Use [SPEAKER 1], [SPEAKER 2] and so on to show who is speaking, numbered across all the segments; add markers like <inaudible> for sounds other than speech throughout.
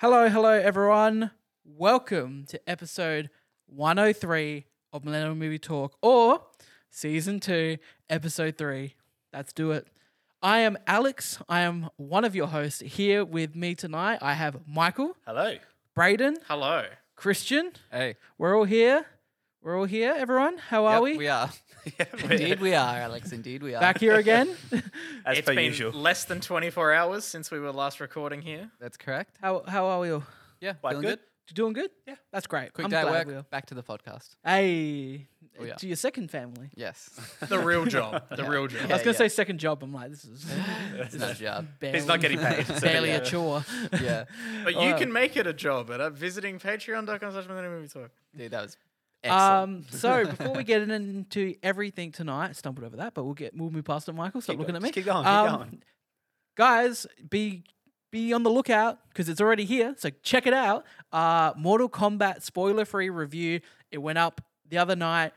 [SPEAKER 1] Hello, hello, everyone. Welcome to episode 103 of Millennial Movie Talk or season two, episode three. Let's do it. I am Alex. I am one of your hosts here with me tonight. I have Michael,
[SPEAKER 2] Hello.
[SPEAKER 1] Braden,
[SPEAKER 2] Hello.
[SPEAKER 1] Christian.
[SPEAKER 3] Hey,
[SPEAKER 1] We're all here. We're all here, everyone. How are
[SPEAKER 3] Yep,
[SPEAKER 1] we?
[SPEAKER 3] We are. <laughs> Indeed, we are, Alex. Indeed, we are.
[SPEAKER 1] Back here
[SPEAKER 3] <laughs>
[SPEAKER 1] again.
[SPEAKER 2] As
[SPEAKER 4] It's
[SPEAKER 2] per
[SPEAKER 4] been
[SPEAKER 2] usual.
[SPEAKER 4] less than 24 hours since we were last recording here.
[SPEAKER 3] That's correct.
[SPEAKER 1] how, how are we all?
[SPEAKER 3] <laughs> Yeah,
[SPEAKER 2] Quite
[SPEAKER 3] feeling
[SPEAKER 2] good.
[SPEAKER 3] good.
[SPEAKER 1] You doing good? Yeah. That's great.
[SPEAKER 3] Quick
[SPEAKER 1] I'm
[SPEAKER 3] day at
[SPEAKER 1] glad
[SPEAKER 3] work.
[SPEAKER 1] we are.
[SPEAKER 3] Back to the podcast.
[SPEAKER 1] Hey,
[SPEAKER 3] Oh, yeah.
[SPEAKER 1] to your second family.
[SPEAKER 3] <laughs> Yes.
[SPEAKER 4] The real job. The real job.
[SPEAKER 1] I was
[SPEAKER 3] Yeah,
[SPEAKER 1] gonna
[SPEAKER 3] yeah.
[SPEAKER 1] say second job. I'm like, this is
[SPEAKER 3] it's not a job.
[SPEAKER 1] <laughs> barely,
[SPEAKER 2] He's not getting paid. <laughs> so
[SPEAKER 1] barely
[SPEAKER 2] yeah.
[SPEAKER 1] a
[SPEAKER 2] <laughs>
[SPEAKER 1] chore.
[SPEAKER 3] Yeah.
[SPEAKER 4] But you can make it a job at uh, visiting patreon.com slash Millennium movie talk.
[SPEAKER 3] <laughs> Dude, that was excellent.
[SPEAKER 1] um, so before we get in- into everything tonight, I stumbled over that, but we'll get we'll move past it. Michael, stop
[SPEAKER 2] Keep
[SPEAKER 1] looking
[SPEAKER 2] going,
[SPEAKER 1] at me. Um,
[SPEAKER 2] just keep going, keep going.
[SPEAKER 1] Guys, be be on the lookout because it's already here. So check it out. Uh, Mortal Kombat spoiler free review. It went up the other night.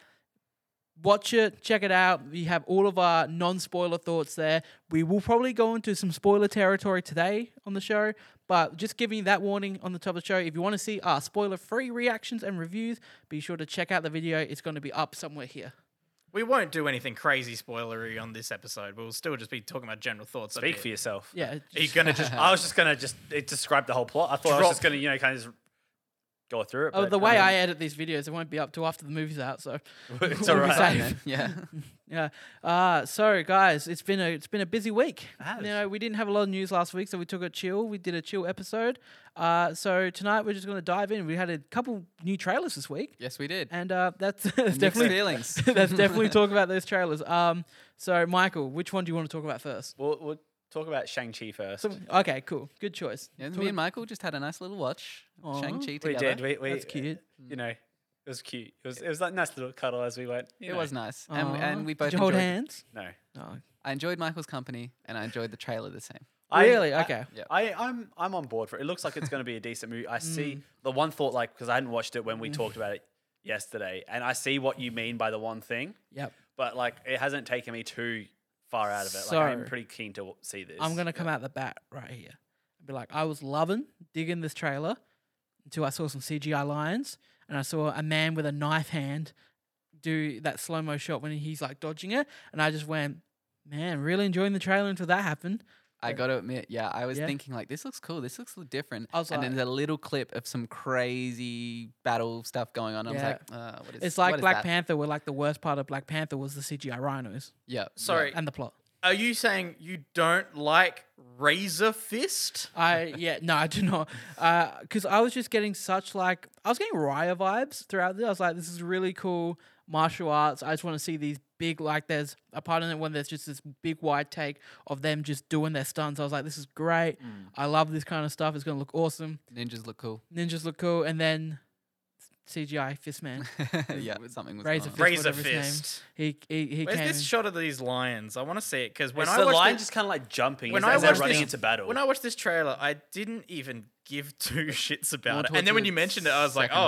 [SPEAKER 1] watch it, check it out. We have all of our non spoiler thoughts there. We will probably go into some spoiler territory today on the show, but just giving you that warning on the top of the show. If you want to see our spoiler free reactions and reviews, be sure to check out the video. It's going to be up somewhere here.
[SPEAKER 4] We won't do anything crazy spoilery on this episode. We'll still just be talking about general thoughts. a
[SPEAKER 2] Speak
[SPEAKER 4] bit.
[SPEAKER 2] for yourself.
[SPEAKER 1] Yeah.
[SPEAKER 4] Are you gonna just?
[SPEAKER 2] I was just gonna just it described the whole plot. I thought I was
[SPEAKER 4] Drop.
[SPEAKER 2] just gonna you know kind of just go through it.
[SPEAKER 1] Oh,
[SPEAKER 2] but
[SPEAKER 1] the way
[SPEAKER 2] no.
[SPEAKER 1] I
[SPEAKER 3] um,
[SPEAKER 1] edit these videos, it won't be up till after the movie's out. So
[SPEAKER 2] <laughs> it's
[SPEAKER 1] we'll
[SPEAKER 2] all
[SPEAKER 1] be
[SPEAKER 2] right.
[SPEAKER 1] safe.
[SPEAKER 3] yeah.
[SPEAKER 1] Yeah. Uh, so guys, it's been a it's been a busy week.
[SPEAKER 2] has.
[SPEAKER 1] You know, we didn't have a lot of news last week, so we took a chill. We did a chill episode. Uh, so tonight we're just gonna dive in. We had a couple new trailers this week,
[SPEAKER 3] Yes, we did.
[SPEAKER 1] and uh, that's, <laughs> that's
[SPEAKER 3] Mixed
[SPEAKER 1] definitely
[SPEAKER 3] feelings.
[SPEAKER 1] that's definitely talk about those trailers. Um, so Michael, which one do you want to talk about first?
[SPEAKER 2] We'll, we'll talk about Shang Chi first.
[SPEAKER 1] So- okay, cool, good choice.
[SPEAKER 3] <laughs> Yeah,
[SPEAKER 1] Talk-
[SPEAKER 3] me and Michael just had a nice little watch.
[SPEAKER 1] Aw.
[SPEAKER 3] Shang Chi together.
[SPEAKER 2] we did. We, we
[SPEAKER 1] that's cute.
[SPEAKER 2] You know, it was cute. It was it was like nice little cuddle as we went. you
[SPEAKER 3] It
[SPEAKER 2] know.
[SPEAKER 3] was nice, and, we-
[SPEAKER 1] Aw.
[SPEAKER 3] and we
[SPEAKER 1] Did
[SPEAKER 3] both
[SPEAKER 1] you hold
[SPEAKER 3] enjoyed-
[SPEAKER 1] hands. Oh,
[SPEAKER 2] no.
[SPEAKER 1] No.
[SPEAKER 3] I enjoyed Michael's company, and I enjoyed the trailer the same.
[SPEAKER 2] I-
[SPEAKER 1] really?
[SPEAKER 2] I-
[SPEAKER 1] okay.
[SPEAKER 3] Yep.
[SPEAKER 2] I, I'm I'm on board for it. It looks like it's going to be a decent movie. I
[SPEAKER 1] Mm.
[SPEAKER 2] see the one thought, like, because I hadn't watched it when we talked about it yesterday, and I see what you mean by the one thing,
[SPEAKER 1] Yep.
[SPEAKER 2] but like, it hasn't taken me too far out of it. Like, I'm
[SPEAKER 1] So,
[SPEAKER 2] pretty keen to w- see this.
[SPEAKER 1] I'm gonna come out the bat right here and be like, I was loving digging this trailer until I saw some CGI lions and I saw a man with a knife hand do that slow mo shot when he's like dodging it, and I just went, man, really enjoying the trailer until that happened.
[SPEAKER 3] I got to admit, yeah, I was
[SPEAKER 1] Yeah.
[SPEAKER 3] thinking like this looks cool, this looks l- different.
[SPEAKER 1] I was
[SPEAKER 3] and then
[SPEAKER 1] like-
[SPEAKER 3] there's a little clip of some crazy battle stuff going on. I was
[SPEAKER 1] Yeah.
[SPEAKER 3] like, uh, what is?
[SPEAKER 1] It's like
[SPEAKER 3] what is
[SPEAKER 1] Black
[SPEAKER 3] that?
[SPEAKER 1] Panther, where like the worst part of Black Panther was the CGI rhinos
[SPEAKER 3] Yeah. yeah.
[SPEAKER 4] Sorry,
[SPEAKER 1] and the plot.
[SPEAKER 4] are you saying you don't like Razor Fist?
[SPEAKER 1] I yeah no I do not because I was just getting such like I was getting Raya vibes throughout this. I was like, this is really cool martial arts. I just want to see these big like there's a part in it when there's just this big wide take of them just doing their stunts. I was like, this is great. I love this kind of stuff. It's gonna look awesome.
[SPEAKER 3] Ninjas look cool. <laughs>
[SPEAKER 1] Ninjas look cool, and then CGI Fist Man.
[SPEAKER 3] yeah, something
[SPEAKER 1] Razor
[SPEAKER 3] was going on.
[SPEAKER 1] Fist.
[SPEAKER 4] Razor
[SPEAKER 1] whatever his name-
[SPEAKER 4] Fist.
[SPEAKER 1] He he he
[SPEAKER 4] Where's
[SPEAKER 1] came.
[SPEAKER 4] this
[SPEAKER 1] in-
[SPEAKER 4] shot of these lions? I want to see it because when
[SPEAKER 2] When
[SPEAKER 4] I
[SPEAKER 2] the
[SPEAKER 4] watched
[SPEAKER 2] line
[SPEAKER 4] it-
[SPEAKER 2] just kind of like jumping
[SPEAKER 4] when
[SPEAKER 2] when
[SPEAKER 4] I
[SPEAKER 2] as they're
[SPEAKER 4] watched
[SPEAKER 2] running
[SPEAKER 4] this-
[SPEAKER 2] into battle.
[SPEAKER 4] When I watched this trailer, I didn't even give two <laughs> shits
[SPEAKER 3] We'll
[SPEAKER 4] about it. And
[SPEAKER 3] talk
[SPEAKER 4] then
[SPEAKER 3] to
[SPEAKER 4] when
[SPEAKER 3] the
[SPEAKER 4] you mentioned it, I was like,
[SPEAKER 3] second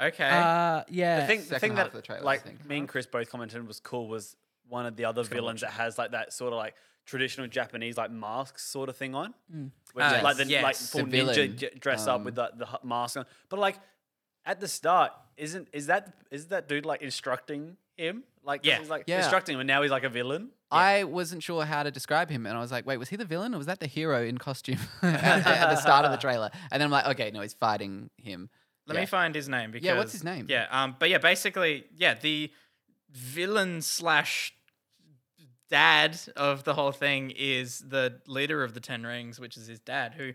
[SPEAKER 4] oh, okay.
[SPEAKER 1] uh, yeah.
[SPEAKER 2] the thing, the
[SPEAKER 3] second
[SPEAKER 2] thing
[SPEAKER 3] half
[SPEAKER 2] that
[SPEAKER 3] of the trailer, I
[SPEAKER 2] like
[SPEAKER 3] think.
[SPEAKER 2] me and Chris both commented was cool was one of the other villains that has like that sort of like traditional Japanese like mask sort of thing on, which
[SPEAKER 4] Ah,
[SPEAKER 2] is like the like
[SPEAKER 4] yes.
[SPEAKER 2] full
[SPEAKER 3] Mm. Uh, The
[SPEAKER 2] ninja
[SPEAKER 3] villain, um,
[SPEAKER 2] j- dress up with the, the h- mask on. But like at the start, isn't is that is that dude like instructing him? Like 'cause
[SPEAKER 4] Yeah.
[SPEAKER 2] he's like
[SPEAKER 3] Yeah.
[SPEAKER 2] instructing him, and now he's like a villain.
[SPEAKER 3] I wasn't sure how to describe him, and I was like, "Wait, was he the villain or was that the hero in costume <laughs> at, at the start of the trailer?" And then I'm like, "Okay, no, he's fighting him."
[SPEAKER 4] Let
[SPEAKER 3] yeah.
[SPEAKER 4] me find his name because
[SPEAKER 3] Yeah, what's his name?
[SPEAKER 4] Yeah, um, but yeah, basically, yeah, the villain slash dad of the whole thing is the leader of the Ten Rings, which is his dad, who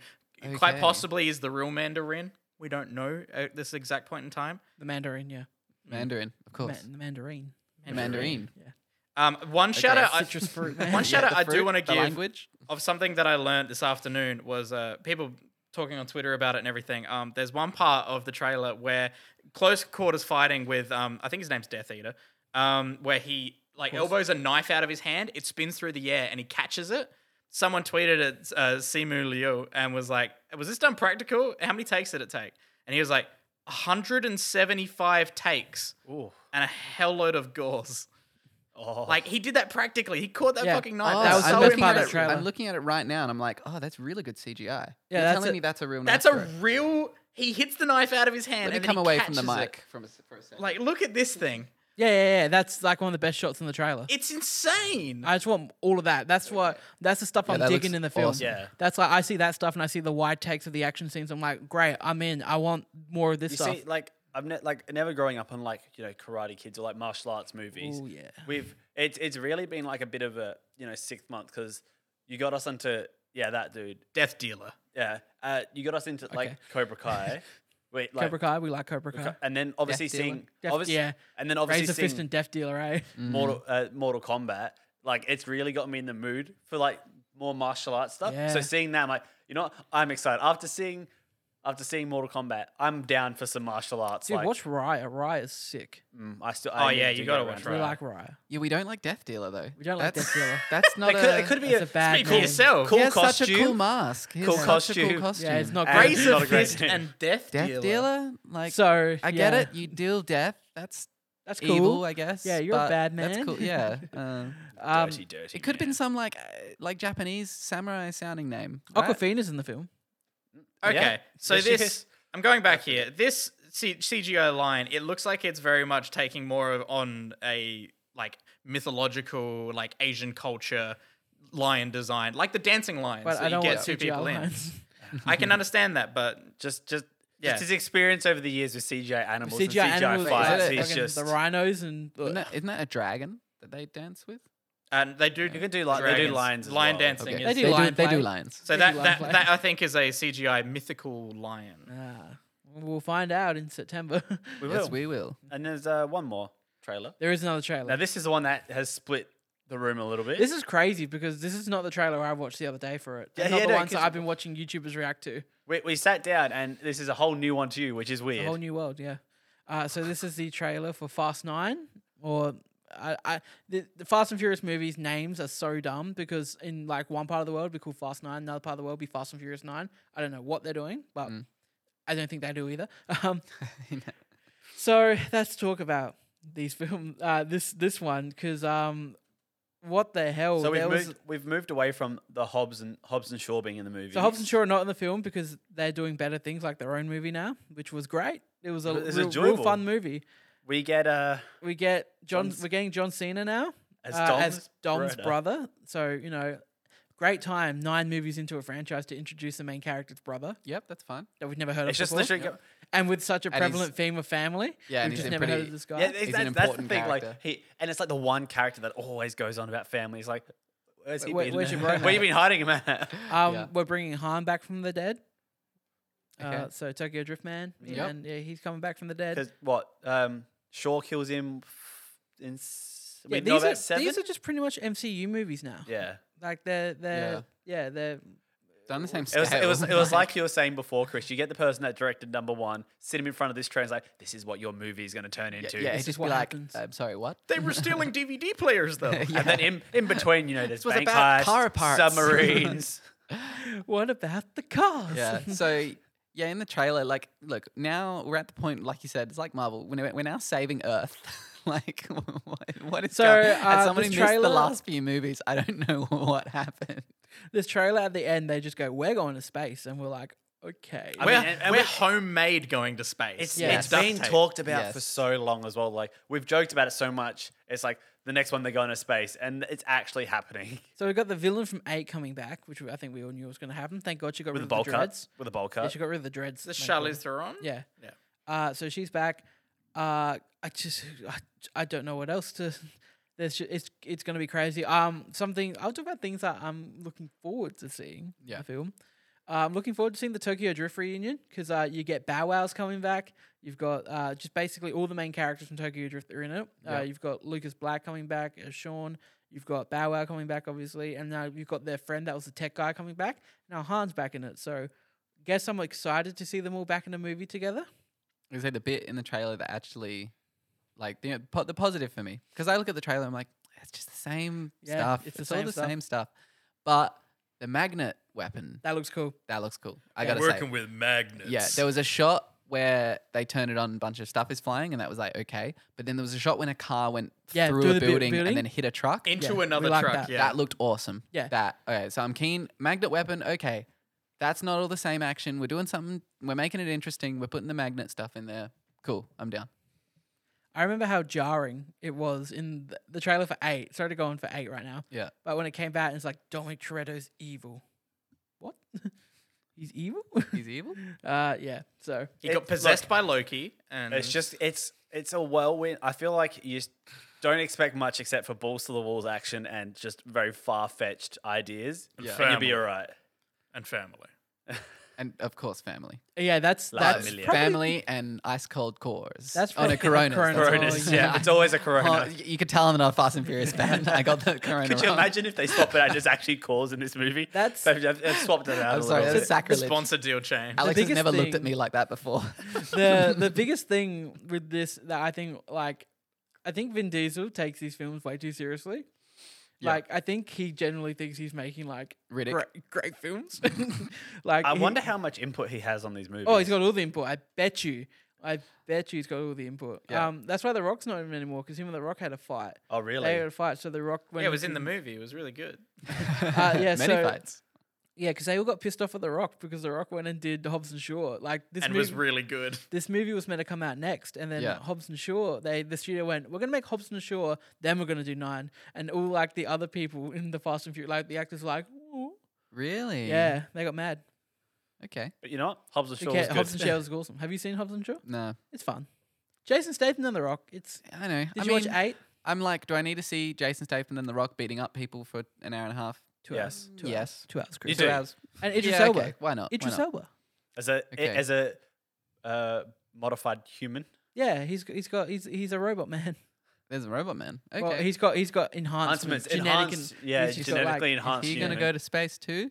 [SPEAKER 4] quite
[SPEAKER 3] Okay.
[SPEAKER 4] possibly is the real Mandarin. We don't know at this exact point in time.
[SPEAKER 1] the Mandarin, yeah.
[SPEAKER 3] Mandarin, of
[SPEAKER 1] Ma-
[SPEAKER 3] course.
[SPEAKER 1] the Mandarin.
[SPEAKER 3] The Mandarin.
[SPEAKER 4] Um, one shout out, I- <laughs>
[SPEAKER 1] Citrus fruit.
[SPEAKER 3] <laughs>
[SPEAKER 4] one shout out
[SPEAKER 3] the
[SPEAKER 4] I
[SPEAKER 3] fruit,
[SPEAKER 4] do want to
[SPEAKER 3] the
[SPEAKER 4] give
[SPEAKER 3] language.
[SPEAKER 4] of something that I learned this afternoon was uh, people talking on Twitter about it and everything. Um, there's one part of the trailer where close quarters fighting with um, I think his name's Death Eater, um, where he like elbows a knife out of his hand, it spins through the air and he catches it. Someone tweeted at uh, Simu Liu and was like, "Was this done practical? How many takes did it take?" And he was like, "175 takes
[SPEAKER 2] Ooh.
[SPEAKER 4] and a hell load of gauze."
[SPEAKER 2] Oh,
[SPEAKER 4] Like he did that practically. He caught that
[SPEAKER 1] Yeah.
[SPEAKER 4] fucking knife.
[SPEAKER 1] Oh,
[SPEAKER 4] that was
[SPEAKER 1] I
[SPEAKER 4] so
[SPEAKER 1] love part of
[SPEAKER 4] impressive.
[SPEAKER 1] that trailer.
[SPEAKER 3] I'm looking at it right now, and I'm like, oh, that's really good CGI. Yeah, You're
[SPEAKER 1] that's
[SPEAKER 3] telling
[SPEAKER 1] a-
[SPEAKER 3] me that's a real.
[SPEAKER 4] That's
[SPEAKER 3] knife
[SPEAKER 4] a
[SPEAKER 3] throw.
[SPEAKER 4] real. He hits the knife out of his hand.
[SPEAKER 3] Let me
[SPEAKER 4] and then
[SPEAKER 3] come
[SPEAKER 4] he
[SPEAKER 3] away from the
[SPEAKER 4] catches it.
[SPEAKER 3] mic from a, s- for a second.
[SPEAKER 4] Like, look at this thing.
[SPEAKER 1] Yeah, yeah, yeah. That's like one of the best shots in the trailer.
[SPEAKER 4] It's insane.
[SPEAKER 1] I just want all of that. That's what. That's the stuff
[SPEAKER 3] that
[SPEAKER 1] I'm
[SPEAKER 3] looks
[SPEAKER 1] digging in the film.
[SPEAKER 3] awesome.
[SPEAKER 2] Yeah.
[SPEAKER 1] That's like I see that stuff and I see the wide takes of the action scenes. I'm like, great, I'm in. I want more of this
[SPEAKER 2] you
[SPEAKER 1] stuff.
[SPEAKER 2] see, like I'm ne- like never growing up on like you know Karate Kids or like martial arts movies.
[SPEAKER 1] Ooh, yeah.
[SPEAKER 2] we've it's it's really been like a bit of a you know sixth month because you got us into yeah that dude
[SPEAKER 4] Death dealer.
[SPEAKER 2] yeah uh, you got us into like
[SPEAKER 1] Okay. <laughs>
[SPEAKER 2] Cobra Kai. Wait, like
[SPEAKER 1] Cobra Kai. We like Cobra Kai.
[SPEAKER 2] and then obviously
[SPEAKER 3] Dealer.
[SPEAKER 2] seeing
[SPEAKER 1] Def-
[SPEAKER 2] obviously
[SPEAKER 1] yeah.
[SPEAKER 2] and then obviously
[SPEAKER 1] Razor
[SPEAKER 2] seeing
[SPEAKER 1] Fist and Death Dealer, eh?
[SPEAKER 2] Mortal uh, Mortal Kombat, like it's really got me in the mood for like more martial arts stuff.
[SPEAKER 1] Yeah.
[SPEAKER 2] So seeing that, I'm like, you know, what? I'm excited after seeing after seeing Mortal Kombat. I'm down for some martial arts.
[SPEAKER 1] Dude,
[SPEAKER 2] like,
[SPEAKER 1] watch Raya. Raya's sick.
[SPEAKER 2] mm, I still.
[SPEAKER 4] Oh,
[SPEAKER 2] I
[SPEAKER 4] yeah,
[SPEAKER 2] need
[SPEAKER 4] you
[SPEAKER 2] get
[SPEAKER 4] gotta
[SPEAKER 2] around
[SPEAKER 4] watch
[SPEAKER 2] to
[SPEAKER 1] We
[SPEAKER 2] it.
[SPEAKER 4] Raya.
[SPEAKER 1] like Raya.
[SPEAKER 3] yeah, we don't like Death Dealer though.
[SPEAKER 1] We don't like Death
[SPEAKER 3] That's-
[SPEAKER 1] Dealer.
[SPEAKER 3] <laughs> That's not
[SPEAKER 2] It could,
[SPEAKER 3] a.
[SPEAKER 2] it could be
[SPEAKER 1] That's
[SPEAKER 2] a,
[SPEAKER 1] a bad
[SPEAKER 2] it's
[SPEAKER 1] name.
[SPEAKER 2] pretty cool,
[SPEAKER 3] he
[SPEAKER 2] cool
[SPEAKER 3] has
[SPEAKER 2] costume.
[SPEAKER 3] such a cool mask. He has
[SPEAKER 2] Cool
[SPEAKER 3] such a cool
[SPEAKER 2] costume.
[SPEAKER 3] costume.
[SPEAKER 1] Yeah, it's not
[SPEAKER 2] And-
[SPEAKER 1] great.
[SPEAKER 2] Razor
[SPEAKER 4] Razor
[SPEAKER 2] not a
[SPEAKER 1] <laughs>
[SPEAKER 2] great
[SPEAKER 4] Fist
[SPEAKER 2] name.
[SPEAKER 4] and Death,
[SPEAKER 3] Death
[SPEAKER 4] dealer.
[SPEAKER 3] dealer. Like
[SPEAKER 1] So
[SPEAKER 3] I get
[SPEAKER 1] yeah. eh?
[SPEAKER 3] it. You deal death. That's
[SPEAKER 1] That's cool.
[SPEAKER 3] evil, I guess.
[SPEAKER 1] Yeah, you're a
[SPEAKER 3] but
[SPEAKER 1] bad man.
[SPEAKER 3] That's cool. Yeah. Um,
[SPEAKER 1] Um,
[SPEAKER 2] dirty, dirty.
[SPEAKER 3] it could have
[SPEAKER 2] man.
[SPEAKER 3] been some like uh, like Japanese samurai sounding name. right?
[SPEAKER 1] Aquafina's in the film.
[SPEAKER 4] Okay,
[SPEAKER 2] Yeah.
[SPEAKER 4] so
[SPEAKER 2] Yes,
[SPEAKER 4] this
[SPEAKER 2] yes.
[SPEAKER 4] I'm going back here. This C- CGI line, it looks like it's very much taking more of on a like mythological, like Asian culture lion design, like the dancing lions
[SPEAKER 1] But
[SPEAKER 4] that
[SPEAKER 1] I don't
[SPEAKER 4] you get
[SPEAKER 1] want
[SPEAKER 4] two
[SPEAKER 1] CGI
[SPEAKER 4] people
[SPEAKER 1] lines.
[SPEAKER 4] in. <laughs> I can understand that, but
[SPEAKER 2] just just.
[SPEAKER 4] Yeah.
[SPEAKER 2] Just his experience over the years with CGI animals
[SPEAKER 1] CGI,
[SPEAKER 2] and CGI
[SPEAKER 1] animals,
[SPEAKER 2] fights.
[SPEAKER 1] like,
[SPEAKER 3] it
[SPEAKER 2] He's
[SPEAKER 1] fucking
[SPEAKER 2] just
[SPEAKER 1] the rhinos and
[SPEAKER 3] Isn't that- isn't that a dragon that they dance with?
[SPEAKER 4] and they do. You
[SPEAKER 3] <laughs>
[SPEAKER 2] can do li- they do lions as
[SPEAKER 4] lion
[SPEAKER 2] well.
[SPEAKER 4] dancing.
[SPEAKER 1] They
[SPEAKER 4] Is,
[SPEAKER 1] do
[SPEAKER 3] they,
[SPEAKER 1] lion
[SPEAKER 3] do, they do
[SPEAKER 1] play.
[SPEAKER 3] lions.
[SPEAKER 1] they
[SPEAKER 4] so
[SPEAKER 1] do
[SPEAKER 4] that
[SPEAKER 1] lion
[SPEAKER 4] that,
[SPEAKER 1] play.
[SPEAKER 4] that I think is a CGI mythical lion.
[SPEAKER 1] Ah, we'll find out in September. <laughs>
[SPEAKER 2] we
[SPEAKER 3] Yes,
[SPEAKER 2] will.
[SPEAKER 3] we will.
[SPEAKER 2] And there's uh, one more trailer.
[SPEAKER 1] there is another trailer.
[SPEAKER 2] Now this is the one that has split the room a little bit.
[SPEAKER 1] This is crazy because this is not the trailer I watched the other day for it.
[SPEAKER 2] Yeah,
[SPEAKER 1] Yeah, not
[SPEAKER 2] yeah,
[SPEAKER 1] the
[SPEAKER 2] no,
[SPEAKER 1] ones that
[SPEAKER 2] 'cause-
[SPEAKER 1] I've been watching YouTubers react to.
[SPEAKER 2] we, we sat down, and this is a whole new one to you, which is
[SPEAKER 1] A
[SPEAKER 2] weird.
[SPEAKER 1] whole new world, yeah. Uh, so this is the trailer for Fast Nine, or I, I the, the Fast and Furious movies names are so dumb because in like one part of the world it'd be called Fast Nine, another part of the world would be Fast and Furious Nine. I don't know what they're doing, but
[SPEAKER 2] Mm.
[SPEAKER 1] I don't think they do either. <laughs>
[SPEAKER 2] <laughs>
[SPEAKER 1] Um, so let's talk about these film, uh, this this one, because um, what the hell?
[SPEAKER 2] So we've
[SPEAKER 1] there was-
[SPEAKER 2] moved, we've moved away from the Hobbs and Hobbs and Shaw being in the movie.
[SPEAKER 1] So Hobbs and Shaw are not in the film because they're doing better things like their own movie now, which was great. It was a
[SPEAKER 2] It was
[SPEAKER 1] real, real
[SPEAKER 2] enjoyable.
[SPEAKER 1] fun movie.
[SPEAKER 2] we get uh,
[SPEAKER 1] We get John.
[SPEAKER 2] John's-
[SPEAKER 1] We're getting John Cena now
[SPEAKER 2] as,
[SPEAKER 1] uh,
[SPEAKER 2] Dom's,
[SPEAKER 1] as Dom's
[SPEAKER 2] brother.
[SPEAKER 1] brother. So you know, great time. Nine movies into a franchise to introduce the main character's brother
[SPEAKER 3] Yep, that's fine.
[SPEAKER 1] that we've never heard
[SPEAKER 2] It's
[SPEAKER 1] of
[SPEAKER 2] just
[SPEAKER 1] before,
[SPEAKER 2] literally. Go,
[SPEAKER 1] and with such a
[SPEAKER 3] And he's-
[SPEAKER 1] prevalent theme of family.
[SPEAKER 3] Yeah,
[SPEAKER 1] we've
[SPEAKER 3] and he's
[SPEAKER 1] just
[SPEAKER 3] in
[SPEAKER 1] never heard of
[SPEAKER 3] pretty-
[SPEAKER 1] this guy.
[SPEAKER 2] yeah,
[SPEAKER 1] Yeah,
[SPEAKER 2] it's-
[SPEAKER 3] an
[SPEAKER 2] that's, that's the
[SPEAKER 3] important
[SPEAKER 2] thing. Like
[SPEAKER 3] character.
[SPEAKER 2] he, and it's like the one character that always goes on about family. He's like, where's he
[SPEAKER 1] Where-
[SPEAKER 2] been? <laughs>
[SPEAKER 1] where's your
[SPEAKER 2] Where
[SPEAKER 1] brother?
[SPEAKER 2] you been hiding him
[SPEAKER 3] <laughs>
[SPEAKER 2] at? <laughs>
[SPEAKER 1] um,
[SPEAKER 3] yeah.
[SPEAKER 1] we're bringing Han back from the dead. Uh,
[SPEAKER 3] Okay.
[SPEAKER 1] so Tokyo Drift Man,
[SPEAKER 3] Yep.
[SPEAKER 1] and yeah, he's coming back from the dead.
[SPEAKER 2] Because what? Um, Shaw kills him. f- In s-
[SPEAKER 1] Yeah,
[SPEAKER 2] we know
[SPEAKER 1] these
[SPEAKER 2] about
[SPEAKER 1] are
[SPEAKER 2] seven.
[SPEAKER 1] these are just pretty much MCU movies now.
[SPEAKER 3] <laughs>
[SPEAKER 2] yeah.
[SPEAKER 1] Like they're they're yeah, they're
[SPEAKER 3] Done the same
[SPEAKER 2] It
[SPEAKER 3] scale.
[SPEAKER 2] was, it was it was like you were saying before, Chris. You get the person that directed number one, sit him in front of this train, like this is what your movie is going to turn
[SPEAKER 3] <laughs> yeah,
[SPEAKER 2] into.
[SPEAKER 3] yeah,
[SPEAKER 1] This
[SPEAKER 3] it'd
[SPEAKER 1] is
[SPEAKER 3] just be
[SPEAKER 1] what
[SPEAKER 3] like,
[SPEAKER 1] happens.
[SPEAKER 3] I'm sorry, what?
[SPEAKER 4] They were stealing DVD players <laughs> though.
[SPEAKER 2] And then in, in between, you know, there's
[SPEAKER 3] was
[SPEAKER 2] bank
[SPEAKER 3] about
[SPEAKER 2] heists,
[SPEAKER 3] car parts. <laughs>
[SPEAKER 2] submarines.
[SPEAKER 1] what about the cars? <laughs>
[SPEAKER 3] Yeah. So yeah, in the trailer, like, look, now we're at the point, like you said, it's like Marvel. We're, we're now saving Earth. <laughs> like, what, what is
[SPEAKER 1] So,
[SPEAKER 3] going?
[SPEAKER 1] uh,
[SPEAKER 3] As someone
[SPEAKER 1] this
[SPEAKER 3] who missed
[SPEAKER 1] trailer-
[SPEAKER 3] the last few movies, I don't <laughs> know what happened.
[SPEAKER 1] this trailer at the end, they just go, "We're going to space," and we're like, "Okay."
[SPEAKER 2] I
[SPEAKER 4] We're,
[SPEAKER 2] mean, and- and
[SPEAKER 4] we're
[SPEAKER 2] we-
[SPEAKER 4] homemade going to space.
[SPEAKER 2] It's,
[SPEAKER 1] Yeah.
[SPEAKER 2] it's
[SPEAKER 4] duct
[SPEAKER 2] been
[SPEAKER 4] tape.
[SPEAKER 2] talked about for
[SPEAKER 3] Yes.
[SPEAKER 2] so long as well. Like we've joked about it so much. It's like the next one they go into space, and it's actually happening
[SPEAKER 4] <laughs>
[SPEAKER 1] so we got the villain from Eight coming back, which we- I think we all knew was going to happen. Thank God she got
[SPEAKER 2] with
[SPEAKER 1] rid
[SPEAKER 2] the
[SPEAKER 1] of the
[SPEAKER 2] bowl
[SPEAKER 1] dreads.
[SPEAKER 2] cut. With the bowl
[SPEAKER 1] Yeah,
[SPEAKER 2] cut.
[SPEAKER 1] she got rid of the dreads.
[SPEAKER 4] The
[SPEAKER 1] thank
[SPEAKER 4] Charlize
[SPEAKER 1] God.
[SPEAKER 4] Theron.
[SPEAKER 1] Yeah.
[SPEAKER 4] Yeah.
[SPEAKER 1] Uh, so she's back. Uh, I just, I, I don't know what else to. There's, ju- it's, it's going to be crazy. Um, something I'll talk about things that I'm looking forward to seeing. in
[SPEAKER 3] Yeah.
[SPEAKER 1] The film. Uh, I'm looking forward to seeing the Tokyo Drift reunion because uh, you get Bow Wow's coming back. You've got uh, just basically all the main characters from Tokyo Drift are in it. Uh,
[SPEAKER 3] Yeah.
[SPEAKER 1] You've got Lucas Black coming back as Sean. You've got Bow Wow coming back, obviously, and now you've got their friend that was the tech guy coming back. Now Han's back in it, so guess I'm excited to see them all back in a movie together.
[SPEAKER 3] Is it the bit in the trailer that actually, like, you know, po- the positive for me? Because I look at the trailer, I'm like, it's just the same
[SPEAKER 1] Yeah,
[SPEAKER 3] stuff.
[SPEAKER 1] it's
[SPEAKER 3] It's,
[SPEAKER 1] the
[SPEAKER 3] all
[SPEAKER 1] same
[SPEAKER 3] the
[SPEAKER 1] stuff.
[SPEAKER 3] same stuff. But the magnet weapon
[SPEAKER 1] That looks cool.
[SPEAKER 3] that looks cool. I
[SPEAKER 1] Yeah.
[SPEAKER 3] gotta say,
[SPEAKER 4] with magnets.
[SPEAKER 3] yeah, there was a shot where they turn it on, a bunch of stuff is flying, and that was like okay. But then there was a shot when a car went
[SPEAKER 1] Yeah,
[SPEAKER 3] through,
[SPEAKER 1] through
[SPEAKER 3] a
[SPEAKER 1] the bu-
[SPEAKER 3] building,
[SPEAKER 1] building.
[SPEAKER 3] and then hit a truck.
[SPEAKER 4] into
[SPEAKER 1] Yeah, we
[SPEAKER 4] another
[SPEAKER 1] like
[SPEAKER 4] truck.
[SPEAKER 1] that.
[SPEAKER 4] Yeah,
[SPEAKER 3] That looked awesome.
[SPEAKER 1] Yeah.
[SPEAKER 3] That okay. So I'm keen. Magnet weapon. Okay, that's not all the same action. We're doing something. We're making it interesting. We're putting the magnet stuff in there. Cool. I'm down.
[SPEAKER 1] I remember how jarring it was in th- the trailer for eight. Sorry to go on for eight right now. <laughs>
[SPEAKER 3] Yeah.
[SPEAKER 1] But when it came out, it's like Dominic Toretto's evil. What? <laughs> He's evil? <laughs>
[SPEAKER 3] He's evil.
[SPEAKER 1] uh, yeah. So
[SPEAKER 4] he
[SPEAKER 2] It-
[SPEAKER 4] got
[SPEAKER 2] look,
[SPEAKER 4] possessed by Loki, and
[SPEAKER 2] It's just it's it's a whirlwind. I feel like you just don't expect much except for balls to the walls action and just very far fetched ideas,
[SPEAKER 4] Yeah.
[SPEAKER 2] and you'll be
[SPEAKER 4] Family.
[SPEAKER 2] all right.
[SPEAKER 4] and family.
[SPEAKER 3] And of course, family.
[SPEAKER 1] yeah, that's
[SPEAKER 2] Love
[SPEAKER 1] that's
[SPEAKER 2] Amelia.
[SPEAKER 1] probably-
[SPEAKER 3] family and ice cold cores.
[SPEAKER 1] That's
[SPEAKER 3] on
[SPEAKER 1] probably- <laughs>
[SPEAKER 3] a Corona.
[SPEAKER 1] Coronas.
[SPEAKER 3] that's all.
[SPEAKER 2] <laughs> Coronas,
[SPEAKER 1] Oh,
[SPEAKER 2] yeah,
[SPEAKER 1] yeah.
[SPEAKER 2] it's always a
[SPEAKER 3] Oh,
[SPEAKER 2] corona. <laughs>
[SPEAKER 4] <laughs>
[SPEAKER 3] y- you could tell I'm not a Fast and Furious fan. <laughs> I got the Corona.
[SPEAKER 2] Could you
[SPEAKER 3] wrong.
[SPEAKER 2] imagine if they swapped it out as actually cause in this movie?
[SPEAKER 1] That's-
[SPEAKER 2] they've, they've- they've swapped it out.
[SPEAKER 3] I'm
[SPEAKER 2] a
[SPEAKER 3] sorry,
[SPEAKER 2] little
[SPEAKER 3] that's
[SPEAKER 2] bit.
[SPEAKER 4] The
[SPEAKER 3] sacrilege.
[SPEAKER 4] sponsor deal change.
[SPEAKER 3] Alex has
[SPEAKER 1] biggest
[SPEAKER 3] never looked at
[SPEAKER 1] thing-
[SPEAKER 3] me like that before. <laughs>
[SPEAKER 1] the <laughs> the biggest thing with this that I think like I think Vin Diesel takes these films way too seriously.
[SPEAKER 3] Yeah.
[SPEAKER 1] Like I think he generally thinks he's making like
[SPEAKER 3] Riddick.
[SPEAKER 1] great, great
[SPEAKER 2] <laughs>
[SPEAKER 1] films. <laughs> like
[SPEAKER 2] I
[SPEAKER 1] he-
[SPEAKER 2] wonder how much input he has on these movies.
[SPEAKER 1] Oh, he's got all the input. I bet you. I bet you he's got all the input.
[SPEAKER 3] Yeah.
[SPEAKER 1] Um, that's why The Rock's not in it anymore because him and The Rock had a fight.
[SPEAKER 2] Oh,
[SPEAKER 1] They had
[SPEAKER 2] really?
[SPEAKER 1] a fight, so The Rock. When
[SPEAKER 4] yeah,
[SPEAKER 1] he
[SPEAKER 4] it was in the
[SPEAKER 1] didn't-
[SPEAKER 4] movie. It was really good.
[SPEAKER 1] uh,
[SPEAKER 3] <laughs>
[SPEAKER 1] yeah,
[SPEAKER 3] Many
[SPEAKER 1] so-
[SPEAKER 3] fights.
[SPEAKER 1] Yeah, because they all got pissed off at The Rock because The Rock went and did Hobbs and Shaw. Like this
[SPEAKER 4] and
[SPEAKER 1] movie,
[SPEAKER 4] was really good.
[SPEAKER 1] this movie was meant to come out next, and then
[SPEAKER 3] Yeah.
[SPEAKER 1] Hobbs and Shaw, they the studio went, we're gonna make Hobbs and Shaw, then we're gonna do Nine, and all like the other people in the Fast and Furious, like the actors, were like, "Ooh."
[SPEAKER 3] Really?
[SPEAKER 1] yeah, they got mad.
[SPEAKER 3] Okay.
[SPEAKER 2] But you know what? Hobbs and
[SPEAKER 1] They
[SPEAKER 2] Shaw
[SPEAKER 1] ca-
[SPEAKER 2] was good.
[SPEAKER 1] Hobbs and
[SPEAKER 2] <laughs>
[SPEAKER 1] Shaw was awesome. Have you seen Hobbs and Shaw?
[SPEAKER 3] No,
[SPEAKER 1] It's fun. Jason Statham and The Rock. It's
[SPEAKER 3] I know.
[SPEAKER 1] did
[SPEAKER 3] I
[SPEAKER 1] you
[SPEAKER 3] mean,
[SPEAKER 1] watch Eight?
[SPEAKER 3] I'm like, do I need to see Jason Statham and The Rock beating up people for an hour and a half?
[SPEAKER 1] Two
[SPEAKER 2] Yes.
[SPEAKER 1] hours. Two hours.
[SPEAKER 3] yes.
[SPEAKER 1] Two hours.
[SPEAKER 2] You
[SPEAKER 1] Chris.
[SPEAKER 2] do.
[SPEAKER 1] And Idris
[SPEAKER 3] yeah,
[SPEAKER 1] Elba.
[SPEAKER 3] okay. Why not? Why
[SPEAKER 1] Idris
[SPEAKER 3] not?
[SPEAKER 1] Elba.
[SPEAKER 2] As a
[SPEAKER 3] Okay.
[SPEAKER 2] as a uh, modified human.
[SPEAKER 1] Yeah, he's he's got he's he's a robot man. <laughs>
[SPEAKER 3] There's a robot man. Okay.
[SPEAKER 1] Well, he's got he's got enhancements,
[SPEAKER 2] Enhancements,
[SPEAKER 1] genetic
[SPEAKER 2] enhanced, yeah,
[SPEAKER 1] he's just got, like- <laughs>
[SPEAKER 2] genetically
[SPEAKER 3] Is
[SPEAKER 2] enhanced.
[SPEAKER 3] he going to go to space too?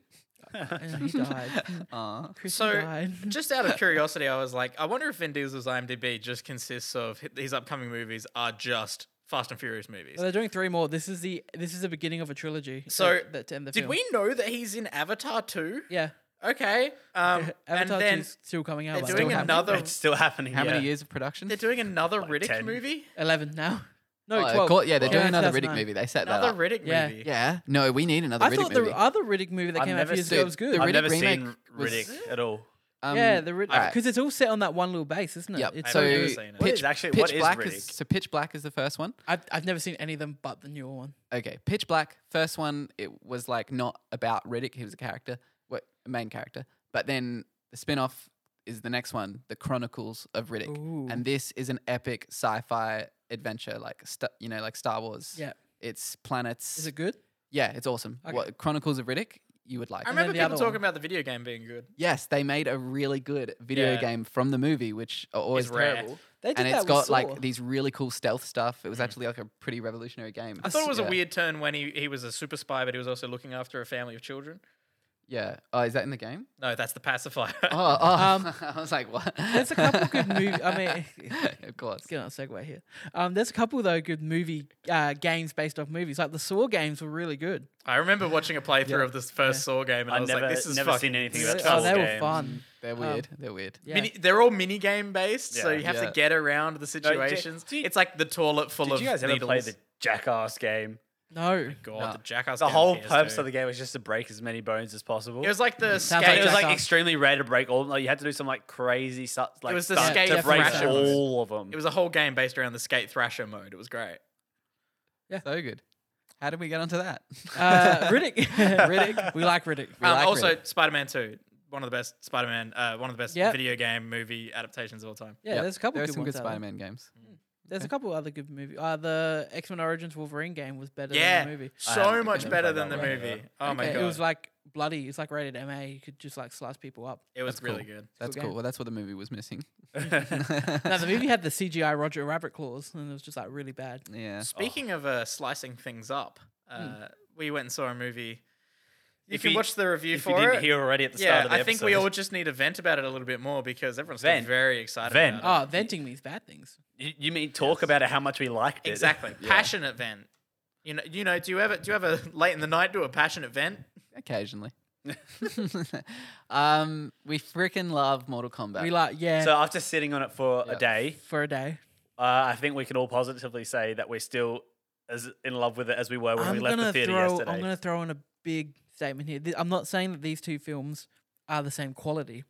[SPEAKER 1] and he died.
[SPEAKER 3] <laughs> Aw.
[SPEAKER 1] Chris
[SPEAKER 4] So,
[SPEAKER 1] died.
[SPEAKER 4] <laughs> Just out of curiosity, I was like, I wonder if Vin Diesel's IMDb just consists of hi- his upcoming movies are just Fast and Furious
[SPEAKER 1] <laughs>
[SPEAKER 4] movies.
[SPEAKER 1] Well, they're doing three more. This is the this is the beginning of a trilogy.
[SPEAKER 4] So,
[SPEAKER 1] that- that to end the
[SPEAKER 4] Did
[SPEAKER 1] film.
[SPEAKER 4] we know that he's in Avatar 2?
[SPEAKER 1] Yeah,
[SPEAKER 4] Okay. <laughs> Um, and
[SPEAKER 1] Avatar
[SPEAKER 4] then
[SPEAKER 1] 2's still coming out.
[SPEAKER 4] they're
[SPEAKER 1] by the
[SPEAKER 4] doing
[SPEAKER 1] way.
[SPEAKER 4] another.
[SPEAKER 2] It's still happening.
[SPEAKER 3] How
[SPEAKER 2] yeah.
[SPEAKER 3] many years of production?
[SPEAKER 4] They're doing another Riddick
[SPEAKER 2] 10.
[SPEAKER 4] movie.
[SPEAKER 1] eleven now. No,
[SPEAKER 3] Oh,
[SPEAKER 1] twelve.
[SPEAKER 3] cool. Yeah, they're
[SPEAKER 1] Came out
[SPEAKER 3] doing
[SPEAKER 1] in
[SPEAKER 3] another Riddick
[SPEAKER 1] 2009.
[SPEAKER 3] movie. They set that
[SPEAKER 4] Another
[SPEAKER 3] up.
[SPEAKER 4] Riddick
[SPEAKER 1] Yeah.
[SPEAKER 4] movie.
[SPEAKER 3] yeah. No, we need another
[SPEAKER 1] I
[SPEAKER 3] Riddick
[SPEAKER 1] thought the
[SPEAKER 3] movie.
[SPEAKER 1] other Riddick movie that
[SPEAKER 2] I've
[SPEAKER 1] came out a
[SPEAKER 2] never
[SPEAKER 1] few years ago
[SPEAKER 2] seen-
[SPEAKER 1] was good.
[SPEAKER 3] The
[SPEAKER 2] I've
[SPEAKER 3] Riddick
[SPEAKER 2] never
[SPEAKER 3] remake
[SPEAKER 2] seen
[SPEAKER 3] was-
[SPEAKER 2] Riddick at all.
[SPEAKER 3] um,
[SPEAKER 1] yeah, the Riddick
[SPEAKER 3] alright.
[SPEAKER 1] because it's all set on that one little base, isn't it?
[SPEAKER 3] Yep.
[SPEAKER 1] It's
[SPEAKER 4] I've
[SPEAKER 3] So
[SPEAKER 4] never
[SPEAKER 3] pitch,
[SPEAKER 4] seen it.
[SPEAKER 2] What is actually-
[SPEAKER 3] pitch
[SPEAKER 2] what is
[SPEAKER 3] black
[SPEAKER 2] Riddick?
[SPEAKER 3] is so pitch black is the first one.
[SPEAKER 1] I've, I've never seen any of them but the newer one.
[SPEAKER 3] Okay, pitch black first one. It was like not about Riddick. He was a character, what main character. But then the spin off is the next one, the Chronicles of Riddick,
[SPEAKER 1] Ooh.
[SPEAKER 3] and this is an epic sci-fi adventure, like st- you know, like Star Wars.
[SPEAKER 1] Yeah.
[SPEAKER 3] It's planets.
[SPEAKER 1] Is it good?
[SPEAKER 3] yeah, it's awesome.
[SPEAKER 1] Okay.
[SPEAKER 3] What Chronicles of Riddick? You would like.
[SPEAKER 4] I
[SPEAKER 3] it.
[SPEAKER 1] then
[SPEAKER 4] remember
[SPEAKER 1] the
[SPEAKER 4] people
[SPEAKER 1] other
[SPEAKER 4] talking
[SPEAKER 1] one.
[SPEAKER 4] about the video game being good.
[SPEAKER 3] Yes, they made a really good video
[SPEAKER 4] Yeah.
[SPEAKER 3] game from the movie, which are always
[SPEAKER 4] It's rare.
[SPEAKER 3] terrible.
[SPEAKER 1] They did
[SPEAKER 3] And
[SPEAKER 1] that
[SPEAKER 3] it's
[SPEAKER 1] with
[SPEAKER 3] got
[SPEAKER 1] Saw.
[SPEAKER 3] like these really cool stealth stuff. It was actually like a pretty revolutionary game.
[SPEAKER 4] Mm. I thought it was
[SPEAKER 3] Yeah.
[SPEAKER 4] a weird turn when he, he was a super spy, but he was also looking after a family of children.
[SPEAKER 3] Yeah. Oh, is that in the game?
[SPEAKER 4] No, that's the
[SPEAKER 1] <laughs>
[SPEAKER 4] pacifier.
[SPEAKER 3] Oh, oh.
[SPEAKER 1] Um,
[SPEAKER 3] <laughs> I was
[SPEAKER 1] <laughs>
[SPEAKER 3] like, what?
[SPEAKER 1] there's a couple <laughs> good mov- I mean-
[SPEAKER 3] of course.
[SPEAKER 1] Get on a segue here. Um, there's a couple though good movie uh, games based off movies. Like the Saw games were really good.
[SPEAKER 4] I remember watching a playthrough of this first Saw game, and I
[SPEAKER 2] I've
[SPEAKER 4] was
[SPEAKER 2] never,
[SPEAKER 4] like, "This is
[SPEAKER 2] never
[SPEAKER 4] fucking
[SPEAKER 2] seen anything about
[SPEAKER 1] Really?
[SPEAKER 2] Saw
[SPEAKER 1] oh, they were
[SPEAKER 2] games.
[SPEAKER 1] fun.
[SPEAKER 3] They're weird. They're weird.
[SPEAKER 1] Um, Yeah.
[SPEAKER 4] Mini, they're all mini game based, so
[SPEAKER 2] Yeah.
[SPEAKER 4] you have
[SPEAKER 3] Yeah.
[SPEAKER 4] to get around the
[SPEAKER 2] do you-
[SPEAKER 4] situations. it's like the toilet full
[SPEAKER 2] Did
[SPEAKER 4] of
[SPEAKER 2] you guys ever
[SPEAKER 4] needles.
[SPEAKER 2] play the Jackass game?
[SPEAKER 1] No.
[SPEAKER 4] God,
[SPEAKER 3] No.
[SPEAKER 4] the jackass.
[SPEAKER 2] The
[SPEAKER 4] game
[SPEAKER 2] whole
[SPEAKER 4] appears
[SPEAKER 2] purpose
[SPEAKER 4] to-
[SPEAKER 2] of the game was just to break as many bones as possible.
[SPEAKER 4] It was like the skate.
[SPEAKER 1] sounds like
[SPEAKER 2] it was like
[SPEAKER 1] Jackass.
[SPEAKER 2] extremely rare to break all. Like you had to do some like crazy stuff. Like
[SPEAKER 4] was the
[SPEAKER 2] stunt
[SPEAKER 1] skate
[SPEAKER 2] to break
[SPEAKER 1] thrasher.
[SPEAKER 2] all of them.
[SPEAKER 4] it was a whole game based around the skate thrasher mode. It was great.
[SPEAKER 3] So good. How did we get onto that?
[SPEAKER 1] Uh,
[SPEAKER 3] <laughs>
[SPEAKER 1] <laughs> Riddick. Riddick. We like Riddick.
[SPEAKER 3] We
[SPEAKER 4] Um,
[SPEAKER 3] like
[SPEAKER 4] also,
[SPEAKER 3] Riddick.
[SPEAKER 4] Spider Man Two, one of the best Spider Man, uh, one of the best
[SPEAKER 1] Yep.
[SPEAKER 4] video game movie adaptations of all time.
[SPEAKER 1] Yeah,
[SPEAKER 3] Yep.
[SPEAKER 1] there's a couple
[SPEAKER 3] There are
[SPEAKER 1] good
[SPEAKER 3] some
[SPEAKER 1] ones
[SPEAKER 3] good
[SPEAKER 1] out there.
[SPEAKER 3] Spider-Man games.
[SPEAKER 1] There's a couple other good movies. Uh, the X Men Origins Wolverine game was better
[SPEAKER 4] Yeah,
[SPEAKER 1] than the movie.
[SPEAKER 2] I haven't
[SPEAKER 4] so much
[SPEAKER 2] played
[SPEAKER 4] better
[SPEAKER 2] that
[SPEAKER 4] than the
[SPEAKER 2] one
[SPEAKER 4] movie.
[SPEAKER 2] either.
[SPEAKER 4] Oh my
[SPEAKER 1] Yeah,
[SPEAKER 4] god,
[SPEAKER 1] It was like bloody. It's like rated MA. You could just like slice people up.
[SPEAKER 3] That's
[SPEAKER 4] really
[SPEAKER 3] cool.
[SPEAKER 4] good.
[SPEAKER 3] That's
[SPEAKER 1] game.
[SPEAKER 3] cool. Well, that's what the movie was missing.
[SPEAKER 1] Now the movie had the CGI Roger Rabbit claws, and it was just like really bad.
[SPEAKER 3] yeah.
[SPEAKER 4] Speaking of uh, slicing things up, uh, we went and saw a movie. You
[SPEAKER 2] If
[SPEAKER 4] can
[SPEAKER 2] you-
[SPEAKER 4] watch the review
[SPEAKER 2] if
[SPEAKER 4] for
[SPEAKER 2] you didn't
[SPEAKER 4] it.
[SPEAKER 2] hear already at the
[SPEAKER 4] yeah,
[SPEAKER 2] start of the
[SPEAKER 4] I think we
[SPEAKER 2] episode.
[SPEAKER 4] all just need to vent about it a little bit more because everyone's
[SPEAKER 2] Vent.
[SPEAKER 4] getting very excited.
[SPEAKER 2] Vent.
[SPEAKER 4] About
[SPEAKER 1] Oh, venting means bad things.
[SPEAKER 2] You, you mean talk about it, how much we liked
[SPEAKER 4] it.
[SPEAKER 2] it?
[SPEAKER 4] <laughs> exactly. Passionate vent. You know, you know. Do you ever, do you ever late in the night do a passionate vent?
[SPEAKER 1] <laughs>
[SPEAKER 3] Occasionally. <laughs> um, we freaking love Mortal Kombat.
[SPEAKER 1] We like yeah
[SPEAKER 2] <laughs> So after sitting on it for a
[SPEAKER 3] Yep.
[SPEAKER 2] day,
[SPEAKER 1] for a day.
[SPEAKER 2] uh, I think we can all positively say that we're still as in love with it as we were when
[SPEAKER 1] I'm
[SPEAKER 2] we left the
[SPEAKER 1] gonna
[SPEAKER 2] theater
[SPEAKER 1] throw.
[SPEAKER 2] yesterday.
[SPEAKER 1] I'm gonna throw in a big statement here. Th- I'm not saying that these two films are the same quality,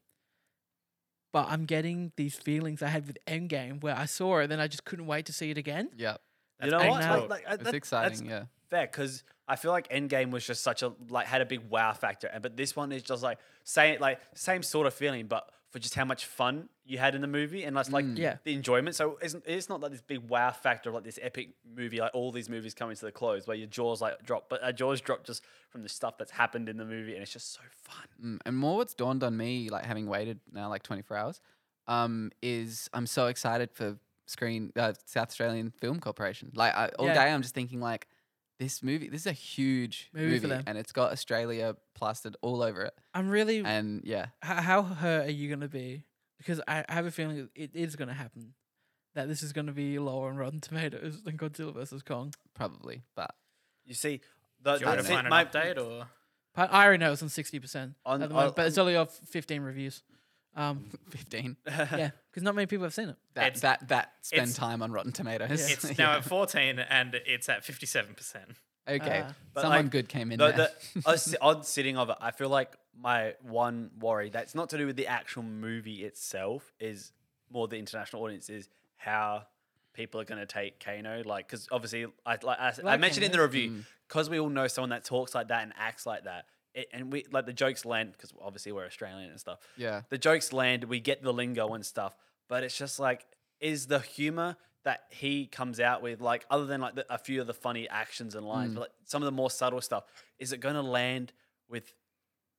[SPEAKER 1] but I'm getting these feelings I had with Endgame, where I saw it, then I just couldn't wait to see it again.
[SPEAKER 3] yeah,
[SPEAKER 2] you know
[SPEAKER 1] pretty
[SPEAKER 2] what?
[SPEAKER 1] cool.
[SPEAKER 2] Like, like, uh,
[SPEAKER 3] it's
[SPEAKER 2] that-
[SPEAKER 3] exciting.
[SPEAKER 2] That's
[SPEAKER 3] Yeah,
[SPEAKER 2] fair because I feel like Endgame was just such a like had a big wow factor, and but this one is just like same like same sort of feeling, but for just how much fun you had in the movie and that's like
[SPEAKER 1] Yeah.
[SPEAKER 2] the enjoyment. So it's, it's not like this big wow factor of like this epic movie, like all these movies coming to the close where your jaws like drop, but our jaws drop just from the stuff that's happened in the movie, and it's just so fun.
[SPEAKER 3] Mm, and more what's dawned on me, like having waited now like 24 hours, um, is I'm so excited for Screen uh, South Australian Film Corporation. Like I, all
[SPEAKER 1] Yeah.
[SPEAKER 3] day, I'm just thinking like this movie. This is a huge
[SPEAKER 1] Movie for them.
[SPEAKER 3] and it's got Australia plastered all over it.
[SPEAKER 1] I'm really. h-
[SPEAKER 3] And yeah,
[SPEAKER 1] how hurt are you gonna be? Because I, I have a feeling it is gonna happen. That this is gonna be lower on Rotten Tomatoes than Godzilla vs Kong.
[SPEAKER 3] probably, <laughs> but
[SPEAKER 2] You see, the,
[SPEAKER 4] Do you want
[SPEAKER 2] that's
[SPEAKER 4] to
[SPEAKER 2] it,
[SPEAKER 4] find an
[SPEAKER 2] my-
[SPEAKER 4] update or?
[SPEAKER 1] But I already know it's on sixty percent at
[SPEAKER 2] On-
[SPEAKER 1] the moment,
[SPEAKER 2] on-
[SPEAKER 1] but it's only off fifteen reviews.
[SPEAKER 2] <laughs>
[SPEAKER 1] Um,
[SPEAKER 3] 15.
[SPEAKER 1] yeah, because not many people have seen it.
[SPEAKER 3] That
[SPEAKER 4] It's-
[SPEAKER 3] that that spend
[SPEAKER 4] it's-
[SPEAKER 3] time on Rotten Tomatoes. <laughs>
[SPEAKER 4] It's
[SPEAKER 3] Yeah.
[SPEAKER 4] now at 14 and it's at 57%.
[SPEAKER 3] okay.
[SPEAKER 1] Ah.
[SPEAKER 2] But,
[SPEAKER 3] Someone
[SPEAKER 2] like,
[SPEAKER 3] good came in
[SPEAKER 2] the,
[SPEAKER 3] there.
[SPEAKER 2] the us- odd sitting of it, I feel like my one worry that's not to do with the actual movie itself is more the international audience is how people are going to take Kano. Like, because obviously, I like I, I
[SPEAKER 1] Like
[SPEAKER 2] mentioned in the
[SPEAKER 1] Kano.
[SPEAKER 2] review because we all know someone that talks like that and acts like that. It, and we like the jokes land because obviously we're Australian and stuff.
[SPEAKER 3] <laughs> Yeah.
[SPEAKER 2] the jokes land. We get the lingo and stuff, but it's just like, is the humor that he comes out with like other than like the, a few of the funny actions and
[SPEAKER 3] Mm.
[SPEAKER 2] lines, but like some of the more subtle stuff, is it going to land with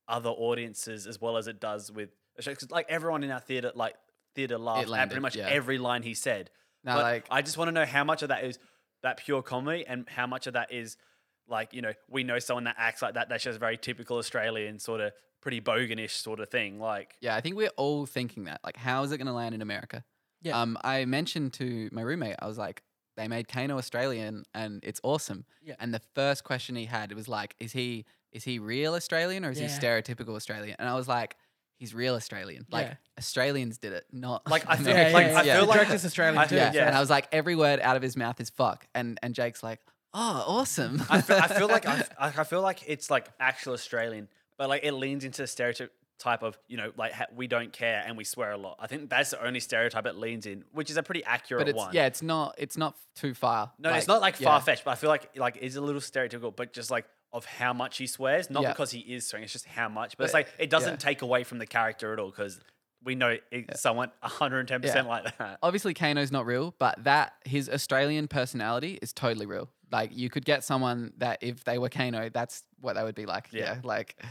[SPEAKER 2] other audiences as well as it does with 'cause, like everyone in our theater like theater laughed at
[SPEAKER 3] landed,
[SPEAKER 2] pretty much
[SPEAKER 3] yeah.
[SPEAKER 2] every line he said.
[SPEAKER 3] Now,
[SPEAKER 2] But
[SPEAKER 3] like-
[SPEAKER 2] I just want to know how much of that is that pure comedy and how much of that is like you know we know someone that acts like that that's just very typical Australian sort of pretty boganish sort of thing like
[SPEAKER 3] Yeah, I think we're all thinking that. Like, how is it going to land in America?
[SPEAKER 1] Yeah.
[SPEAKER 3] Um, I mentioned to my roommate, I was like, they made Kano Australian, and it's awesome.
[SPEAKER 1] Yeah.
[SPEAKER 3] And the first question he had was like, is he is he real Australian or is
[SPEAKER 1] Yeah.
[SPEAKER 3] he stereotypical Australian? And I was like, he's real Australian. Like
[SPEAKER 1] Yeah.
[SPEAKER 3] Australians did it, not
[SPEAKER 2] Like,
[SPEAKER 3] <laughs>
[SPEAKER 2] I feel-
[SPEAKER 1] Yeah,
[SPEAKER 3] Americans.
[SPEAKER 2] like,
[SPEAKER 1] yeah,
[SPEAKER 2] I
[SPEAKER 1] yeah.
[SPEAKER 2] feel
[SPEAKER 1] The
[SPEAKER 2] like-
[SPEAKER 1] director's Australian
[SPEAKER 2] I
[SPEAKER 1] too.
[SPEAKER 2] feel-
[SPEAKER 3] yeah.
[SPEAKER 2] yeah.
[SPEAKER 3] And I was like, every word out of his mouth is fuck. And and Jake's like, oh, awesome.
[SPEAKER 2] I
[SPEAKER 3] <laughs>
[SPEAKER 2] feel, I feel like I, I I feel like it's like actual Australian, but like it leans into the stereotype type of you know like ha- we don't care and we swear a lot. I think that's the only stereotype it leans in, which is a pretty accurate
[SPEAKER 3] but it's
[SPEAKER 2] one.
[SPEAKER 3] yeah, it's not it's not too far.
[SPEAKER 2] no, it's not like
[SPEAKER 3] yeah.
[SPEAKER 2] far fetched, but I feel like like it's a little stereotypical, but just like of how much he swears, not
[SPEAKER 3] Yeah.
[SPEAKER 2] because he is swearing, it's just how much. But, it's
[SPEAKER 3] But-
[SPEAKER 2] like it doesn't
[SPEAKER 3] yeah.
[SPEAKER 2] take away from the character at all because we know it, someone 110 percent
[SPEAKER 3] Yeah.
[SPEAKER 2] like that.
[SPEAKER 3] <laughs> obviously Kano's not real, but that his Australian personality is totally real. Like you could get someone that if they were Kano, that's what they would be like.
[SPEAKER 2] Yeah.
[SPEAKER 3] Yeah, like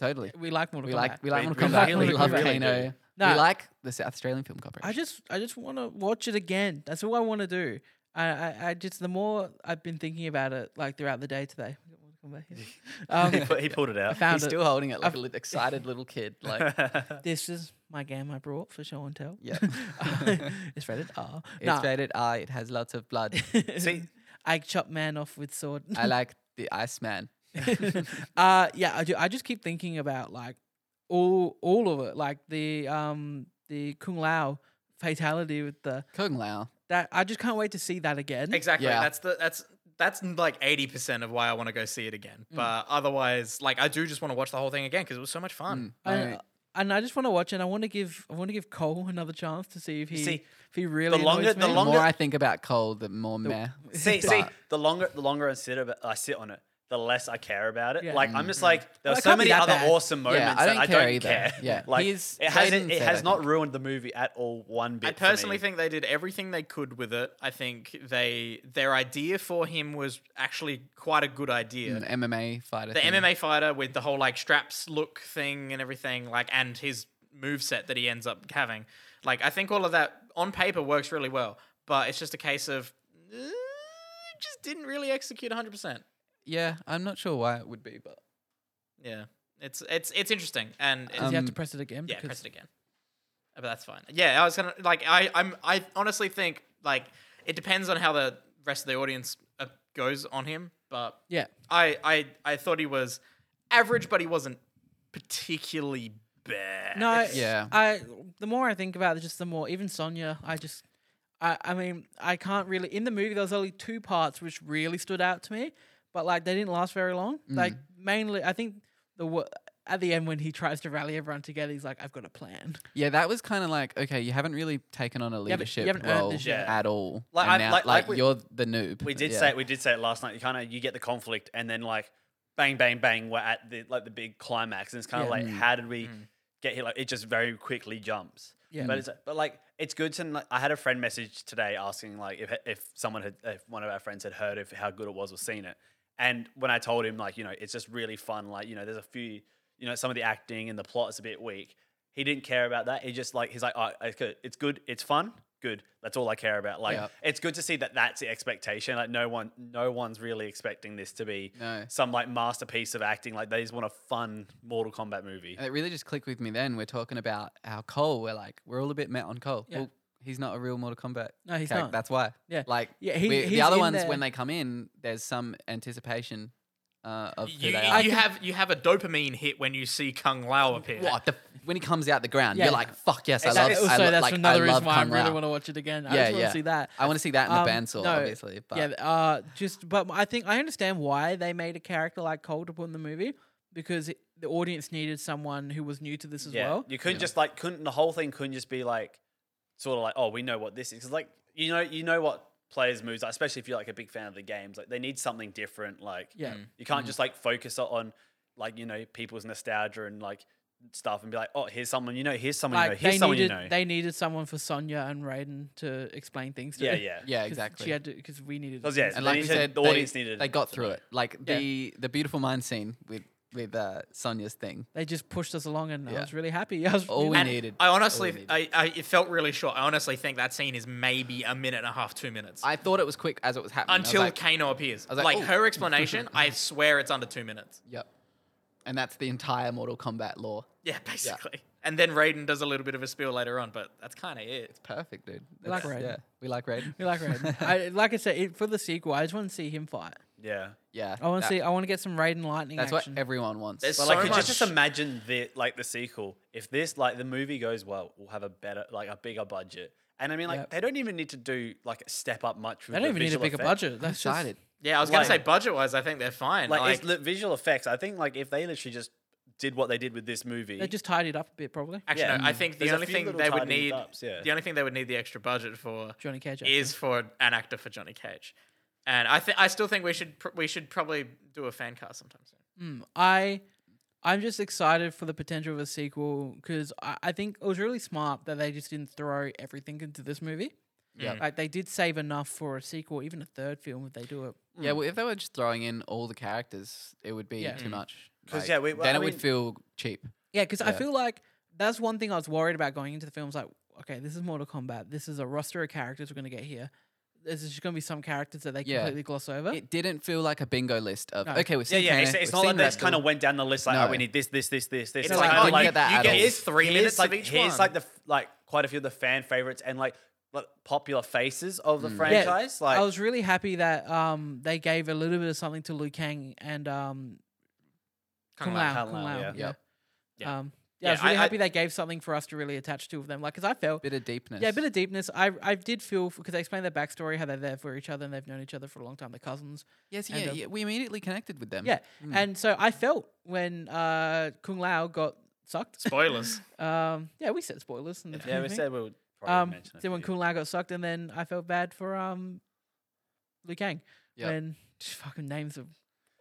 [SPEAKER 3] totally.
[SPEAKER 1] We like Mortal
[SPEAKER 3] We
[SPEAKER 1] Kombat.
[SPEAKER 3] like we like
[SPEAKER 2] We-
[SPEAKER 3] Mortal
[SPEAKER 2] we
[SPEAKER 3] Kombat.
[SPEAKER 1] really
[SPEAKER 3] we love
[SPEAKER 1] do.
[SPEAKER 3] Kano.
[SPEAKER 1] No.
[SPEAKER 3] We like the South Australian Film Corporation.
[SPEAKER 1] I just I just want to watch it again. That's all I want to do. I, I I just the more I've been thinking about it like throughout the day today. <laughs>
[SPEAKER 2] <laughs> he,
[SPEAKER 1] Um,
[SPEAKER 2] put, he pulled it
[SPEAKER 1] I
[SPEAKER 2] out.
[SPEAKER 1] found
[SPEAKER 3] He's
[SPEAKER 1] it.
[SPEAKER 3] still holding it like
[SPEAKER 1] I've-
[SPEAKER 3] an excited
[SPEAKER 1] <laughs>
[SPEAKER 3] little kid. Like
[SPEAKER 2] <laughs>
[SPEAKER 1] This is my game I brought for show and tell.
[SPEAKER 3] yeah,
[SPEAKER 1] <laughs>
[SPEAKER 3] <laughs>
[SPEAKER 1] it's rated R.
[SPEAKER 3] it's
[SPEAKER 1] Nah.
[SPEAKER 3] rated R. It has lots
[SPEAKER 1] <laughs>
[SPEAKER 3] of blood.
[SPEAKER 2] See-
[SPEAKER 1] I chop man off with sword. <laughs>
[SPEAKER 3] I like the Iceman.
[SPEAKER 1] uh yeah, I do. I just keep thinking about like all all of it, like the um the Kung Lao fatality with the
[SPEAKER 3] Kung Lao.
[SPEAKER 1] that. I just can't wait to see that again.
[SPEAKER 4] Exactly.
[SPEAKER 3] Yeah.
[SPEAKER 4] That's the that's that's like 80% of why I want to go see it again.
[SPEAKER 3] Mm.
[SPEAKER 4] But otherwise, like I do just want to watch the whole thing again because it was so much fun.
[SPEAKER 1] I-
[SPEAKER 3] I-
[SPEAKER 1] and I just want to watch it. I want to give I want to give Cole another chance to see if he
[SPEAKER 2] see,
[SPEAKER 1] if he really
[SPEAKER 2] longer-
[SPEAKER 1] annoys me.
[SPEAKER 2] the
[SPEAKER 3] the
[SPEAKER 2] long-
[SPEAKER 3] more
[SPEAKER 2] longer-
[SPEAKER 3] I think about Cole, the more meh.
[SPEAKER 2] see, see,
[SPEAKER 3] But-
[SPEAKER 2] the longer the longer I sit about, I sit on it, the less I care about it.
[SPEAKER 1] Yeah.
[SPEAKER 2] Like I'm just
[SPEAKER 3] Mm-hmm.
[SPEAKER 2] like there
[SPEAKER 1] Well,
[SPEAKER 2] are
[SPEAKER 1] it
[SPEAKER 2] so
[SPEAKER 1] can't be
[SPEAKER 2] many
[SPEAKER 1] that
[SPEAKER 2] other
[SPEAKER 1] bad.
[SPEAKER 2] awesome
[SPEAKER 3] Yeah,
[SPEAKER 2] moments that
[SPEAKER 3] I don't
[SPEAKER 2] I
[SPEAKER 3] care
[SPEAKER 2] don't
[SPEAKER 3] either.
[SPEAKER 2] care.
[SPEAKER 3] Yeah.
[SPEAKER 2] <laughs> like
[SPEAKER 3] He's-
[SPEAKER 2] it has
[SPEAKER 3] Jaden
[SPEAKER 2] it,
[SPEAKER 3] said, I
[SPEAKER 2] has not
[SPEAKER 3] think.
[SPEAKER 2] ruined the movie at all one bit.
[SPEAKER 4] I personally think they did everything they could with it. I think they their idea for him was actually quite a good idea.
[SPEAKER 3] An MMA fighter.
[SPEAKER 4] The
[SPEAKER 3] thing.
[SPEAKER 4] MMA fighter with the whole like straps look thing and everything, like and his move set that he ends up having. Like I think all of that on paper works really well, but it's just a case of uh, just didn't really execute 100%.
[SPEAKER 3] Yeah, I'm not sure why it would be, but
[SPEAKER 4] Yeah. It's it's it's interesting and it's,
[SPEAKER 1] Does he have to
[SPEAKER 3] Um,
[SPEAKER 1] press it again?
[SPEAKER 4] yeah,
[SPEAKER 1] Because-
[SPEAKER 4] press it again. Uh, But that's fine. Yeah, I was gonna like I I'm I honestly think like it depends on how the rest of the audience uh, goes on him, but
[SPEAKER 1] Yeah.
[SPEAKER 4] I I I thought he was average, but he wasn't particularly bad.
[SPEAKER 1] No, I-
[SPEAKER 3] Yeah.
[SPEAKER 1] I the more I think about it, just the more even Sonya, I just I I mean, I can't really in the movie there was only two parts which really stood out to me, but like they didn't last very long.
[SPEAKER 3] Mm.
[SPEAKER 1] Like mainly I think the wo- at the end when he tries to rally everyone together, he's like, I've got a plan.
[SPEAKER 3] Yeah, that was kind of like okay, you haven't really taken on a
[SPEAKER 1] haven't- you
[SPEAKER 3] leadership
[SPEAKER 1] haven't earned
[SPEAKER 3] role
[SPEAKER 1] this yet.
[SPEAKER 3] at all.
[SPEAKER 2] Like,
[SPEAKER 3] and
[SPEAKER 2] I-
[SPEAKER 3] now,
[SPEAKER 2] like-
[SPEAKER 3] like,
[SPEAKER 2] like we-
[SPEAKER 3] you're the noob.
[SPEAKER 2] We did
[SPEAKER 3] Yeah.
[SPEAKER 2] say it. We did say it last night. You kind of you get the conflict, and then like bang, bang, bang. We're at the like the big climax, and it's kind of
[SPEAKER 1] Yeah. Mm.
[SPEAKER 2] like how did we get here? Like it just very quickly jumps.
[SPEAKER 1] Yeah. Mm.
[SPEAKER 2] But it's but like it's good to. Like, I had a friend message today asking like if if someone had if one of our friends had heard of how good it was or seen it, and when I told him like you know it's just really fun. Like you know there's a few you know some of the acting and the plot is a bit weak. He didn't care about that. He just like he's like oh, it's good. It's good. It's fun. Good. That's all I care about. Like
[SPEAKER 3] Yep.
[SPEAKER 2] it's good to see that that's the expectation. Like no one, no one's really expecting this to be
[SPEAKER 3] No.
[SPEAKER 2] some like masterpiece of acting. Like they just want a fun Mortal Kombat
[SPEAKER 1] Uh,
[SPEAKER 2] movie.
[SPEAKER 3] And it really just clicked with me then. We're talking about how Cole, we're like, we're all a bit met on Cole.
[SPEAKER 1] Yeah.
[SPEAKER 3] Well, he's not a real Mortal Kombat.
[SPEAKER 1] No, he's
[SPEAKER 3] character.
[SPEAKER 1] not.
[SPEAKER 3] That's why.
[SPEAKER 1] Yeah.
[SPEAKER 3] Like
[SPEAKER 1] Yeah, he-
[SPEAKER 3] we-
[SPEAKER 1] he's
[SPEAKER 3] the other
[SPEAKER 1] in
[SPEAKER 3] ones,
[SPEAKER 1] there.
[SPEAKER 3] when they come in, there's some anticipation uh, of who
[SPEAKER 4] You,
[SPEAKER 3] they
[SPEAKER 4] you
[SPEAKER 3] are.
[SPEAKER 4] have you have a dopamine hit when you see Kung Lao appear.
[SPEAKER 3] What? The, when he comes out the ground,
[SPEAKER 1] Yeah.
[SPEAKER 3] you're like, fuck yes, I
[SPEAKER 2] It's-
[SPEAKER 3] love
[SPEAKER 2] it's-
[SPEAKER 3] it.
[SPEAKER 1] also,
[SPEAKER 3] I lo-
[SPEAKER 1] that's
[SPEAKER 3] like, I
[SPEAKER 1] another reason
[SPEAKER 3] love
[SPEAKER 1] why I
[SPEAKER 3] Kung
[SPEAKER 1] really
[SPEAKER 3] Lao.
[SPEAKER 1] want to watch it again. I
[SPEAKER 3] Yeah,
[SPEAKER 1] just want
[SPEAKER 3] yeah.
[SPEAKER 1] to see that.
[SPEAKER 3] I want to see that in the
[SPEAKER 1] Um,
[SPEAKER 3] bandsaw,
[SPEAKER 1] no,
[SPEAKER 3] obviously. But
[SPEAKER 1] Yeah, uh, just but I think I understand why they made a character like Cole to put in the movie because it, the audience needed someone who was new to this as
[SPEAKER 2] yeah,
[SPEAKER 1] well.
[SPEAKER 2] you couldn't just like couldn't the whole thing couldn't just be like sort of like oh we know what this is because like you know you know what players moves are, especially if you're like a big fan of the games like they need something different like
[SPEAKER 1] Yeah.
[SPEAKER 2] you can't just like focus on like you know people's nostalgia and like stuff and be like oh here's someone you know here's someone you know
[SPEAKER 1] Like
[SPEAKER 2] here's
[SPEAKER 1] they
[SPEAKER 2] someone
[SPEAKER 1] needed,
[SPEAKER 2] you know
[SPEAKER 1] they needed someone for Sonya and Raiden to explain things to.
[SPEAKER 2] yeah yeah
[SPEAKER 1] <laughs>
[SPEAKER 3] yeah,
[SPEAKER 1] 'Cause
[SPEAKER 3] exactly.
[SPEAKER 1] She had to because we needed.
[SPEAKER 2] 'Cause, yeah,
[SPEAKER 1] things.
[SPEAKER 2] they
[SPEAKER 3] and like you
[SPEAKER 2] needed-
[SPEAKER 3] said,
[SPEAKER 2] the
[SPEAKER 3] they-
[SPEAKER 2] audience needed
[SPEAKER 3] They got
[SPEAKER 2] to
[SPEAKER 3] through
[SPEAKER 2] know.
[SPEAKER 3] it. Like
[SPEAKER 1] Yeah.
[SPEAKER 3] the the beautiful mind scene with with uh, Sonia's thing.
[SPEAKER 1] they just pushed us along, and I
[SPEAKER 3] Yeah.
[SPEAKER 1] was really happy. <laughs> I was
[SPEAKER 3] All we
[SPEAKER 1] really-
[SPEAKER 4] And
[SPEAKER 3] needed.
[SPEAKER 4] I honestly,
[SPEAKER 3] needed.
[SPEAKER 4] I, I it felt really short. I honestly think that scene is maybe a minute and a half, two minutes
[SPEAKER 3] I thought it was quick as it was happening. I was
[SPEAKER 4] until
[SPEAKER 3] like,
[SPEAKER 4] Kano appears.
[SPEAKER 3] was
[SPEAKER 4] like
[SPEAKER 3] like, "Oh." <laughs>
[SPEAKER 4] her explanation, I swear it's under two minutes.
[SPEAKER 3] Yep. And that's the entire Mortal Kombat lore.
[SPEAKER 4] Yeah, <laughs> basically. And then Raiden does a little bit of a spiel later on, but that's kind of it.
[SPEAKER 3] Perfect, dude.
[SPEAKER 1] We like
[SPEAKER 3] That's-
[SPEAKER 1] Raiden.
[SPEAKER 3] Yeah, we like Raiden.
[SPEAKER 1] We like Raiden. I, like I said, it, for the sequel, I just want to see him fight.
[SPEAKER 2] yeah
[SPEAKER 3] <laughs> yeah.
[SPEAKER 1] I want to
[SPEAKER 3] that-
[SPEAKER 1] see. I want to get some Raiden lightning
[SPEAKER 3] That's what
[SPEAKER 1] action.
[SPEAKER 3] everyone wants.
[SPEAKER 4] There's
[SPEAKER 2] But
[SPEAKER 4] so
[SPEAKER 2] like, could
[SPEAKER 4] much.
[SPEAKER 2] you just imagine the like the sequel? If this like the movie goes well, we'll have a better like a bigger budget. And I mean, like
[SPEAKER 1] Yep.
[SPEAKER 2] they don't even need to do like step up much. With
[SPEAKER 1] they don't
[SPEAKER 2] the
[SPEAKER 1] even need a
[SPEAKER 2] visual
[SPEAKER 1] bigger
[SPEAKER 2] effects.
[SPEAKER 1] budget. That's just-
[SPEAKER 3] excited.
[SPEAKER 4] Yeah, I was gonna
[SPEAKER 2] Like-
[SPEAKER 4] say budget wise, I think they're fine.
[SPEAKER 2] Like,
[SPEAKER 4] Like,
[SPEAKER 2] it's li- visual effects. I think like if they literally just did what they did with this movie,
[SPEAKER 1] they just tidied up a bit, probably.
[SPEAKER 4] actually,
[SPEAKER 2] yeah.
[SPEAKER 4] no, I think the
[SPEAKER 2] There's a
[SPEAKER 4] only
[SPEAKER 2] few
[SPEAKER 4] thing
[SPEAKER 2] little
[SPEAKER 4] they would
[SPEAKER 2] tiny
[SPEAKER 4] need,
[SPEAKER 2] ups, yeah.
[SPEAKER 4] the only thing they would need the extra budget for
[SPEAKER 1] Johnny Cage actor.
[SPEAKER 4] is for an actor for Johnny Cage, and I think I still think we should pr- we should probably do a fan cast sometime soon.
[SPEAKER 1] I I'm just excited for the potential of a sequel because I, I think it was really smart that they just didn't throw everything into this movie.
[SPEAKER 3] Yep.
[SPEAKER 1] Like they did save enough for a sequel, even a third film if they do it.
[SPEAKER 3] Yeah,
[SPEAKER 2] Hmm.
[SPEAKER 3] well, if they were just throwing in all the characters, it would be
[SPEAKER 1] Yeah.
[SPEAKER 3] too much.
[SPEAKER 2] 'Cause, yeah, we-
[SPEAKER 3] then
[SPEAKER 2] I
[SPEAKER 3] it would
[SPEAKER 2] mean-
[SPEAKER 3] feel cheap.
[SPEAKER 1] Yeah, because I
[SPEAKER 3] Yeah.
[SPEAKER 1] feel like that's one thing I was worried about going into the film. was like, okay, this is Mortal Kombat. This is a roster of characters we're gonna get here. There's just gonna be some characters that they
[SPEAKER 3] Yeah.
[SPEAKER 1] completely gloss over.
[SPEAKER 3] It didn't feel like a bingo list of
[SPEAKER 1] No.
[SPEAKER 3] okay, we've
[SPEAKER 2] yeah,
[SPEAKER 3] seen
[SPEAKER 2] yeah.
[SPEAKER 3] Kano,
[SPEAKER 2] It's, it's
[SPEAKER 3] we've
[SPEAKER 2] not like
[SPEAKER 3] seen
[SPEAKER 2] they just
[SPEAKER 3] Red Bull.
[SPEAKER 2] kind of went down the list like, oh,
[SPEAKER 3] No.
[SPEAKER 2] we need this, this, this, this, this.
[SPEAKER 4] It's
[SPEAKER 2] It's
[SPEAKER 4] like,
[SPEAKER 2] kinda
[SPEAKER 4] oh, you
[SPEAKER 2] like,
[SPEAKER 4] get
[SPEAKER 3] that
[SPEAKER 2] you
[SPEAKER 3] at all.
[SPEAKER 2] here's
[SPEAKER 4] Three
[SPEAKER 2] here's,
[SPEAKER 4] minutes
[SPEAKER 2] like,
[SPEAKER 4] of each
[SPEAKER 2] Here's
[SPEAKER 4] one.
[SPEAKER 2] like the f- like quite a few of the fan favorites and like like, popular faces of the franchise. Like
[SPEAKER 1] Mm. I was really happy that um they gave a little bit of something to Liu Kang and um
[SPEAKER 4] Kung
[SPEAKER 1] Kung
[SPEAKER 4] Lao.
[SPEAKER 1] Lao.
[SPEAKER 2] Kung
[SPEAKER 1] Kung
[SPEAKER 2] Lao,
[SPEAKER 1] Lao,
[SPEAKER 2] yeah.
[SPEAKER 1] yeah.
[SPEAKER 3] Yep.
[SPEAKER 4] Yeah.
[SPEAKER 1] Um, yeah, I
[SPEAKER 4] Yeah,
[SPEAKER 1] was really
[SPEAKER 4] I- I-
[SPEAKER 1] happy they gave something for us to really attach to with them. Like, because I felt
[SPEAKER 3] bit of deepness.
[SPEAKER 1] Yeah, a bit of deepness. I I did feel because they explained their backstory, how they're there for each other and they've known each other for a long time. They're cousins.
[SPEAKER 3] yes,
[SPEAKER 1] and
[SPEAKER 3] yeah,
[SPEAKER 1] of-
[SPEAKER 3] yeah. We immediately connected with them.
[SPEAKER 1] Yeah, and so I felt when uh, Kung Lao got sucked.
[SPEAKER 4] Spoilers.
[SPEAKER 1] um, yeah, we said spoilers. In the
[SPEAKER 2] yeah, we
[SPEAKER 1] <laughs> beginning.
[SPEAKER 2] said we would probably
[SPEAKER 1] Um,
[SPEAKER 2] mention it.
[SPEAKER 1] then when
[SPEAKER 2] for
[SPEAKER 1] Kung
[SPEAKER 2] you.
[SPEAKER 1] Lao got sucked, and then I felt bad for um, Liu Kang.
[SPEAKER 3] Yep.
[SPEAKER 1] When fucking names are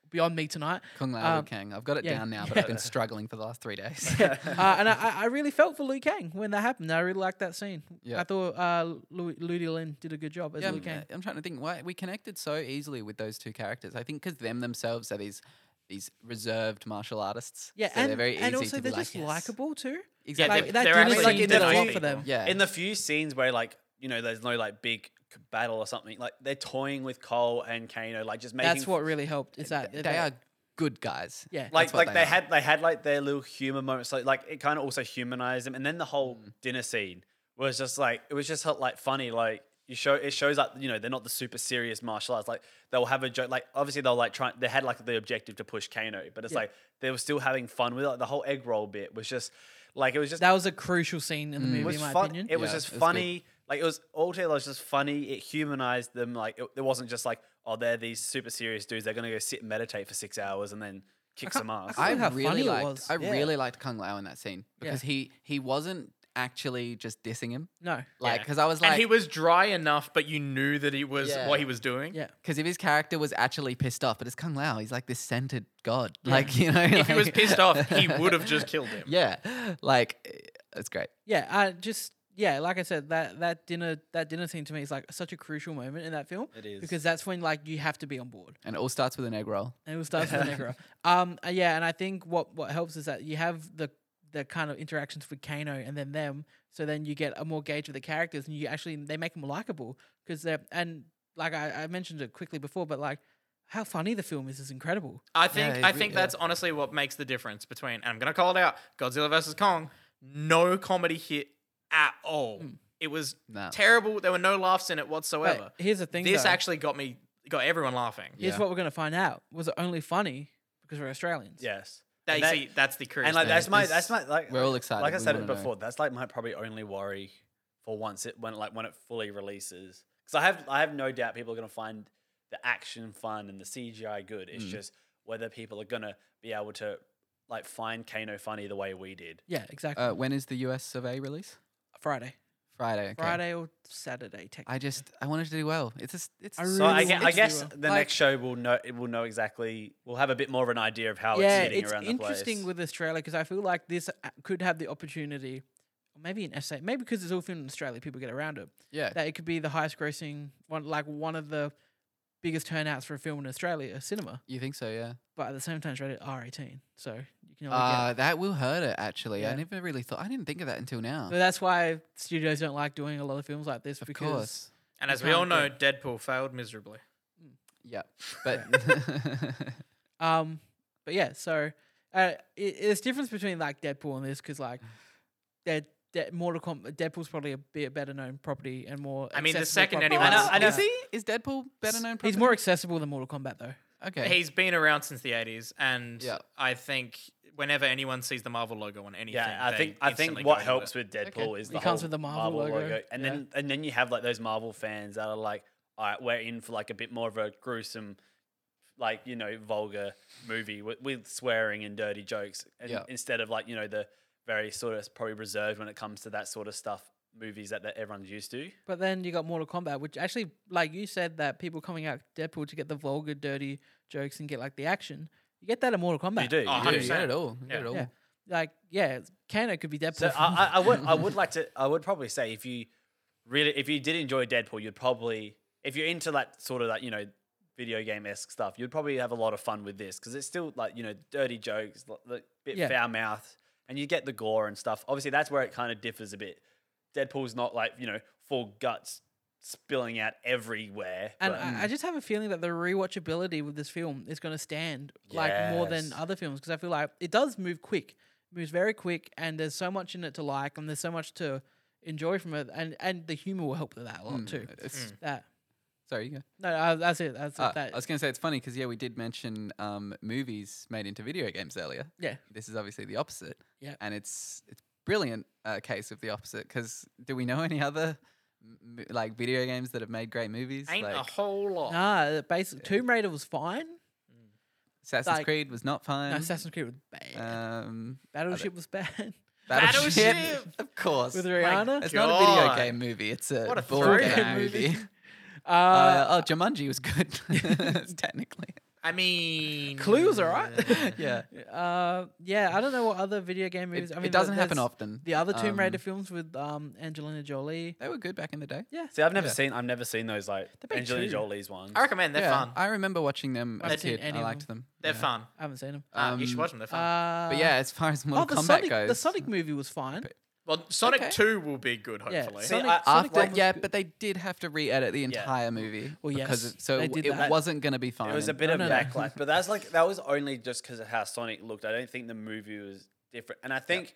[SPEAKER 1] beyond me tonight.
[SPEAKER 3] Kung Lao, Liu
[SPEAKER 1] um,
[SPEAKER 3] Kang. I've got it
[SPEAKER 1] yeah.
[SPEAKER 3] down now,
[SPEAKER 1] <laughs>
[SPEAKER 3] but I've been struggling for the last three days. <laughs>
[SPEAKER 1] uh, and I, I- I really felt for Liu Kang when that happened. I really liked that scene.
[SPEAKER 3] Yeah.
[SPEAKER 1] I thought uh, Lu Ludi Lin did a good job as
[SPEAKER 3] yeah,
[SPEAKER 1] Liu
[SPEAKER 3] I'm,
[SPEAKER 1] Kang.
[SPEAKER 3] I'm trying to think why we connected so easily with those two characters. I think because them themselves are these these reserved martial artists.
[SPEAKER 1] Yeah,
[SPEAKER 3] so
[SPEAKER 1] and,
[SPEAKER 3] they're very
[SPEAKER 1] and
[SPEAKER 3] easy
[SPEAKER 1] also
[SPEAKER 3] to be
[SPEAKER 1] they're
[SPEAKER 3] like,
[SPEAKER 1] just
[SPEAKER 3] yes.
[SPEAKER 1] likable too.
[SPEAKER 4] Yeah,
[SPEAKER 3] Exactly.
[SPEAKER 1] Like,
[SPEAKER 4] they're,
[SPEAKER 1] that
[SPEAKER 4] they're
[SPEAKER 1] dinner
[SPEAKER 4] actually
[SPEAKER 1] scene
[SPEAKER 4] like,
[SPEAKER 1] did a lot for
[SPEAKER 4] people.
[SPEAKER 1] them.
[SPEAKER 3] yeah.
[SPEAKER 2] in the few scenes where like you know there's no like big c- battle or something like they're toying with Cole and Kano like just making
[SPEAKER 1] That's what really helped. Is that
[SPEAKER 3] they are good guys.
[SPEAKER 1] Yeah.
[SPEAKER 2] like
[SPEAKER 3] what
[SPEAKER 2] like
[SPEAKER 3] they
[SPEAKER 2] they,
[SPEAKER 3] are.
[SPEAKER 2] had they had like their little humor moments like like it
[SPEAKER 3] Mm.
[SPEAKER 2] kind of also humanized them and then the whole dinner scene was just uh, like it was just like funny like you show it shows like you know they're not the super serious martial arts. Like they'll have a joke. Like obviously they'll like try. They had like the objective to push Kano, but it's like they were still having fun with it. Like, the whole egg roll bit was just like it was just
[SPEAKER 1] That was a crucial scene in
[SPEAKER 3] Mm.
[SPEAKER 1] the
[SPEAKER 2] it
[SPEAKER 1] movie,
[SPEAKER 2] was
[SPEAKER 1] in my
[SPEAKER 2] fun.
[SPEAKER 1] opinion.
[SPEAKER 2] It was
[SPEAKER 3] Yeah,
[SPEAKER 2] just
[SPEAKER 3] it was good.
[SPEAKER 2] funny. Like it was altogether, it was just funny. It humanized them. Like it, it wasn't just like oh they're these super serious dudes. They're gonna go sit and meditate for six hours and then kick some ass.
[SPEAKER 1] can't-
[SPEAKER 3] <laughs> I
[SPEAKER 1] Look how funny
[SPEAKER 3] really
[SPEAKER 1] it
[SPEAKER 3] liked.
[SPEAKER 1] was.
[SPEAKER 3] I
[SPEAKER 2] Yeah.
[SPEAKER 3] really liked Kung Lao in that scene because he he wasn't actually just dissing him.
[SPEAKER 1] No.
[SPEAKER 4] Yeah.
[SPEAKER 3] Like, because I was
[SPEAKER 4] and he
[SPEAKER 3] like,
[SPEAKER 4] was dry enough, but you knew that he was
[SPEAKER 3] Yeah.
[SPEAKER 4] what he was doing.
[SPEAKER 1] Yeah.
[SPEAKER 3] because if his character was actually pissed off, but it's Kung Lao, he's like this centered god. Like you know,
[SPEAKER 4] If
[SPEAKER 3] <laughs>
[SPEAKER 4] he was pissed off, he would have just killed <laughs> him.
[SPEAKER 3] Yeah, like eh, it's great.
[SPEAKER 1] Yeah. I just yeah, like I said, that that dinner that dinner scene to me is like such a crucial moment in that film.
[SPEAKER 2] It is.
[SPEAKER 1] Because that's when like you have to be on board.
[SPEAKER 3] And it all starts with an egg roll.
[SPEAKER 1] And it will start with
[SPEAKER 3] <laughs>
[SPEAKER 1] the Negro. Um uh, yeah, and I think what what helps is that you have the the kind of interactions with Kano and then them, so then you get a more gauge of the characters and you actually they make them likable because they're and like I, I mentioned it quickly before, but like how funny the film is is incredible.
[SPEAKER 4] I think
[SPEAKER 3] Yeah,
[SPEAKER 4] I
[SPEAKER 3] he
[SPEAKER 4] think
[SPEAKER 3] re-
[SPEAKER 4] that's honestly what makes the difference between and I'm gonna call it out Godzilla versus Kong. No comedy hit at all. It was
[SPEAKER 3] No.
[SPEAKER 4] terrible. There were no laughs in it
[SPEAKER 1] But
[SPEAKER 4] whatsoever.
[SPEAKER 1] here's the thing,
[SPEAKER 4] this
[SPEAKER 1] though.
[SPEAKER 4] actually got me got everyone laughing.
[SPEAKER 1] Here's
[SPEAKER 3] Yeah.
[SPEAKER 1] what we're gonna find out: was it only funny because we're Australians?
[SPEAKER 2] yes.
[SPEAKER 4] That,
[SPEAKER 2] And that-
[SPEAKER 4] see, that's the curious.
[SPEAKER 2] and like
[SPEAKER 4] thing.
[SPEAKER 2] that's my
[SPEAKER 3] This-
[SPEAKER 2] that's my like
[SPEAKER 3] We're all excited.
[SPEAKER 2] like I
[SPEAKER 3] we
[SPEAKER 2] said it
[SPEAKER 3] wanna know.
[SPEAKER 2] before. That's like my probably only worry for once it when like when it fully releases because I have I have no doubt people are gonna find the action fun and the CGI good. It's
[SPEAKER 3] Mm.
[SPEAKER 2] just whether people are gonna be able to like find Kano funny the way we did.
[SPEAKER 1] Yeah, exactly.
[SPEAKER 3] Uh, when is the US survey release?
[SPEAKER 1] Friday,
[SPEAKER 3] Friday. Okay.
[SPEAKER 1] Friday or Saturday, technically.
[SPEAKER 3] I just I wanted to do well. It's a, s- it's
[SPEAKER 1] I
[SPEAKER 3] so
[SPEAKER 2] So I,
[SPEAKER 1] really
[SPEAKER 2] gue-
[SPEAKER 1] want
[SPEAKER 2] I
[SPEAKER 1] to
[SPEAKER 2] guess
[SPEAKER 1] do it.
[SPEAKER 2] the
[SPEAKER 3] Like-
[SPEAKER 2] next show will know it will know exactly. We'll have a bit more of an idea of how
[SPEAKER 1] yeah,
[SPEAKER 2] it's sitting
[SPEAKER 1] it's
[SPEAKER 2] around the place.
[SPEAKER 1] interesting with Australia because I feel like this uh, could have the opportunity, or maybe in SA, maybe because it's all filmed in Australia, people get around it.
[SPEAKER 3] yeah.
[SPEAKER 1] That it could be the highest grossing one, like one of the biggest turnouts for a film in Australia cinema.
[SPEAKER 3] you think so? Yeah.
[SPEAKER 1] But at the same time, it's rated R18, so you can only get.
[SPEAKER 3] Uh, that will hurt it actually. I
[SPEAKER 1] Yeah.
[SPEAKER 3] never really thought. I didn't think of that until now.
[SPEAKER 1] So that's why studios don't like doing a lot of films like this
[SPEAKER 3] Of
[SPEAKER 1] because
[SPEAKER 3] course.
[SPEAKER 4] and as
[SPEAKER 1] you
[SPEAKER 4] we all know,
[SPEAKER 1] can't
[SPEAKER 4] Deadpool failed miserably.
[SPEAKER 3] Yeah. But
[SPEAKER 1] Um, but yeah, so uh, it, there's difference between like Deadpool and this because like, they're, they Mortal Kombat, Deadpool's probably a bit better known property and more.
[SPEAKER 4] I mean, the
[SPEAKER 1] accessible
[SPEAKER 4] second
[SPEAKER 1] property.
[SPEAKER 4] anyone-
[SPEAKER 2] I know- I know-
[SPEAKER 3] is he? <laughs> Is Deadpool better known?
[SPEAKER 1] he's
[SPEAKER 3] properly?
[SPEAKER 1] more accessible than Mortal Kombat though.
[SPEAKER 3] Okay.
[SPEAKER 4] He's been around since the 80s, and
[SPEAKER 3] Yeah.
[SPEAKER 4] I think whenever anyone sees the Marvel logo on anything,
[SPEAKER 2] Yeah, I
[SPEAKER 4] they
[SPEAKER 2] think I think
[SPEAKER 4] instantly
[SPEAKER 2] what
[SPEAKER 4] go into
[SPEAKER 2] helps
[SPEAKER 4] it.
[SPEAKER 2] with Deadpool is
[SPEAKER 1] He
[SPEAKER 2] the
[SPEAKER 1] comes
[SPEAKER 2] whole
[SPEAKER 1] with the Marvel logo.
[SPEAKER 2] and
[SPEAKER 1] Yeah.
[SPEAKER 2] then and then you have like those Marvel fans that are like, all right, we're in for like a bit more of a gruesome, like you know, vulgar movie with, with swearing and dirty jokes, and
[SPEAKER 3] Yeah.
[SPEAKER 2] instead of like you know the very sort of probably reserved when it comes to that sort of stuff movies that, that everyone's used to.
[SPEAKER 1] But then you got Mortal Kombat, which actually, like you said, that people coming out Deadpool to get the vulgar, dirty jokes and get like the action. You get that in Mortal Kombat.
[SPEAKER 2] You do, you
[SPEAKER 4] Oh,
[SPEAKER 2] do.
[SPEAKER 3] You get
[SPEAKER 4] 100%.
[SPEAKER 3] it all. You get
[SPEAKER 4] Oh,
[SPEAKER 3] it all.
[SPEAKER 1] Yeah. Like, yeah, Kano could be Deadpool.
[SPEAKER 2] So
[SPEAKER 1] from-
[SPEAKER 2] I, I, I would I would like to I would probably say if you really if you did enjoy Deadpool, you'd probably if you're into that sort of that you know video game esque stuff, you'd probably have a lot of fun with this because it's still like you know dirty jokes, l- like, bit
[SPEAKER 1] Yeah.
[SPEAKER 2] foul mouth, and you get the gore and stuff. Obviously, that's where it kind of differs a bit. Deadpool's not like you know full guts spilling out everywhere.
[SPEAKER 1] and
[SPEAKER 2] but-
[SPEAKER 3] mm.
[SPEAKER 1] I, I just have a feeling that the rewatchability with this film is going to stand like more than
[SPEAKER 2] Yes.
[SPEAKER 1] other films because I feel like it does move quick, moves very quick, and there's so much in it to like, and there's so much to enjoy from it, and and the humor will help with that a lot
[SPEAKER 3] Mm,
[SPEAKER 1] too.
[SPEAKER 3] It's,
[SPEAKER 1] That
[SPEAKER 3] Sorry, you go.
[SPEAKER 1] no, uh, that's it. That's
[SPEAKER 3] Ah,
[SPEAKER 1] it. That,
[SPEAKER 3] I was going to say it's funny because yeah, we did mention um, movies made into video games earlier.
[SPEAKER 1] Yeah.
[SPEAKER 3] this is obviously the opposite.
[SPEAKER 1] Yeah.
[SPEAKER 3] and it's it's brilliant uh, case of the opposite because do we know any other m- m- like video games that have made great movies?
[SPEAKER 4] Ain't
[SPEAKER 3] like
[SPEAKER 4] a whole
[SPEAKER 3] Oh.
[SPEAKER 4] lot.
[SPEAKER 1] nah, basically, Tomb Raider was fine.
[SPEAKER 3] Assassin's
[SPEAKER 1] like-
[SPEAKER 3] Creed was not fun.
[SPEAKER 1] No, Assassin's Creed was bad.
[SPEAKER 3] um,
[SPEAKER 1] Battleship was bad. <laughs>
[SPEAKER 3] Battleship,
[SPEAKER 4] Battleship!
[SPEAKER 3] of course.
[SPEAKER 1] With Rihanna.
[SPEAKER 3] it's not a video
[SPEAKER 4] God.
[SPEAKER 3] game movie. It's a
[SPEAKER 4] What a
[SPEAKER 3] board game
[SPEAKER 4] throwback.
[SPEAKER 3] movie.
[SPEAKER 1] Uh,
[SPEAKER 3] Uh, oh, Jumanji was good.
[SPEAKER 1] <laughs>
[SPEAKER 3] <laughs> technically,
[SPEAKER 4] I mean,
[SPEAKER 1] Clue's alright.
[SPEAKER 3] yeah.
[SPEAKER 1] <laughs> uh, yeah, I don't know what other video game movies.
[SPEAKER 3] It,
[SPEAKER 1] I mean,
[SPEAKER 3] it doesn't
[SPEAKER 1] there-
[SPEAKER 3] happen
[SPEAKER 1] there's
[SPEAKER 3] often.
[SPEAKER 1] The other Tomb Raider
[SPEAKER 3] Um,
[SPEAKER 1] films with um, Angelina Jolie.
[SPEAKER 3] they were good back in the day.
[SPEAKER 1] Yeah,
[SPEAKER 2] See, I've never
[SPEAKER 3] Yeah.
[SPEAKER 2] seen I've never seen those like
[SPEAKER 1] made
[SPEAKER 2] Angelina
[SPEAKER 1] two.
[SPEAKER 2] Jolie's ones.
[SPEAKER 4] <laughs> I recommend they're
[SPEAKER 3] yeah,
[SPEAKER 4] fun.
[SPEAKER 3] I remember watching them
[SPEAKER 1] I
[SPEAKER 3] as a
[SPEAKER 1] haven't seen
[SPEAKER 3] kid.
[SPEAKER 1] any
[SPEAKER 3] I
[SPEAKER 1] of
[SPEAKER 3] liked them.
[SPEAKER 4] they're
[SPEAKER 3] yeah.
[SPEAKER 4] fun.
[SPEAKER 1] I haven't seen them.
[SPEAKER 4] Um, you should
[SPEAKER 3] Um,
[SPEAKER 4] watch them. They're fun.
[SPEAKER 1] Uh,
[SPEAKER 3] But yeah, as far as
[SPEAKER 1] Oh,
[SPEAKER 3] Mortal
[SPEAKER 1] the
[SPEAKER 3] Kombat
[SPEAKER 1] Sonic,
[SPEAKER 3] goes,
[SPEAKER 1] the Sonic movie was fine.
[SPEAKER 4] well, Sonic
[SPEAKER 3] okay.
[SPEAKER 4] Two will be good,
[SPEAKER 1] Yeah,
[SPEAKER 4] hopefully.
[SPEAKER 2] See,
[SPEAKER 1] Sonic,
[SPEAKER 2] I-
[SPEAKER 1] Sonic
[SPEAKER 3] after
[SPEAKER 1] one was
[SPEAKER 3] yeah,
[SPEAKER 1] good.
[SPEAKER 3] but they did have to re-edit the
[SPEAKER 2] Yeah.
[SPEAKER 3] entire movie.
[SPEAKER 1] Well,
[SPEAKER 3] because
[SPEAKER 1] yes,
[SPEAKER 3] it- so
[SPEAKER 1] they
[SPEAKER 3] it
[SPEAKER 1] did
[SPEAKER 3] it
[SPEAKER 1] that.
[SPEAKER 3] wasn't going to be fine.
[SPEAKER 2] It was a bit
[SPEAKER 1] No,
[SPEAKER 2] of
[SPEAKER 1] no, no.
[SPEAKER 2] backlash, but that's like that was only just because of how Sonic looked. I don't think the movie was different, and I think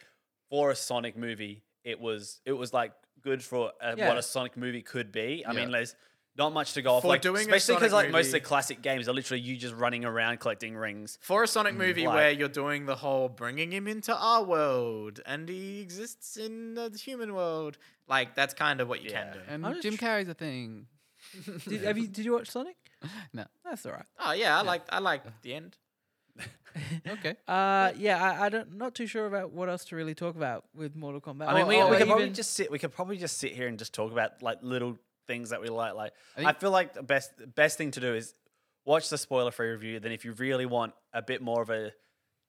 [SPEAKER 2] for a Sonic movie, it was it was like good for uh,
[SPEAKER 1] Yeah.
[SPEAKER 2] what a Sonic movie could be. I
[SPEAKER 3] Yeah.
[SPEAKER 2] mean, there's not much to go off.
[SPEAKER 4] For
[SPEAKER 2] like,
[SPEAKER 4] doing a
[SPEAKER 2] especially because
[SPEAKER 4] Sonic
[SPEAKER 2] like most of the
[SPEAKER 4] movie-
[SPEAKER 2] classic games are literally you just running around collecting rings.
[SPEAKER 4] For a
[SPEAKER 3] Mm,
[SPEAKER 4] Sonic movie
[SPEAKER 2] like-
[SPEAKER 4] where you're doing the whole bringing him into our world and he exists in the human world, like that's kind of what you
[SPEAKER 2] Yeah.
[SPEAKER 4] can do.
[SPEAKER 3] And
[SPEAKER 1] I'm
[SPEAKER 3] Jim
[SPEAKER 1] just-
[SPEAKER 3] Carrey's a thing.
[SPEAKER 1] Did, have you, did you watch Sonic?
[SPEAKER 3] <laughs> No.
[SPEAKER 1] That's all right.
[SPEAKER 4] Oh yeah, I like I like the end.
[SPEAKER 3] Okay.
[SPEAKER 1] Uh, yeah, I, I don't, not too sure about what else to really talk about with Mortal Kombat.
[SPEAKER 2] I mean,
[SPEAKER 1] Or-
[SPEAKER 2] we,
[SPEAKER 1] or
[SPEAKER 2] we could probably
[SPEAKER 1] even-
[SPEAKER 2] just sit. We could probably just sit here and just talk about like little things that we like. Like I,
[SPEAKER 3] think-
[SPEAKER 2] feel like the best the best thing to do is watch the spoiler free review. Then if you really want a bit more of a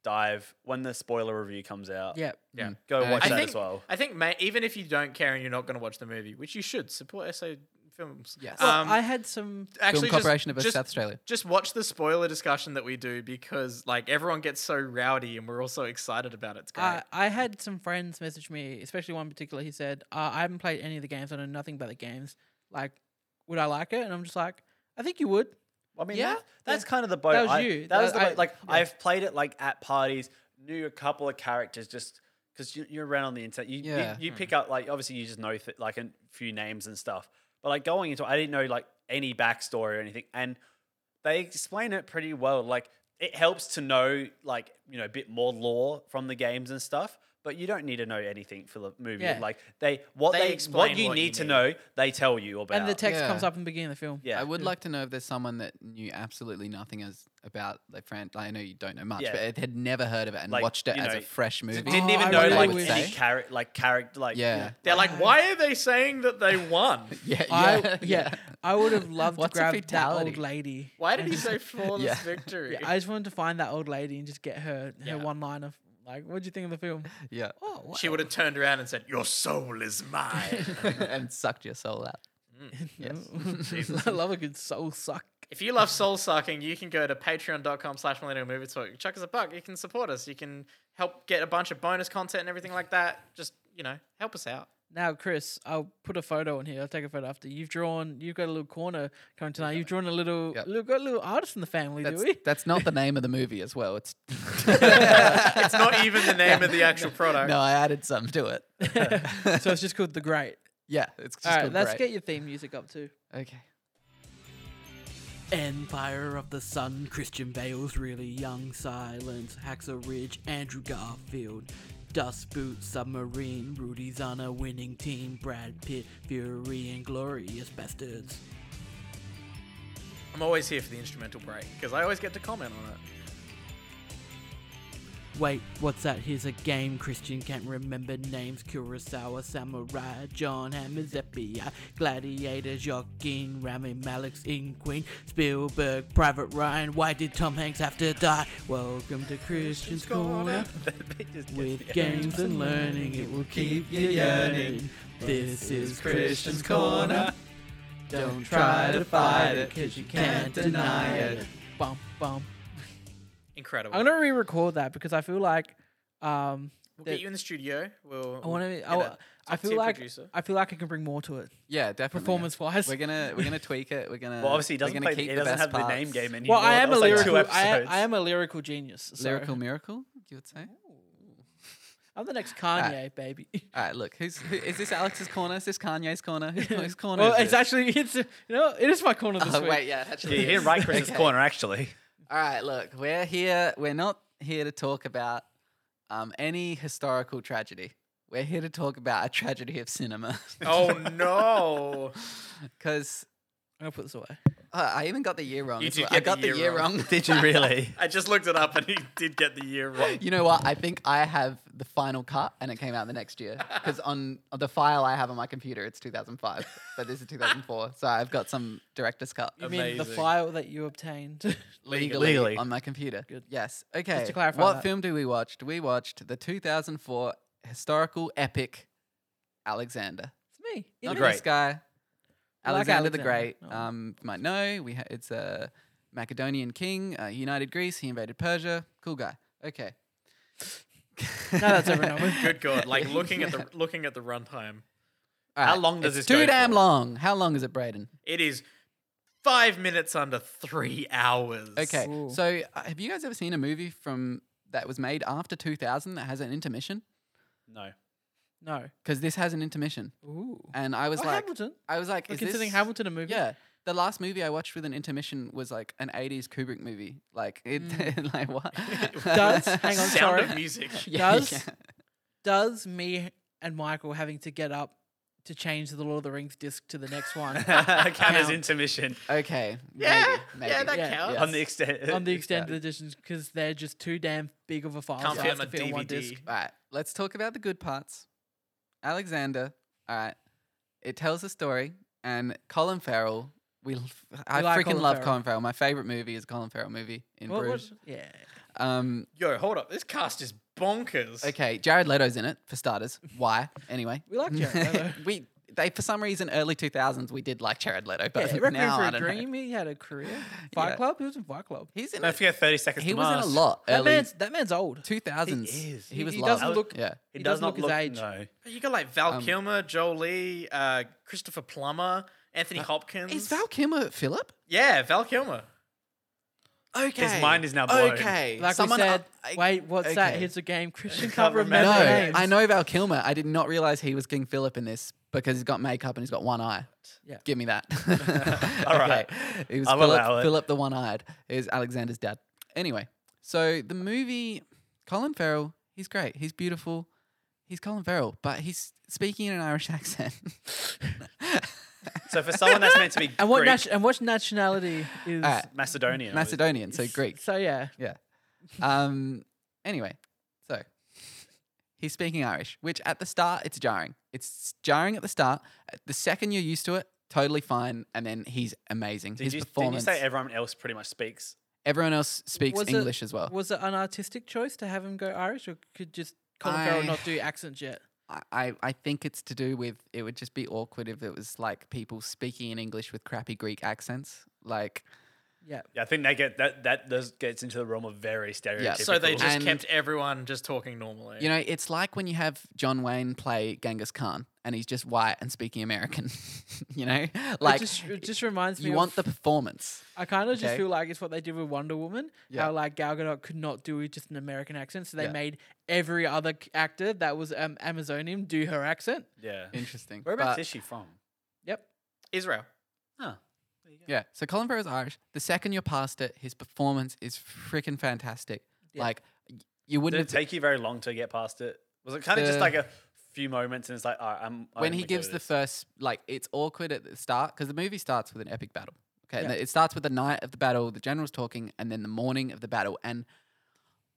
[SPEAKER 2] dive, when the spoiler review comes out,
[SPEAKER 1] Yeah.
[SPEAKER 4] Yeah.
[SPEAKER 3] Mm.
[SPEAKER 2] go
[SPEAKER 3] And I
[SPEAKER 2] watch
[SPEAKER 4] I
[SPEAKER 2] that
[SPEAKER 4] think
[SPEAKER 2] as well.
[SPEAKER 4] I think ma- even if you don't care and you're not going to watch the movie, which you should support SA films.
[SPEAKER 3] Yes.
[SPEAKER 1] Well,
[SPEAKER 4] Um,
[SPEAKER 1] I had some.
[SPEAKER 3] Film
[SPEAKER 4] actually,
[SPEAKER 3] Corporation
[SPEAKER 4] just,
[SPEAKER 3] of
[SPEAKER 4] just,
[SPEAKER 3] South Australia.
[SPEAKER 4] just watch the spoiler discussion that we do because like everyone gets so rowdy and we're all so excited about it. It's great.
[SPEAKER 1] I, uh, I had some friends message me, especially one particular. He said, uh, "I haven't played any of the games. I know nothing about the games. Like, would I like it?" And I'm just like, "I think you would."
[SPEAKER 2] I mean,
[SPEAKER 1] Yeah.
[SPEAKER 2] that- that's kind of the boat.
[SPEAKER 1] That was
[SPEAKER 2] I-
[SPEAKER 1] you.
[SPEAKER 2] That was
[SPEAKER 1] That-
[SPEAKER 2] the
[SPEAKER 1] I-
[SPEAKER 2] boat. Like
[SPEAKER 1] yeah.
[SPEAKER 2] I've played it like at parties, knew a couple of characters just because you, you're around on the internet. You,
[SPEAKER 3] Yeah.
[SPEAKER 2] you you
[SPEAKER 1] Hmm.
[SPEAKER 2] pick up like obviously you just know th- like a few names and stuff. But like going into, it, I didn't know like any backstory or anything, and they explain it pretty well. Like it helps to know like you know a bit more lore from the games and stuff. But you don't need to know anything for the movie.
[SPEAKER 1] Yeah.
[SPEAKER 2] Like they, what
[SPEAKER 4] They
[SPEAKER 2] they,
[SPEAKER 4] explain
[SPEAKER 2] what you
[SPEAKER 4] what
[SPEAKER 2] need to
[SPEAKER 4] you need.
[SPEAKER 2] know, they tell you about.
[SPEAKER 1] And the text comes
[SPEAKER 3] Yeah.
[SPEAKER 1] up in the beginning of the film.
[SPEAKER 2] yeah,
[SPEAKER 3] I would like to know if there's someone that knew absolutely nothing as about the Fran. I know you don't know much,
[SPEAKER 2] Yeah.
[SPEAKER 3] but it had never heard of it and
[SPEAKER 2] Like,
[SPEAKER 3] watched it
[SPEAKER 2] you
[SPEAKER 3] as
[SPEAKER 2] know,
[SPEAKER 3] a fresh movie.
[SPEAKER 2] didn't
[SPEAKER 1] Oh,
[SPEAKER 2] even
[SPEAKER 1] I
[SPEAKER 2] know
[SPEAKER 1] really
[SPEAKER 2] like
[SPEAKER 1] wish-
[SPEAKER 2] any character, like character, like
[SPEAKER 3] Yeah.
[SPEAKER 4] They're like, why are they saying that they won?
[SPEAKER 3] Yeah.
[SPEAKER 1] I
[SPEAKER 3] Yeah.
[SPEAKER 1] yeah, I would have loved to
[SPEAKER 3] What's a
[SPEAKER 1] grab that
[SPEAKER 3] fatality?
[SPEAKER 1] old lady.
[SPEAKER 4] Why did
[SPEAKER 1] and <laughs>
[SPEAKER 4] he
[SPEAKER 1] just-
[SPEAKER 4] say flawless
[SPEAKER 3] Yeah.
[SPEAKER 4] victory?
[SPEAKER 1] Yeah, I just wanted to find that old lady and just get her her
[SPEAKER 4] Yeah.
[SPEAKER 1] one line of like, "What do you think of the film?"
[SPEAKER 3] <laughs> Yeah. <laughs>
[SPEAKER 1] Oh, wow.
[SPEAKER 4] she would have turned around and said, "Your soul is mine."
[SPEAKER 1] <laughs>
[SPEAKER 3] and sucked your soul out. Yes.
[SPEAKER 1] I love a good soul suck.
[SPEAKER 4] If you love soul sucking, you can go to patreon.com slash millennial movie talk. Chuck us a buck. You can support us. You can help get a bunch of bonus content and everything like that. Just, you know, help
[SPEAKER 1] <laughs>
[SPEAKER 4] us out.
[SPEAKER 1] Now, Chris, I'll put a photo on here. I'll take a photo after. You've drawn. You've got a little corner coming tonight. You've drawn a little.
[SPEAKER 3] Yep.
[SPEAKER 1] We've got a little artist in the family,
[SPEAKER 3] That's,
[SPEAKER 1] do
[SPEAKER 3] <laughs>
[SPEAKER 1] we? <laughs>
[SPEAKER 3] that's not the name of the movie as well. It's
[SPEAKER 4] it's not even the name of the actual product.
[SPEAKER 3] no, I added some to it.
[SPEAKER 1] so it's just called the Great.
[SPEAKER 3] Yeah, it's just
[SPEAKER 1] All right,
[SPEAKER 3] called
[SPEAKER 1] let's
[SPEAKER 3] Great.
[SPEAKER 1] get your theme music up too.
[SPEAKER 3] Okay.
[SPEAKER 1] Empire of the Sun, Christian Bale's really young, Silence, Hacksaw Ridge, Andrew Garfield, Dust Boot, Submarine, Rudy's on a winning team, Brad Pitt, Fury, and Glorious Bastards.
[SPEAKER 4] I'm always here for the instrumental break because I always get to comment on it.
[SPEAKER 1] Wait, what's that? Here's a game. Christian can't remember names. Kurosawa, Samurai, John Hammer, Zeppia, Gladiator, Joaquin, Rami Malek's in Queen, Spielberg, Private Ryan. Why did Tom Hanks have to die? Welcome to Christian's <laughs> Corner. <laughs> With games and learning, it will keep you yearning. This is Christian's Corner. Don't try to fight it, cause you can't deny it. Bum, bum.
[SPEAKER 4] Incredible.
[SPEAKER 1] I'm gonna re-record that because I feel like um
[SPEAKER 4] we'll get you in the studio. We'll.
[SPEAKER 1] I want
[SPEAKER 4] we'll
[SPEAKER 1] to.
[SPEAKER 4] get
[SPEAKER 1] I,
[SPEAKER 4] a
[SPEAKER 1] wa- I
[SPEAKER 4] top-tier
[SPEAKER 1] feel like
[SPEAKER 4] producer.
[SPEAKER 1] I feel like I can bring more to it
[SPEAKER 3] Yeah, definitely.
[SPEAKER 1] performance-wise.
[SPEAKER 3] We're gonna we're gonna tweak it. We're gonna
[SPEAKER 2] Well, obviously, he
[SPEAKER 3] we're
[SPEAKER 2] doesn't,
[SPEAKER 3] gonna
[SPEAKER 2] play,
[SPEAKER 3] keep
[SPEAKER 2] he
[SPEAKER 3] the
[SPEAKER 2] doesn't
[SPEAKER 3] best
[SPEAKER 2] have
[SPEAKER 3] parts.
[SPEAKER 2] the name game anymore.
[SPEAKER 1] Well, I
[SPEAKER 2] That
[SPEAKER 1] am a
[SPEAKER 2] was like two
[SPEAKER 1] lyrical. I,
[SPEAKER 2] episodes.
[SPEAKER 1] I am a lyrical genius. so
[SPEAKER 3] Lyrical miracle, you would say.
[SPEAKER 1] I'm the next Kanye,
[SPEAKER 3] Ah.
[SPEAKER 1] baby.
[SPEAKER 3] <laughs> All right, look, who's who, is this? Alex's corner? Is this Kanye's
[SPEAKER 1] <laughs>
[SPEAKER 3] corner? Whose whose corner?
[SPEAKER 1] well,
[SPEAKER 3] is
[SPEAKER 1] it's
[SPEAKER 3] this?
[SPEAKER 1] actually it's you know it is my corner this
[SPEAKER 3] Oh,
[SPEAKER 1] week.
[SPEAKER 3] wait, yeah,
[SPEAKER 2] <laughs> Yeah,
[SPEAKER 3] actually.
[SPEAKER 2] you
[SPEAKER 3] it
[SPEAKER 2] didn't
[SPEAKER 3] is.
[SPEAKER 1] <laughs>
[SPEAKER 2] write Chris's corner actually.
[SPEAKER 3] All right, look, we're here. We're not here to talk about um, any historical tragedy. We're here to talk about a tragedy of cinema.
[SPEAKER 4] <laughs>
[SPEAKER 3] <laughs>
[SPEAKER 4] Oh no!
[SPEAKER 3] Because
[SPEAKER 1] I'm gonna put this away.
[SPEAKER 3] uh, I even got the year wrong.
[SPEAKER 4] You
[SPEAKER 3] as
[SPEAKER 4] did
[SPEAKER 3] well.
[SPEAKER 4] get
[SPEAKER 3] I
[SPEAKER 4] the
[SPEAKER 3] got the year,
[SPEAKER 4] year
[SPEAKER 3] wrong.
[SPEAKER 4] wrong.
[SPEAKER 2] Did you really?
[SPEAKER 4] I just looked it up and he did get the year wrong.
[SPEAKER 3] <laughs> You know what? I think I have the final cut, and it came out the next year. Because on on the file I have on my computer, it's 2005, but this is 2004, so I've got some director's cut
[SPEAKER 1] You mean the
[SPEAKER 4] Amazing.
[SPEAKER 1] file that you obtained? <laughs>
[SPEAKER 3] legally,
[SPEAKER 2] Legally.
[SPEAKER 3] on my computer.
[SPEAKER 1] Good.
[SPEAKER 3] Yes. Okay. Just
[SPEAKER 1] to clarify
[SPEAKER 3] what
[SPEAKER 1] that.
[SPEAKER 3] film do we watched? We watched the 2004 historical epic Alexander.
[SPEAKER 1] it's me.
[SPEAKER 3] Not
[SPEAKER 1] It
[SPEAKER 2] Great.
[SPEAKER 3] this guy.
[SPEAKER 1] I like
[SPEAKER 3] Alexander the Great.
[SPEAKER 1] Alexander. Oh.
[SPEAKER 3] Um, you might know we ha- it's a Macedonian king. Uh, he united Greece. He invaded Persia. Cool guy. Okay.
[SPEAKER 1] is. Now
[SPEAKER 3] <laughs>
[SPEAKER 1] that's over and over.
[SPEAKER 4] Good God! Like looking at the
[SPEAKER 1] <laughs>
[SPEAKER 4] looking at the runtime,
[SPEAKER 3] All
[SPEAKER 2] How long does
[SPEAKER 3] it's
[SPEAKER 2] this
[SPEAKER 3] Too
[SPEAKER 2] go
[SPEAKER 3] damn
[SPEAKER 2] for?
[SPEAKER 3] long. How long is it, Braden?
[SPEAKER 4] it is five minutes under three hours.
[SPEAKER 3] Okay.
[SPEAKER 1] Ooh.
[SPEAKER 3] So uh, have you guys
[SPEAKER 2] <laughs>
[SPEAKER 3] ever seen a movie from that was made after 2000 that has an intermission?
[SPEAKER 2] No.
[SPEAKER 1] No.
[SPEAKER 3] because this has an intermission.
[SPEAKER 1] Ooh.
[SPEAKER 3] And I was
[SPEAKER 1] Oh,
[SPEAKER 3] like,
[SPEAKER 1] Hamilton.
[SPEAKER 3] I was like,
[SPEAKER 1] We're
[SPEAKER 3] is
[SPEAKER 1] considering
[SPEAKER 3] this?
[SPEAKER 1] Hamilton a movie.
[SPEAKER 3] Yeah, the last movie I watched with an intermission was like an '80s Kubrick movie. Like, it, <laughs> like what? <laughs>
[SPEAKER 1] Does hang on,
[SPEAKER 4] Sound
[SPEAKER 1] sorry.
[SPEAKER 4] of music.
[SPEAKER 3] Yeah,
[SPEAKER 1] Does-
[SPEAKER 3] yeah.
[SPEAKER 1] Does me and Michael having to get up to change the Lord of the Rings disc to the next
[SPEAKER 4] <laughs>
[SPEAKER 1] one
[SPEAKER 2] Count as
[SPEAKER 1] Count.
[SPEAKER 2] intermission
[SPEAKER 3] Okay.
[SPEAKER 4] <laughs> Yeah,
[SPEAKER 3] Maybe,
[SPEAKER 4] yeah,
[SPEAKER 3] maybe.
[SPEAKER 4] that
[SPEAKER 1] Yeah,
[SPEAKER 4] counts.
[SPEAKER 1] yeah.
[SPEAKER 2] on the extent. <laughs>
[SPEAKER 1] on the
[SPEAKER 2] extent.
[SPEAKER 1] extended editions because they're just too damn big of a file
[SPEAKER 4] Can't
[SPEAKER 1] size
[SPEAKER 4] fit on a
[SPEAKER 1] to fit on one
[SPEAKER 4] DVD.
[SPEAKER 1] disc.
[SPEAKER 3] All right, let's talk about the good parts. Alexander, all right, it tells a story, and Colin Farrell. We, l- I
[SPEAKER 1] like
[SPEAKER 3] freaking
[SPEAKER 1] Colin
[SPEAKER 3] love
[SPEAKER 1] Farrell.
[SPEAKER 3] Colin Farrell. My favorite movie is Colin Farrell movie in
[SPEAKER 1] What- what-
[SPEAKER 3] Bruges.
[SPEAKER 1] yeah.
[SPEAKER 3] Um,
[SPEAKER 4] Yo, hold up. This cast is bonkers.
[SPEAKER 3] okay, Jared Leto's in it for starters. Why? Anyway,
[SPEAKER 1] We like Jared Leto.
[SPEAKER 3] <laughs> we they for some reason early two thousands we did like Jared Leto,
[SPEAKER 1] Yeah,
[SPEAKER 3] <laughs> but
[SPEAKER 1] Requiem
[SPEAKER 3] now
[SPEAKER 1] for
[SPEAKER 3] I
[SPEAKER 1] a
[SPEAKER 3] don't
[SPEAKER 1] Dream.
[SPEAKER 3] know.
[SPEAKER 1] He had a career. Fight
[SPEAKER 3] <laughs> Yeah.
[SPEAKER 1] Club. He was in Fight Club.
[SPEAKER 3] He's in.
[SPEAKER 2] Don't
[SPEAKER 3] A,
[SPEAKER 2] forget 30 seconds
[SPEAKER 3] he
[SPEAKER 2] to
[SPEAKER 3] was
[SPEAKER 2] Mars.
[SPEAKER 3] in a lot
[SPEAKER 1] That
[SPEAKER 3] early
[SPEAKER 1] man's that man's old.
[SPEAKER 3] two thousands.
[SPEAKER 2] He is.
[SPEAKER 3] He was
[SPEAKER 1] he
[SPEAKER 3] love.
[SPEAKER 1] doesn't look.
[SPEAKER 3] Yeah.
[SPEAKER 2] He,
[SPEAKER 1] He
[SPEAKER 2] does
[SPEAKER 1] doesn't
[SPEAKER 2] not
[SPEAKER 1] look his
[SPEAKER 2] look
[SPEAKER 1] age.
[SPEAKER 2] No.
[SPEAKER 4] But you got like Val
[SPEAKER 3] Um,
[SPEAKER 4] Kilmer, Jolie, uh, Christopher Plummer, Anthony Hopkins.
[SPEAKER 3] Uh, Is Val Kilmer Philip?
[SPEAKER 4] Yeah, Val Kilmer.
[SPEAKER 3] Okay.
[SPEAKER 2] mind is now blown.
[SPEAKER 3] Okay.
[SPEAKER 1] Like
[SPEAKER 3] Someone
[SPEAKER 1] we said.
[SPEAKER 3] I-
[SPEAKER 1] wait, what's that?
[SPEAKER 3] okay.
[SPEAKER 1] Here's a game. Christian
[SPEAKER 2] can't
[SPEAKER 1] can't remember
[SPEAKER 2] remember
[SPEAKER 3] no,
[SPEAKER 1] names.
[SPEAKER 3] I know Val Kilmer. I did not realize he was King Philip in this because he's got makeup and he's got one eye.
[SPEAKER 1] Yeah.
[SPEAKER 3] Give me that.
[SPEAKER 2] <laughs> All right.
[SPEAKER 3] Okay. It was
[SPEAKER 2] I'll allow
[SPEAKER 3] Philip,
[SPEAKER 2] it.
[SPEAKER 3] Philip the one eyed is Alexander's dad. Anyway, so the movie, Colin Farrell, he's great. He's beautiful. He's Colin Farrell, but he's speaking in an Irish <laughs> accent.
[SPEAKER 2] <laughs> So for someone that's meant to be
[SPEAKER 1] <laughs> And what
[SPEAKER 2] Greek,
[SPEAKER 1] nation and what <laughs> nationality is?
[SPEAKER 3] All right.
[SPEAKER 2] Macedonian.
[SPEAKER 3] Macedonian, so Greek.
[SPEAKER 1] So yeah,
[SPEAKER 3] Yeah. Um. Anyway, so he's speaking Irish, which at the start it's jarring. It's jarring at the start. At The second you're used to it, totally fine, and then he's amazing.
[SPEAKER 2] Did
[SPEAKER 3] His
[SPEAKER 2] you, didn't you
[SPEAKER 3] performance.
[SPEAKER 2] say everyone else pretty much speaks?
[SPEAKER 3] Everyone else speaks
[SPEAKER 1] Was it-
[SPEAKER 3] English as well.
[SPEAKER 1] was it an artistic choice to have him go Irish, or could just Colin
[SPEAKER 3] I-
[SPEAKER 1] Farrell not do accents yet?
[SPEAKER 3] I- I, I think it's to do with it would just be awkward if it was like people speaking in English with crappy Greek accents. Like
[SPEAKER 1] Yeah.
[SPEAKER 2] Yeah, I think they get that that does gets into the realm of very stereotypical.
[SPEAKER 4] So they just
[SPEAKER 3] And-
[SPEAKER 4] kept everyone just talking normally.
[SPEAKER 3] you know, it's like when you have John Wayne play Genghis Khan and he's just white and speaking American. <laughs> you know,
[SPEAKER 1] Like,
[SPEAKER 3] like
[SPEAKER 1] it just, it just reminds me.
[SPEAKER 3] you want
[SPEAKER 1] of-
[SPEAKER 3] the performance.
[SPEAKER 1] I kind of just
[SPEAKER 3] okay.
[SPEAKER 1] feel like it's what they did with Wonder Woman.
[SPEAKER 3] Yeah.
[SPEAKER 1] How like Gal Gadot could not do just an American accent, so they
[SPEAKER 3] Yeah.
[SPEAKER 1] made every other c- actor that was um, Amazonian do her accent.
[SPEAKER 2] yeah.
[SPEAKER 3] Interesting.
[SPEAKER 2] Whereabouts
[SPEAKER 3] But,
[SPEAKER 2] is she from?
[SPEAKER 1] Yep.
[SPEAKER 4] Israel.
[SPEAKER 2] Huh.
[SPEAKER 3] Yeah. So Colin Farrell's Irish. The second you're past it, his performance is freaking fantastic.
[SPEAKER 1] Yeah.
[SPEAKER 3] Like y- you
[SPEAKER 2] Did
[SPEAKER 3] wouldn't
[SPEAKER 2] it
[SPEAKER 3] have t-
[SPEAKER 2] take you very long to get past it? Was it kind of just
[SPEAKER 3] The-
[SPEAKER 2] like a few moments and it's like, all right, I'm. I'm
[SPEAKER 3] when he
[SPEAKER 2] gonna go
[SPEAKER 3] gives
[SPEAKER 2] with
[SPEAKER 3] the
[SPEAKER 2] this.
[SPEAKER 3] first like it's awkward at the start because the movie starts with an epic battle. Okay. and
[SPEAKER 1] Yeah.
[SPEAKER 3] It starts with the night of the battle, the general's talking, and then the morning of the battle. And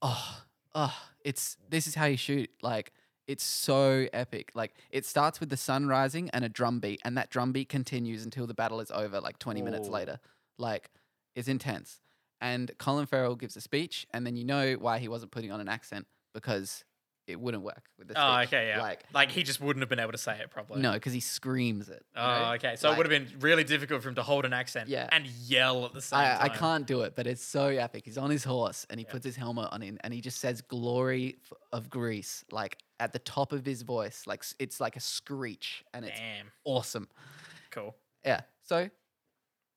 [SPEAKER 3] oh, oh, it's this is how you shoot. Like it's so epic. Like it starts with the sun rising and a drum beat, and that drum beat continues until the battle is over, like 20 minutes
[SPEAKER 2] Ooh.
[SPEAKER 3] later. Like it's intense. And Colin Farrell gives a speech, and then you know why he wasn't putting on an accent because it wouldn't work with the speech.
[SPEAKER 4] Oh, okay, yeah.
[SPEAKER 3] Like
[SPEAKER 4] Like, he just wouldn't have been able to say it properly.
[SPEAKER 3] no, because he screams it. you
[SPEAKER 4] Oh,
[SPEAKER 3] know?
[SPEAKER 4] okay. So
[SPEAKER 3] Like,
[SPEAKER 4] it would have been really difficult for him to hold an accent
[SPEAKER 3] Yeah.
[SPEAKER 4] and yell at the same time.
[SPEAKER 3] I, I can't do it, but it's so epic. He's on his horse and he puts his helmet on him and he just says "Glory f- of Greece" like at the top of his voice, like s- it's like a screech and it's
[SPEAKER 4] Damn.
[SPEAKER 3] awesome.
[SPEAKER 4] Cool.
[SPEAKER 3] Yeah. So
[SPEAKER 4] Um,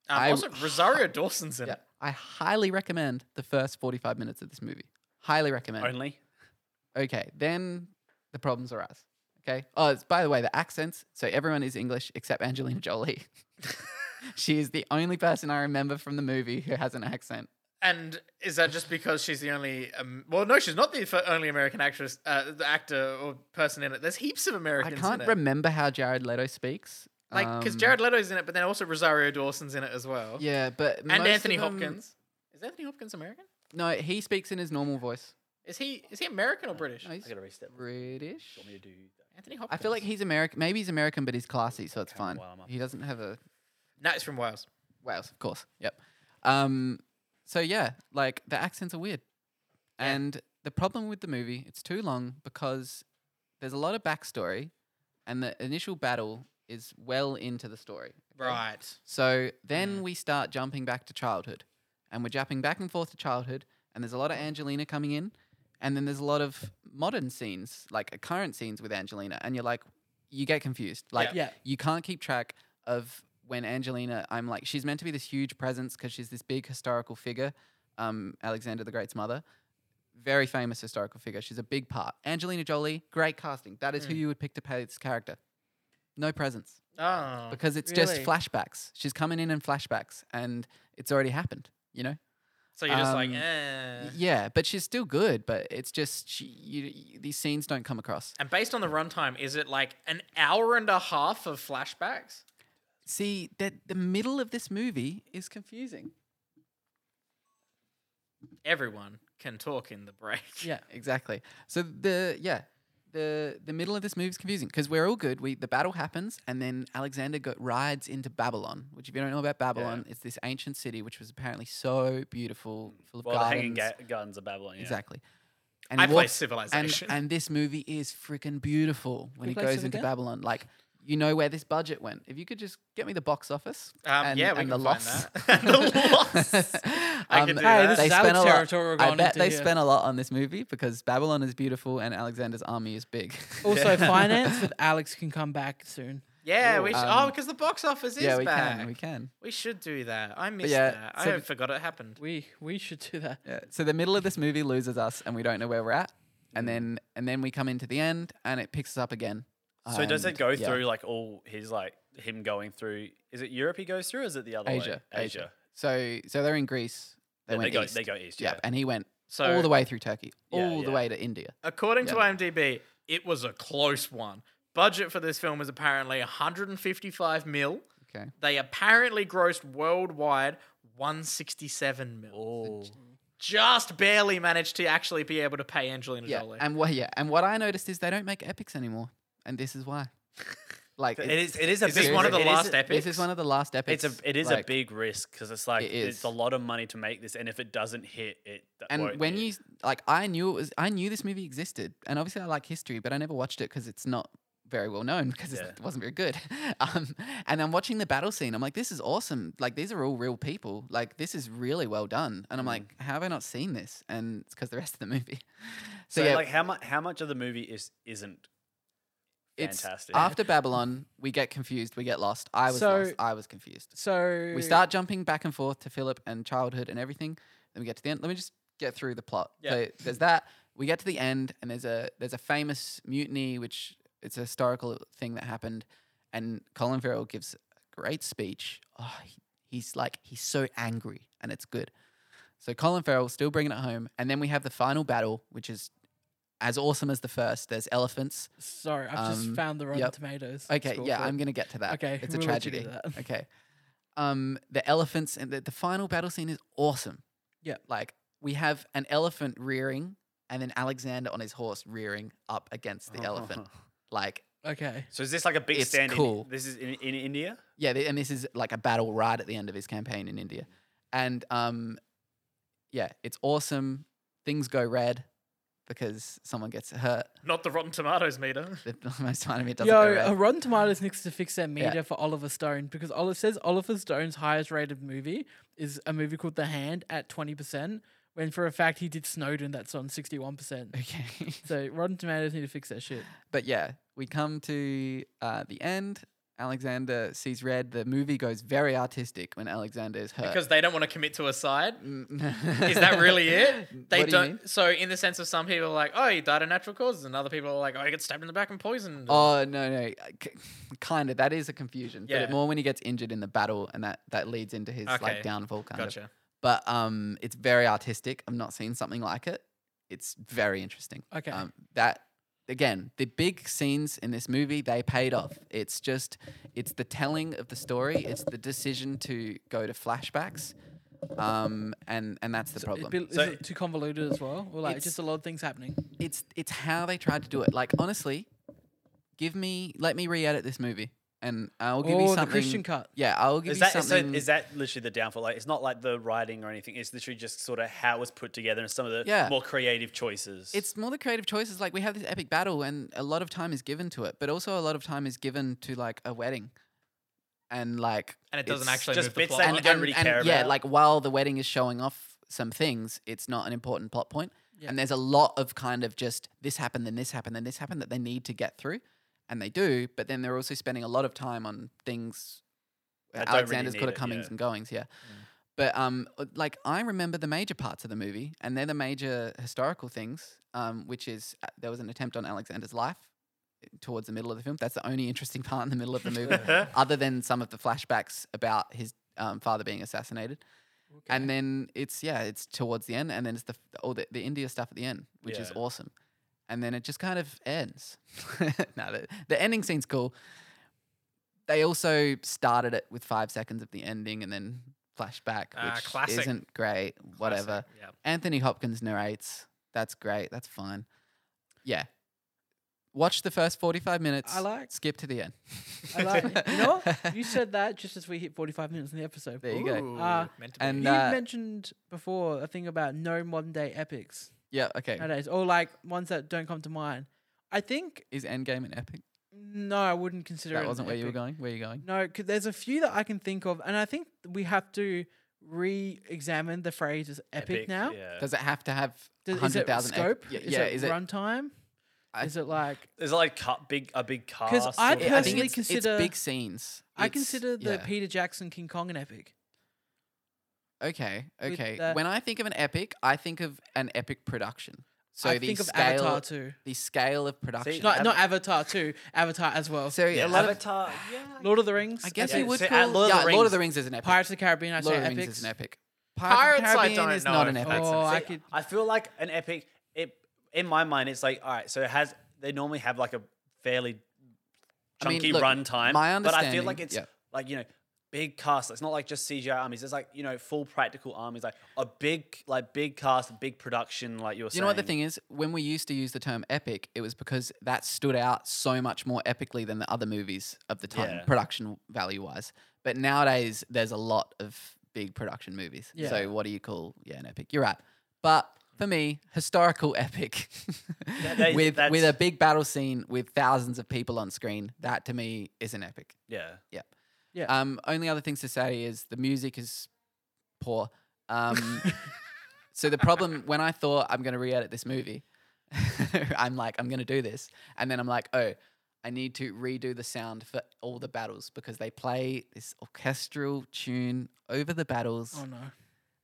[SPEAKER 3] I-
[SPEAKER 4] also, Rosario Dawson's in
[SPEAKER 3] yeah,
[SPEAKER 4] it.
[SPEAKER 3] I highly recommend the first forty-five minutes of this movie. Highly recommend.
[SPEAKER 2] only.
[SPEAKER 3] Okay, then the problems arise. Okay. Oh, it's, by the way, the accents. So everyone is English except Angelina Jolie. <laughs> she is the only person I remember from the movie who has an accent.
[SPEAKER 4] And is that just because she's the only? Um, well, no, she's not the fir- only American actress, uh, the actor or person in it. There's heaps of
[SPEAKER 3] I
[SPEAKER 4] Americans.
[SPEAKER 3] can't
[SPEAKER 4] in it.
[SPEAKER 3] remember how Jared Leto speaks.
[SPEAKER 4] Like, because
[SPEAKER 3] Um,
[SPEAKER 4] Jared Leto's in it, but then also Rosario Dawson's in it as well.
[SPEAKER 3] Yeah, but most
[SPEAKER 4] and
[SPEAKER 3] of
[SPEAKER 4] Anthony
[SPEAKER 3] them-
[SPEAKER 4] Hopkins. Is Anthony Hopkins American?
[SPEAKER 3] No, he speaks in his normal voice.
[SPEAKER 4] Is he is he American or British?
[SPEAKER 3] Uh, No, he's
[SPEAKER 2] I gotta reset. Do
[SPEAKER 3] British.
[SPEAKER 2] you want me to do that?
[SPEAKER 4] Anthony Hopkins.
[SPEAKER 3] I feel like he's American. Maybe he's American, but he's classy, so it's
[SPEAKER 2] Okay,
[SPEAKER 3] fine.
[SPEAKER 2] well, I'm up.
[SPEAKER 3] He doesn't have a
[SPEAKER 4] no, he's from Wales.
[SPEAKER 3] Wales, of course. Yep. Um. So yeah, like the accents are weird, and the problem with the movie, it's too long because there's a lot of backstory, and the initial battle is well into the story. okay?
[SPEAKER 4] Right.
[SPEAKER 3] So then we start jumping back to childhood, and we're jumping back and forth to childhood, and there's a lot of Angelina coming in, and then there's a lot of modern scenes, like uh, current scenes with Angelina, and you're like, you get confused, like
[SPEAKER 1] Yeah.
[SPEAKER 3] you can't keep track of when Angelina. I'm like, she's meant to be this huge presence because she's this big historical figure, um, Alexander the Great's mother, very famous historical figure. She's a big part. Angelina Jolie, great casting. That is who you would pick to play this character. No presence
[SPEAKER 4] Oh.
[SPEAKER 3] because it's just
[SPEAKER 1] Really?
[SPEAKER 3] flashbacks. She's coming in in flashbacks, and it's already happened. You know.
[SPEAKER 4] So you're just like,
[SPEAKER 3] um,
[SPEAKER 4] eh.
[SPEAKER 3] Yeah, but she's still good. But it's just she, you, you- these scenes don't come across.
[SPEAKER 4] And based on the runtime, is it like an hour and a half of flashbacks?
[SPEAKER 3] See that the middle of this movie is confusing.
[SPEAKER 4] Everyone can talk in the break.
[SPEAKER 1] Yeah.
[SPEAKER 3] Exactly. So the yeah the the middle of this movie is confusing because we're all good. We the battle happens and then Alexander go, rides into Babylon, which if you don't know about Babylon, it's this ancient city which was apparently so beautiful, full of
[SPEAKER 2] Well, the hanging
[SPEAKER 3] gardens.
[SPEAKER 2] ga- gardens of Babylon. Yeah.
[SPEAKER 3] Exactly. And
[SPEAKER 4] I
[SPEAKER 3] he
[SPEAKER 4] play
[SPEAKER 3] walks- and,
[SPEAKER 4] Civilization.
[SPEAKER 3] and this movie is freaking beautiful when
[SPEAKER 1] We
[SPEAKER 3] it
[SPEAKER 1] play Civ
[SPEAKER 3] goes into
[SPEAKER 1] again?
[SPEAKER 3] Babylon. Like you know where this budget went. If you could just get me the box office,
[SPEAKER 4] Um,
[SPEAKER 3] and,
[SPEAKER 4] yeah, we
[SPEAKER 3] and
[SPEAKER 4] can find
[SPEAKER 3] the <laughs> loss. Um,
[SPEAKER 4] that. <laughs>
[SPEAKER 3] <laughs>
[SPEAKER 4] The loss. I can do
[SPEAKER 1] Hey, this
[SPEAKER 4] that.
[SPEAKER 1] is
[SPEAKER 3] spent
[SPEAKER 1] Alex
[SPEAKER 3] a lot-
[SPEAKER 1] territory we're
[SPEAKER 3] I
[SPEAKER 1] going
[SPEAKER 3] bet
[SPEAKER 1] into
[SPEAKER 3] they
[SPEAKER 1] here.
[SPEAKER 3] spent a lot on this movie because Babylon is beautiful and Alexander's army is big.
[SPEAKER 1] <laughs> Also,
[SPEAKER 3] <laughs>
[SPEAKER 1] finance with Alex can come back soon.
[SPEAKER 4] Yeah, we should. oh,
[SPEAKER 3] Um,
[SPEAKER 4] because the box office is
[SPEAKER 3] yeah, we
[SPEAKER 4] back.
[SPEAKER 3] can. We can.
[SPEAKER 4] We should do that. I missed
[SPEAKER 3] yeah,
[SPEAKER 4] that.
[SPEAKER 3] so
[SPEAKER 4] I
[SPEAKER 3] we-
[SPEAKER 4] forgot it happened.
[SPEAKER 1] We we should do that.
[SPEAKER 3] Yeah. So the middle of this movie loses us, and we don't know where we're at. And then and then we come into the end, and it picks us up again.
[SPEAKER 2] So does it
[SPEAKER 3] And,
[SPEAKER 2] go
[SPEAKER 3] um, yeah.
[SPEAKER 2] through like all his like him going through? Is it Europe he goes through? Or is it the other way?
[SPEAKER 3] Asia?
[SPEAKER 2] Asia.
[SPEAKER 3] So so they're in Greece. They
[SPEAKER 2] Yeah,
[SPEAKER 3] went
[SPEAKER 2] go.
[SPEAKER 3] east.
[SPEAKER 2] They go east.
[SPEAKER 3] yeah.
[SPEAKER 2] Yeah.
[SPEAKER 3] and he went
[SPEAKER 4] So
[SPEAKER 3] all the way through Turkey,
[SPEAKER 2] Yeah,
[SPEAKER 3] all the
[SPEAKER 2] yeah.
[SPEAKER 3] way to India.
[SPEAKER 4] According to
[SPEAKER 3] Yeah.
[SPEAKER 4] IMDb, it was a close one. Budget for this film was apparently 155 mil.
[SPEAKER 3] Okay.
[SPEAKER 4] They apparently grossed worldwide 167 mil. Just barely managed to actually be able to pay Angelina
[SPEAKER 3] Yeah.
[SPEAKER 4] Jolie.
[SPEAKER 3] And what? Yeah. And what I noticed is they don't make epics anymore, and this is
[SPEAKER 2] <laughs>
[SPEAKER 3] why. Like
[SPEAKER 2] It is. It is a.
[SPEAKER 4] Is this
[SPEAKER 2] big
[SPEAKER 4] one of
[SPEAKER 2] ri-
[SPEAKER 4] the
[SPEAKER 2] it is
[SPEAKER 4] last
[SPEAKER 2] a-
[SPEAKER 4] epics?
[SPEAKER 3] This is one of the last epics.
[SPEAKER 2] It's a. It is
[SPEAKER 3] like-
[SPEAKER 2] a big risk because it's like
[SPEAKER 3] It
[SPEAKER 2] it's
[SPEAKER 3] is.
[SPEAKER 2] a lot of money to make this, and if it doesn't hit, it. that
[SPEAKER 3] And
[SPEAKER 2] won't
[SPEAKER 3] when
[SPEAKER 2] hit.
[SPEAKER 3] you like, I knew it was. I knew this movie existed, and obviously I like history, but I never watched it because it's not very well known because it's
[SPEAKER 2] Yeah.
[SPEAKER 3] it wasn't very good. <laughs> Um, and I'm watching the battle scene. I'm like, this is awesome. Like these are all real people. Like this is really well done.
[SPEAKER 2] Mm.
[SPEAKER 3] And I'm like, how have I not seen this? And it's because the rest of the movie. <laughs> So,
[SPEAKER 2] So,
[SPEAKER 3] yeah,
[SPEAKER 2] like how much? How much of the movie is isn't?
[SPEAKER 3] it's
[SPEAKER 2] fantastic.
[SPEAKER 3] after Babylon. We get confused. We get lost. I was
[SPEAKER 1] So-
[SPEAKER 3] lost. I was confused.
[SPEAKER 1] So
[SPEAKER 3] We start jumping back and forth to Philip and childhood and everything. Then we get to the end. Let me just get through the plot.
[SPEAKER 4] Yeah.
[SPEAKER 3] So there's that. We get to the end, and there's a there's a famous mutiny, which it's a historical thing that happened. And Colin Farrell gives a great speech. Oh, he- he's like he's so angry, and it's good. So Colin Farrell still bringing it home, and then we have the final battle, which is as awesome as the first. There's elephants.
[SPEAKER 1] Sorry, I've just
[SPEAKER 3] Um,
[SPEAKER 1] found the Rotten
[SPEAKER 3] yep.
[SPEAKER 1] Tomatoes.
[SPEAKER 3] Okay,
[SPEAKER 1] score
[SPEAKER 3] yeah,
[SPEAKER 1] for
[SPEAKER 3] I'm
[SPEAKER 1] it.
[SPEAKER 3] gonna get to that.
[SPEAKER 1] Okay,
[SPEAKER 3] it's a
[SPEAKER 1] we'll let you do
[SPEAKER 3] tragedy.
[SPEAKER 1] that.
[SPEAKER 3] Okay, um, the elephants and the, the final battle scene is awesome.
[SPEAKER 1] Yep.
[SPEAKER 3] like we have an elephant rearing, and then Alexander on his horse rearing up against the
[SPEAKER 1] <laughs>
[SPEAKER 3] elephant. Like,
[SPEAKER 1] Okay.
[SPEAKER 2] So is this like a big
[SPEAKER 3] It's
[SPEAKER 2] stand? in-
[SPEAKER 3] cool.
[SPEAKER 2] this is in, in India.
[SPEAKER 3] yeah, th- and this is like a battle right at the end of his campaign in India, and um, yeah, it's awesome. Things go red because someone gets hurt. <laughs>
[SPEAKER 4] Not the Rotten Tomatoes meter.
[SPEAKER 3] The most time it doesn't go
[SPEAKER 1] Yo,
[SPEAKER 3] red.
[SPEAKER 1] uh, Rotten Tomatoes needs to fix their
[SPEAKER 3] Yeah.
[SPEAKER 1] meter for Oliver Stone because Oliver says Oliver Stone's highest rated movie is a movie called The Hand at 20%, when for a fact he did Snowden that's on
[SPEAKER 3] <laughs>
[SPEAKER 1] 61%.
[SPEAKER 3] <laughs> okay.
[SPEAKER 1] So Rotten Tomatoes need to fix their shit.
[SPEAKER 3] But yeah, we come to uh, the end. Alexander sees red. The movie goes very artistic when Alexander is hurt.
[SPEAKER 4] Because they don't want to commit to a side.
[SPEAKER 3] is <laughs>
[SPEAKER 4] Is that really it? They
[SPEAKER 3] What do you
[SPEAKER 4] not
[SPEAKER 3] mean?
[SPEAKER 4] so, in the sense of some people are like, "Oh, he died of natural causes," and other people are like, "Oh, he got stabbed in the back and poisoned."
[SPEAKER 3] Oh no, no, kind of. That is a confusion. But
[SPEAKER 4] Yeah.
[SPEAKER 3] it, more when he gets injured in the battle, and that that leads into his
[SPEAKER 4] Okay.
[SPEAKER 3] like downfall kind of.
[SPEAKER 4] gotcha.
[SPEAKER 3] But um, it's very artistic. I've not seen something like it. It's very interesting.
[SPEAKER 1] Okay.
[SPEAKER 3] Um, that again, the big scenes in this movie they paid off. It's just, it's the telling of the story. It's the decision to go to flashbacks, um, and and that's the
[SPEAKER 1] So,
[SPEAKER 3] problem.
[SPEAKER 1] Is, it- is
[SPEAKER 2] So-
[SPEAKER 1] it too convoluted as well? Or like
[SPEAKER 3] It's-
[SPEAKER 1] just a lot of things happening.
[SPEAKER 3] it's it's how they tried to do it. Like honestly, give me let me re-edit this movie, and I'll give you
[SPEAKER 1] Oh,
[SPEAKER 3] something.
[SPEAKER 1] the Christian cut.
[SPEAKER 3] Yeah, I'll give
[SPEAKER 2] Is
[SPEAKER 3] you
[SPEAKER 2] that so?
[SPEAKER 3] something.
[SPEAKER 2] Is that literally the downfall? Like it's not like the writing or anything. It's literally just sort of how it was put together and some of the
[SPEAKER 3] Yeah.
[SPEAKER 2] more creative choices. <laughs>
[SPEAKER 3] it's more the creative choices. Like we have this epic battle, and a lot of time is given to it, but also a lot of time is given to like a wedding, and like
[SPEAKER 4] And it doesn't
[SPEAKER 3] it's-
[SPEAKER 4] actually
[SPEAKER 2] just
[SPEAKER 4] move the
[SPEAKER 2] bits
[SPEAKER 4] plot.
[SPEAKER 2] that you don't really care
[SPEAKER 3] yeah,
[SPEAKER 2] about.
[SPEAKER 3] like while the wedding is showing off some things, it's not an important plot point.
[SPEAKER 1] Yeah.
[SPEAKER 3] And there's a lot of kind of just this happened, then this happened, then this happened that they need to get through, and they do. But then they're also spending a lot of time on things
[SPEAKER 2] That don't really
[SPEAKER 3] Alexander's
[SPEAKER 2] need
[SPEAKER 3] got to
[SPEAKER 2] it,
[SPEAKER 3] comings
[SPEAKER 2] yeah. Mm.
[SPEAKER 3] and goings. Yeah. But um, uh, like I remember the major parts of the movie, and they're the major historical things. Um, which is uh, there was an attempt on Alexander's life uh, towards the middle of the film. That's the only interesting <laughs> part in the middle of the movie, <laughs> other than some of the flashbacks about his um, father being assassinated. And then it's yeah, it's towards the end, and then it's the f- all the, the India stuff at the end, which is
[SPEAKER 2] Yeah.
[SPEAKER 3] awesome. And then it just kind of ends. <laughs> now the, the ending scene's cool. They also started it with five seconds of the ending, and then flashback,
[SPEAKER 4] Ah,
[SPEAKER 3] which
[SPEAKER 4] classic.
[SPEAKER 3] isn't great. <laughs> Whatever.
[SPEAKER 2] Yeah.
[SPEAKER 3] Anthony Hopkins narrates. That's great. That's fine. Yeah. Watch the first forty-five minutes.
[SPEAKER 1] I like-
[SPEAKER 3] Skip to the end.
[SPEAKER 1] I like, you know what? You said that just as we hit 45 minutes in the episode.
[SPEAKER 3] There you go.
[SPEAKER 4] Ooh,
[SPEAKER 1] Uh,
[SPEAKER 4] meant to be.
[SPEAKER 3] <laughs> and
[SPEAKER 1] You
[SPEAKER 3] uh,
[SPEAKER 1] mentioned before a thing about no modern day epics
[SPEAKER 3] yeah, okay.
[SPEAKER 1] nowadays, or like ones that don't come to mind. I think
[SPEAKER 3] Is Endgame an epic?
[SPEAKER 1] no, I wouldn't consider it.
[SPEAKER 3] That
[SPEAKER 1] an
[SPEAKER 3] wasn't where you were
[SPEAKER 1] epic.
[SPEAKER 3] going. Where you going?
[SPEAKER 1] No, 'cause there's a few that I can think of, and I think we have to re-examine the phrase as epic, now.
[SPEAKER 2] Yeah.
[SPEAKER 3] Does it have to have
[SPEAKER 1] Does, is
[SPEAKER 3] hundred
[SPEAKER 1] it
[SPEAKER 3] thousand
[SPEAKER 1] scope?
[SPEAKER 3] Yeah,
[SPEAKER 1] is
[SPEAKER 3] yeah,
[SPEAKER 1] it
[SPEAKER 3] is it?
[SPEAKER 1] runtime?
[SPEAKER 3] I-
[SPEAKER 1] is it
[SPEAKER 3] <laughs>
[SPEAKER 1] like
[SPEAKER 2] Is it like cut big a big cast?
[SPEAKER 1] I
[SPEAKER 2] sort of
[SPEAKER 3] I
[SPEAKER 1] personally
[SPEAKER 3] think
[SPEAKER 2] thing?
[SPEAKER 3] it's,
[SPEAKER 1] consider-
[SPEAKER 3] it's big scenes.
[SPEAKER 1] I
[SPEAKER 3] It's-
[SPEAKER 1] consider the
[SPEAKER 3] yeah.
[SPEAKER 1] Peter Jackson King Kong an epic.
[SPEAKER 3] okay,
[SPEAKER 1] with
[SPEAKER 3] okay.
[SPEAKER 1] the-
[SPEAKER 3] When I think of an epic, I think of an epic production. So
[SPEAKER 1] I
[SPEAKER 3] the
[SPEAKER 1] think of
[SPEAKER 3] scale,
[SPEAKER 1] Avatar too.
[SPEAKER 3] the scale of production.
[SPEAKER 1] Not,
[SPEAKER 2] Ava-
[SPEAKER 1] not Avatar too. Avatar as well.
[SPEAKER 3] so
[SPEAKER 2] yeah.
[SPEAKER 3] a lot of.
[SPEAKER 2] Avatar. yeah.
[SPEAKER 1] Lord of the Rings.
[SPEAKER 3] I guess
[SPEAKER 2] Yeah,
[SPEAKER 3] you
[SPEAKER 1] epic.
[SPEAKER 3] would
[SPEAKER 2] so, uh,
[SPEAKER 3] call
[SPEAKER 2] Lord of
[SPEAKER 3] yeah,
[SPEAKER 2] the
[SPEAKER 3] Lord of the
[SPEAKER 2] Rings-
[SPEAKER 3] Rings is an epic.
[SPEAKER 1] Pirates of the Caribbean. I
[SPEAKER 3] Lord
[SPEAKER 1] say
[SPEAKER 3] of the
[SPEAKER 1] epics.
[SPEAKER 3] Rings is an epic.
[SPEAKER 4] Pirates,
[SPEAKER 3] of the
[SPEAKER 4] I
[SPEAKER 3] Caribbean
[SPEAKER 4] don't
[SPEAKER 3] is
[SPEAKER 4] know
[SPEAKER 3] not
[SPEAKER 4] if
[SPEAKER 3] an epic.
[SPEAKER 4] that's
[SPEAKER 1] Oh, I
[SPEAKER 2] See,
[SPEAKER 1] could.
[SPEAKER 2] I feel like an epic. It in my mind, it's like all right. So it has. They normally have like a fairly
[SPEAKER 3] I mean,
[SPEAKER 2] chunky
[SPEAKER 3] look,
[SPEAKER 2] run time.
[SPEAKER 3] my
[SPEAKER 2] but I feel like
[SPEAKER 3] understanding-
[SPEAKER 2] it's
[SPEAKER 3] yeah.
[SPEAKER 2] like you know big cast. It's not like just CGI armies. It's like you know full practical armies. Like a big like big cast, big production. Like you're
[SPEAKER 3] You
[SPEAKER 2] saying.
[SPEAKER 3] know what the thing is? When we used to use the term epic, it was because that stood out so much more epically than the other movies of the time,
[SPEAKER 2] Yeah.
[SPEAKER 3] production value wise. But nowadays, there's a lot of big production movies.
[SPEAKER 1] Yeah.
[SPEAKER 3] So what do you call yeah an epic? You're right. But for me, historical <laughs> epic
[SPEAKER 2] they-
[SPEAKER 3] with with
[SPEAKER 2] that's-
[SPEAKER 3] a big battle scene with thousands of people on screen. That to me is an epic.
[SPEAKER 2] Yeah.
[SPEAKER 1] Yeah.
[SPEAKER 3] Um, only other things to say is the music is poor. Um, so the problem when I thought I'm going to re-edit this movie, <laughs> I'm like I'm going to do this, and then I'm like, oh, I need to redo the sound for all the battles because they play this orchestral tune over the battles,
[SPEAKER 1] Oh no.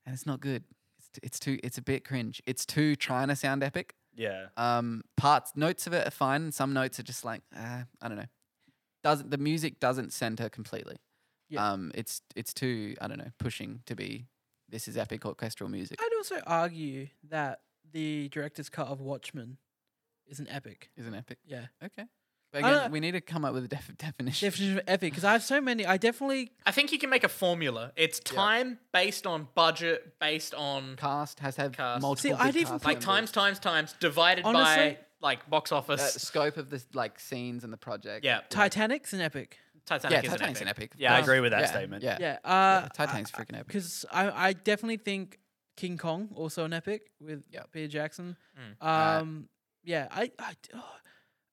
[SPEAKER 3] and it's not good. It's, t- it's too. It's a bit cringe. It's too trying to sound epic.
[SPEAKER 2] Yeah.
[SPEAKER 3] Um, parts notes of it are fine. and Some notes are just like uh, I don't know. Doesn't the music doesn't center completely?
[SPEAKER 1] Yeah.
[SPEAKER 3] Um, it's it's too I don't know pushing to be this is epic orchestral music.
[SPEAKER 1] I'd also argue that the director's cut of Watchmen is an epic.
[SPEAKER 3] Isn't epic?
[SPEAKER 1] Yeah.
[SPEAKER 3] Okay. But
[SPEAKER 1] I
[SPEAKER 3] again,
[SPEAKER 1] don't-
[SPEAKER 3] we need to come up with a def- <laughs> definition.
[SPEAKER 1] Definition of epic, because I have so many. I definitely.
[SPEAKER 4] I think you can make a formula. It's time based on budget, based on
[SPEAKER 3] cast has to have
[SPEAKER 4] Cast.
[SPEAKER 1] See,
[SPEAKER 3] multiple.
[SPEAKER 1] I'd
[SPEAKER 3] big
[SPEAKER 1] even
[SPEAKER 3] cast
[SPEAKER 4] like
[SPEAKER 3] members.
[SPEAKER 4] times, times, times, divided by
[SPEAKER 1] Honestly-
[SPEAKER 4] like box
[SPEAKER 3] Uh,
[SPEAKER 4] office.
[SPEAKER 3] scope of the like scenes and the project.
[SPEAKER 4] yeah,
[SPEAKER 1] Titanic's an epic.
[SPEAKER 4] Titanic
[SPEAKER 3] Yeah,
[SPEAKER 4] is
[SPEAKER 3] Titanic's
[SPEAKER 4] an
[SPEAKER 3] an
[SPEAKER 4] epic.
[SPEAKER 3] epic.
[SPEAKER 2] Yeah, I
[SPEAKER 3] Um,
[SPEAKER 2] agree with that
[SPEAKER 3] yeah,
[SPEAKER 2] statement.
[SPEAKER 3] Yeah.
[SPEAKER 1] Yeah. Uh,
[SPEAKER 3] Titanic's freaking epic.
[SPEAKER 1] Because I, I definitely think King Kong also an epic with
[SPEAKER 3] Yep.
[SPEAKER 1] Peter Jackson.
[SPEAKER 4] Mm.
[SPEAKER 3] Uh,
[SPEAKER 1] Um, yeah, I, I, oh,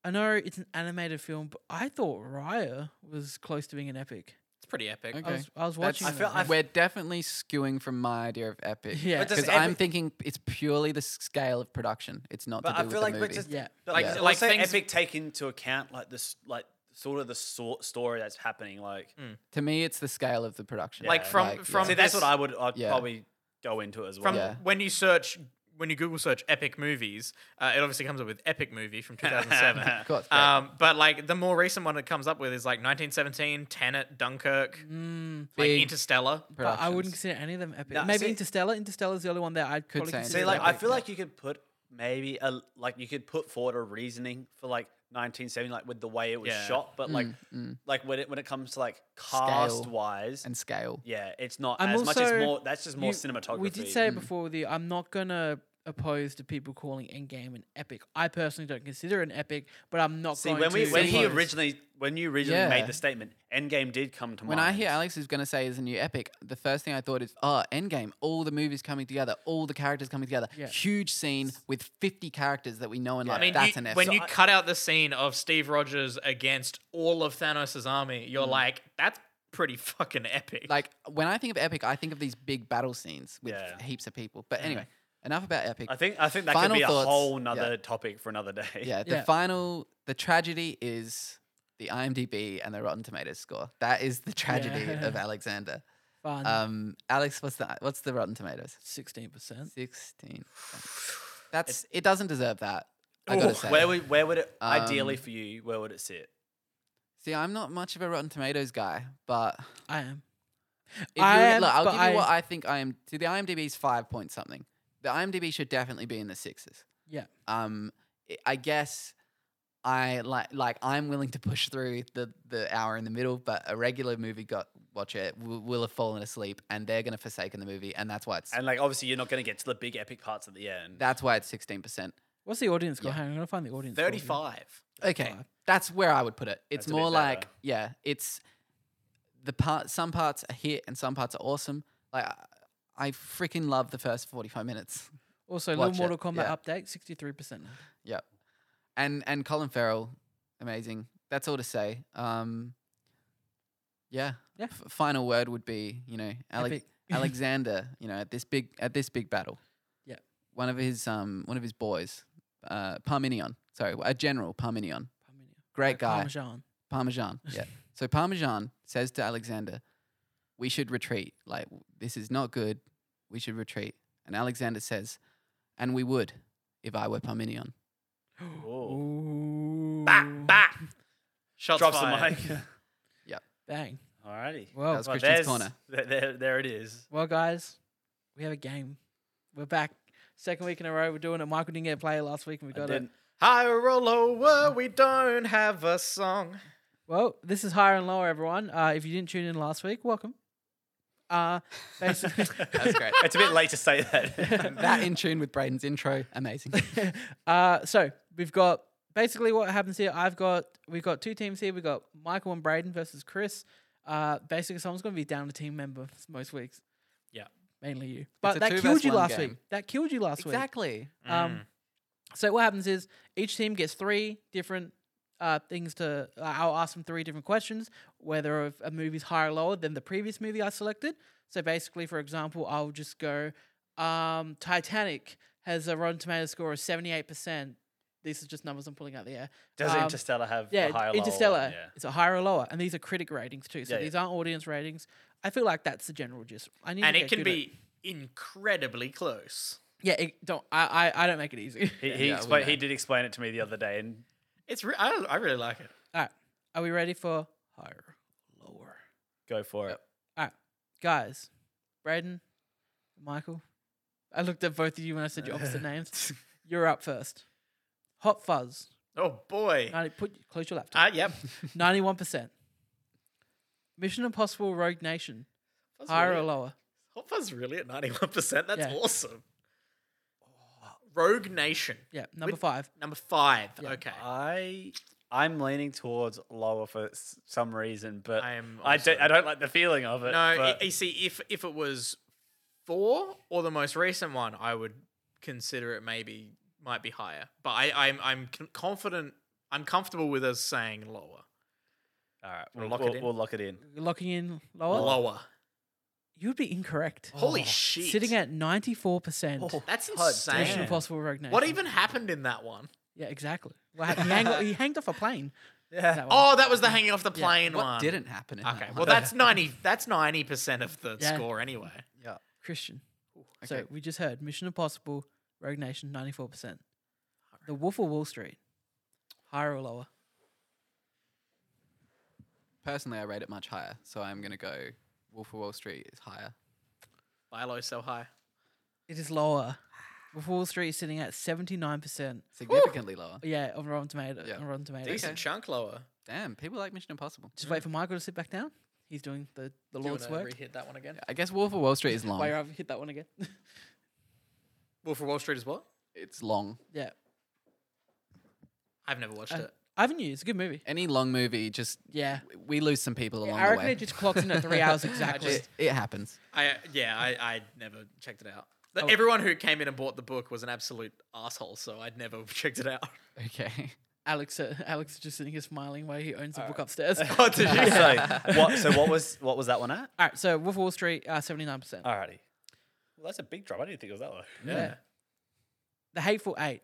[SPEAKER 1] I know it's an animated film, but I thought Raya was close to being an epic.
[SPEAKER 4] It's pretty epic.
[SPEAKER 3] Okay.
[SPEAKER 1] I was, I was
[SPEAKER 3] That's-
[SPEAKER 1] watching.
[SPEAKER 2] I feel-
[SPEAKER 1] that,
[SPEAKER 2] I
[SPEAKER 1] yeah.
[SPEAKER 2] feel-
[SPEAKER 3] We're definitely skewing from my idea of epic.
[SPEAKER 1] Yeah. But
[SPEAKER 2] does
[SPEAKER 3] because I'm
[SPEAKER 2] epic-
[SPEAKER 3] thinking it's purely the scale of production. It's not
[SPEAKER 2] But
[SPEAKER 3] to
[SPEAKER 2] I
[SPEAKER 3] do
[SPEAKER 2] feel
[SPEAKER 3] with
[SPEAKER 2] like
[SPEAKER 3] the
[SPEAKER 2] we're
[SPEAKER 3] movie.
[SPEAKER 2] just
[SPEAKER 1] Yeah.
[SPEAKER 2] like
[SPEAKER 3] Yeah.
[SPEAKER 2] also
[SPEAKER 4] Like things-
[SPEAKER 2] epic take into account like this like sort of the sort story that's happening like.
[SPEAKER 3] to me, it's the scale of the production.
[SPEAKER 4] Like
[SPEAKER 2] Yeah,
[SPEAKER 4] from
[SPEAKER 3] like,
[SPEAKER 4] from
[SPEAKER 2] See, that's
[SPEAKER 4] this-
[SPEAKER 2] what I would I'd
[SPEAKER 3] Yeah.
[SPEAKER 2] probably go into it as well.
[SPEAKER 4] from
[SPEAKER 3] Yeah.
[SPEAKER 4] when you search when you Google search epic movies, uh, it obviously comes up with epic movie
[SPEAKER 3] <laughs>
[SPEAKER 4] from 2007.
[SPEAKER 3] Of course, but
[SPEAKER 2] Uh,
[SPEAKER 4] um, but like the more recent one it comes up with is like 1917, Tenet, Dunkirk,
[SPEAKER 1] Mm,
[SPEAKER 4] like
[SPEAKER 3] big
[SPEAKER 4] Interstellar.
[SPEAKER 1] but I
[SPEAKER 3] productions.
[SPEAKER 1] wouldn't consider any of them epic.
[SPEAKER 2] No,
[SPEAKER 1] Maybe
[SPEAKER 2] see-
[SPEAKER 1] Interstellar. Interstellar's the only one that I'd
[SPEAKER 3] Could
[SPEAKER 1] probably
[SPEAKER 3] say
[SPEAKER 1] consider
[SPEAKER 2] See,
[SPEAKER 3] Yeah,
[SPEAKER 2] like
[SPEAKER 1] epic.
[SPEAKER 2] I
[SPEAKER 3] like
[SPEAKER 2] feel
[SPEAKER 3] that.
[SPEAKER 2] like you could put maybe a like you could put forward a reasoning for like 1970, like with the way it was
[SPEAKER 4] Yeah.
[SPEAKER 2] shot, but like like when it when it comes to like cast
[SPEAKER 3] Mm, Scale
[SPEAKER 2] wise,
[SPEAKER 3] and scale.
[SPEAKER 2] yeah, it's not
[SPEAKER 1] I'm
[SPEAKER 2] as much. It's
[SPEAKER 1] also-
[SPEAKER 2] more that's just more
[SPEAKER 1] You-
[SPEAKER 2] cinematography.
[SPEAKER 1] We did
[SPEAKER 3] Hmm.
[SPEAKER 1] say it before the I'm not gonna oppose to people calling Endgame an epic. I personally don't consider it an epic, but I'm not
[SPEAKER 2] See
[SPEAKER 1] going
[SPEAKER 2] when we
[SPEAKER 1] to
[SPEAKER 2] when he
[SPEAKER 1] oppose.
[SPEAKER 2] originally when you originally made
[SPEAKER 3] Yeah.
[SPEAKER 2] the statement, Endgame did come to
[SPEAKER 3] When
[SPEAKER 2] mind.
[SPEAKER 3] I hear Alex is going to say is a new epic, the first thing I thought is, oh, Endgame, all the movies coming together, all the characters coming together,
[SPEAKER 1] Yeah.
[SPEAKER 3] huge scene with 50 characters that we know and
[SPEAKER 4] I
[SPEAKER 3] like.
[SPEAKER 4] mean,
[SPEAKER 3] that's
[SPEAKER 4] you-
[SPEAKER 3] an epic.
[SPEAKER 4] when you cut out the scene of Steve Rogers against all of Thanos' army, you're like, that's pretty fucking epic.
[SPEAKER 3] like when I think of epic, I think of these big battle scenes with
[SPEAKER 2] Yeah.
[SPEAKER 3] heaps of people. But anyway, enough about epic.
[SPEAKER 2] I think I think that
[SPEAKER 3] Final
[SPEAKER 2] could be
[SPEAKER 3] thoughts.
[SPEAKER 2] a whole
[SPEAKER 3] Yeah.
[SPEAKER 2] nother topic for another day.
[SPEAKER 3] Yeah, the
[SPEAKER 1] Yeah.
[SPEAKER 3] final, the tragedy is the IMDb and the Rotten Tomatoes score. That is the tragedy
[SPEAKER 1] Yeah. <laughs>
[SPEAKER 3] of Alexander.
[SPEAKER 1] Fun.
[SPEAKER 3] Um, Alex, what's the what's the Rotten Tomatoes?
[SPEAKER 1] 16%. <sighs>
[SPEAKER 3] Sixteen. That's it. Doesn't deserve that. I gotta
[SPEAKER 1] Oh,
[SPEAKER 2] Ooh,
[SPEAKER 3] say.
[SPEAKER 2] Where would where would it ideally
[SPEAKER 3] Um,
[SPEAKER 2] for you? Where would it sit?
[SPEAKER 3] See, I'm not much of a Rotten Tomatoes guy, but
[SPEAKER 1] I am.
[SPEAKER 3] if
[SPEAKER 1] I
[SPEAKER 3] you,
[SPEAKER 1] am,
[SPEAKER 3] look, I'll
[SPEAKER 1] but
[SPEAKER 3] give you what I think I am. To the IMDb's five point something. The IMDb should definitely be in the sixes.
[SPEAKER 1] Yeah.
[SPEAKER 3] Um, I- I guess I like like I'm willing to push through the the hour in the middle, but a regular movie got watcher will, will have fallen asleep, and they're gonna forsaken the movie, and that's why it's
[SPEAKER 2] And like obviously you're not going to get to the big epic parts at the end.
[SPEAKER 3] that's why it's sixteen percent.
[SPEAKER 1] What's the audience score?
[SPEAKER 3] Yeah.
[SPEAKER 1] Hang on, I'm going to find the audience score here.
[SPEAKER 2] Thirty five.
[SPEAKER 3] Okay,
[SPEAKER 1] Five.
[SPEAKER 3] that's where I would put it.
[SPEAKER 2] That's
[SPEAKER 3] It's
[SPEAKER 2] a bit
[SPEAKER 3] more like
[SPEAKER 2] better.
[SPEAKER 3] yeah, it's the part. Some parts are hit, and some parts are awesome. Like I, I freaking love the first forty-five minutes.
[SPEAKER 1] Also, little
[SPEAKER 3] Watch it,
[SPEAKER 1] Mortal Kombat
[SPEAKER 3] yeah.
[SPEAKER 1] update, 63%. now.
[SPEAKER 3] Yep, and and Colin Farrell, amazing. That's all to say. Um, yeah.
[SPEAKER 1] Yeah.
[SPEAKER 3] F- final word would be you know Alec-
[SPEAKER 1] Epic. <laughs>
[SPEAKER 3] Alexander. You know at this big at this big battle.
[SPEAKER 1] Yeah.
[SPEAKER 3] One of his um one of his boys, uh Parmenion. Sorry, a general
[SPEAKER 1] Parmenion.
[SPEAKER 3] Parmenion. Great
[SPEAKER 1] Like
[SPEAKER 3] guy.
[SPEAKER 1] Parmesan. <laughs>
[SPEAKER 3] Parmesan. Yeah. so Parmesan says to Alexander, "We should retreat. Like w- this is not good. We should retreat." And Alexander says, "And we would if I were Parmenion."
[SPEAKER 1] Ooh.
[SPEAKER 4] Bah, bah. Shots
[SPEAKER 2] Drops the
[SPEAKER 4] fired.
[SPEAKER 2] mic.
[SPEAKER 1] Bang.
[SPEAKER 2] <laughs> Alrighty.
[SPEAKER 1] Well,
[SPEAKER 3] That was Christian's
[SPEAKER 2] there's-
[SPEAKER 3] corner.
[SPEAKER 2] There, there, there it is.
[SPEAKER 1] well, guys, we have a game. We're back. Second week in a row, we're doing it. Michael didn't get a play last week, and we
[SPEAKER 2] I
[SPEAKER 1] got it.
[SPEAKER 2] didn't-
[SPEAKER 4] High or lower, we don't have a song.
[SPEAKER 1] Well, this is higher and lower, everyone. Uh, if you didn't tune in last week, welcome. Uh, basically,
[SPEAKER 3] That's great.
[SPEAKER 2] It's a bit late to say
[SPEAKER 3] <laughs>
[SPEAKER 2] that.
[SPEAKER 3] that in tune with Braden's intro.
[SPEAKER 1] <laughs>
[SPEAKER 3] Amazing.
[SPEAKER 1] <laughs> uh, so we've got basically what happens here. I've got we've got two teams here. We've got Michael and Braden versus Chris. Uh, basically, someone's going to be down a team member f- most weeks.
[SPEAKER 2] Yeah.
[SPEAKER 1] mainly you. But
[SPEAKER 3] a
[SPEAKER 1] that
[SPEAKER 3] two
[SPEAKER 1] killed
[SPEAKER 3] versus
[SPEAKER 1] you
[SPEAKER 3] one
[SPEAKER 1] last
[SPEAKER 3] game.
[SPEAKER 1] week. That killed you last week.
[SPEAKER 3] exactly.
[SPEAKER 1] Um, so what happens is each team gets three different uh, things to. Uh, I'll ask them three different questions, whether if a movie's higher or lower than the previous movie I selected. So basically, for example, I'll just go, um, Titanic has a Rotten Tomato score of seventy eight percent. These are just numbers I'm pulling out the air.
[SPEAKER 2] Does
[SPEAKER 1] Um,
[SPEAKER 2] Interstellar have
[SPEAKER 1] yeah,
[SPEAKER 2] a higher level?
[SPEAKER 1] Interstellar.
[SPEAKER 2] Yeah.
[SPEAKER 1] It's a higher or lower, and these are critic ratings too. So
[SPEAKER 2] Yeah, yeah.
[SPEAKER 1] these aren't audience ratings. I feel like that's the general gist. I need
[SPEAKER 4] And
[SPEAKER 1] to
[SPEAKER 4] it
[SPEAKER 1] get
[SPEAKER 4] can
[SPEAKER 1] good at-
[SPEAKER 4] be incredibly close.
[SPEAKER 1] yeah. It, don't I, I I don't make it easy.
[SPEAKER 2] He, he,
[SPEAKER 3] Yeah, I
[SPEAKER 2] explain,
[SPEAKER 3] wouldn't
[SPEAKER 2] he
[SPEAKER 3] know.
[SPEAKER 2] did explain it to me the other day, and
[SPEAKER 4] It's re- I, I really like it.
[SPEAKER 1] All right. Are we ready for higher, lower?
[SPEAKER 2] go for it.
[SPEAKER 1] All right, guys. Braden, Michael. I looked at both of you when I said your
[SPEAKER 4] <laughs>
[SPEAKER 1] opposite names. You're up first. Hot Fuzz.
[SPEAKER 4] Oh boy.
[SPEAKER 1] 90, put close your
[SPEAKER 4] <laughs>
[SPEAKER 1] laptop.
[SPEAKER 4] Uh, yep.
[SPEAKER 1] Ninety-one percent. Mission Impossible: Rogue Nation.
[SPEAKER 4] That's
[SPEAKER 1] Higher or
[SPEAKER 4] really-
[SPEAKER 1] lower?
[SPEAKER 4] Hot Fuzz really at 91%. That's
[SPEAKER 1] Yeah.
[SPEAKER 4] awesome. Oh, Rogue Nation,
[SPEAKER 1] Yeah, number
[SPEAKER 4] Which-
[SPEAKER 1] five.
[SPEAKER 4] number five.
[SPEAKER 1] Yeah.
[SPEAKER 4] Okay.
[SPEAKER 2] Uh, I I'm leaning towards lower for s- some reason, but
[SPEAKER 4] I am
[SPEAKER 2] I, do,
[SPEAKER 4] also-
[SPEAKER 2] I don't like the feeling of it.
[SPEAKER 4] no, i
[SPEAKER 2] but
[SPEAKER 4] you see, if if it was four or the most recent one, I would consider it maybe might be higher. But I, I'm I'm con- confident. I'm comfortable with us saying lower.
[SPEAKER 2] all right,
[SPEAKER 4] We'll
[SPEAKER 2] we'll lock
[SPEAKER 4] lock it
[SPEAKER 2] we'll,
[SPEAKER 4] in.
[SPEAKER 2] We'll lock it in.
[SPEAKER 1] You're locking in lower.
[SPEAKER 4] Lower.
[SPEAKER 1] You'd be incorrect.
[SPEAKER 4] Holy shit!
[SPEAKER 1] Oh, Sitting at ninety-four percent.
[SPEAKER 4] that's
[SPEAKER 2] hot
[SPEAKER 4] insane.
[SPEAKER 1] Mission
[SPEAKER 2] damn.
[SPEAKER 1] Impossible: Rogue Nation.
[SPEAKER 4] What even happened in that one?
[SPEAKER 1] Yeah, exactly. What happened? He, hang, he hanged off a plane.
[SPEAKER 2] Yeah.
[SPEAKER 1] That one.
[SPEAKER 4] Oh, that was the hanging off the plane
[SPEAKER 3] What
[SPEAKER 4] one.
[SPEAKER 3] didn't happen? In
[SPEAKER 1] <laughs>
[SPEAKER 3] that
[SPEAKER 4] Okay.
[SPEAKER 3] one?
[SPEAKER 4] Well, that's ninety. That's ninety percent of the
[SPEAKER 1] Yeah.
[SPEAKER 4] score anyway.
[SPEAKER 1] Christian. So
[SPEAKER 3] Okay.
[SPEAKER 1] we just heard Mission Impossible, Rogue Nation, ninety four percent. The Wolf of Wall Street, higher or lower?
[SPEAKER 3] personally, I rate it much higher, so I'm gonna go. Wolf of Wall Street is higher.
[SPEAKER 4] Buy low, sell high.
[SPEAKER 1] It is lower. <sighs> Wolf of Wall Street is sitting at seventy nine percent. Oh,
[SPEAKER 3] Significantly lower.
[SPEAKER 1] Yeah, on Rotten Tomato.
[SPEAKER 3] Yeah.
[SPEAKER 1] On Rotten Tomatoes.
[SPEAKER 4] Decent chunk lower.
[SPEAKER 3] Damn, people like Mission Impossible.
[SPEAKER 1] Just wait for Michael to sit back down. He's doing the the
[SPEAKER 4] Do you
[SPEAKER 1] Lord's
[SPEAKER 4] wanna
[SPEAKER 1] work.
[SPEAKER 4] re-hit that one again?
[SPEAKER 3] I guess Wolf of Wall Street is long.
[SPEAKER 1] Wait, I've hit that one again. <laughs>
[SPEAKER 4] Wolf of Wall Street is what?
[SPEAKER 3] It's long.
[SPEAKER 1] yeah,
[SPEAKER 4] I've never watched
[SPEAKER 1] Uh,
[SPEAKER 4] it.
[SPEAKER 1] I haven't used. It's a good movie.
[SPEAKER 3] Any long movie, just
[SPEAKER 1] Yeah,
[SPEAKER 3] we lose some people along
[SPEAKER 1] I
[SPEAKER 3] the
[SPEAKER 1] reckon
[SPEAKER 3] way.
[SPEAKER 1] it just clocks in at three
[SPEAKER 3] <laughs>
[SPEAKER 1] hours exactly.
[SPEAKER 3] it, it happens.
[SPEAKER 4] I yeah, I, I never checked it out.
[SPEAKER 2] Oh.
[SPEAKER 4] The- Everyone who came in and bought the book was an absolute asshole, so I'd never <laughs> checked it out.
[SPEAKER 3] Okay.
[SPEAKER 1] Alex, uh, <laughs> Alex is just sitting here smiling while he owns the book <laughs> upstairs. All
[SPEAKER 4] What did
[SPEAKER 2] <laughs>
[SPEAKER 4] you say?
[SPEAKER 2] so what? So what was what was that one at?
[SPEAKER 1] right, so Wolf of Wall Street, uh, seventy nine percent.
[SPEAKER 2] Alrighty. Well, that's a big drop. I didn't think it was that low.
[SPEAKER 4] Yeah.
[SPEAKER 1] The Hateful Eight.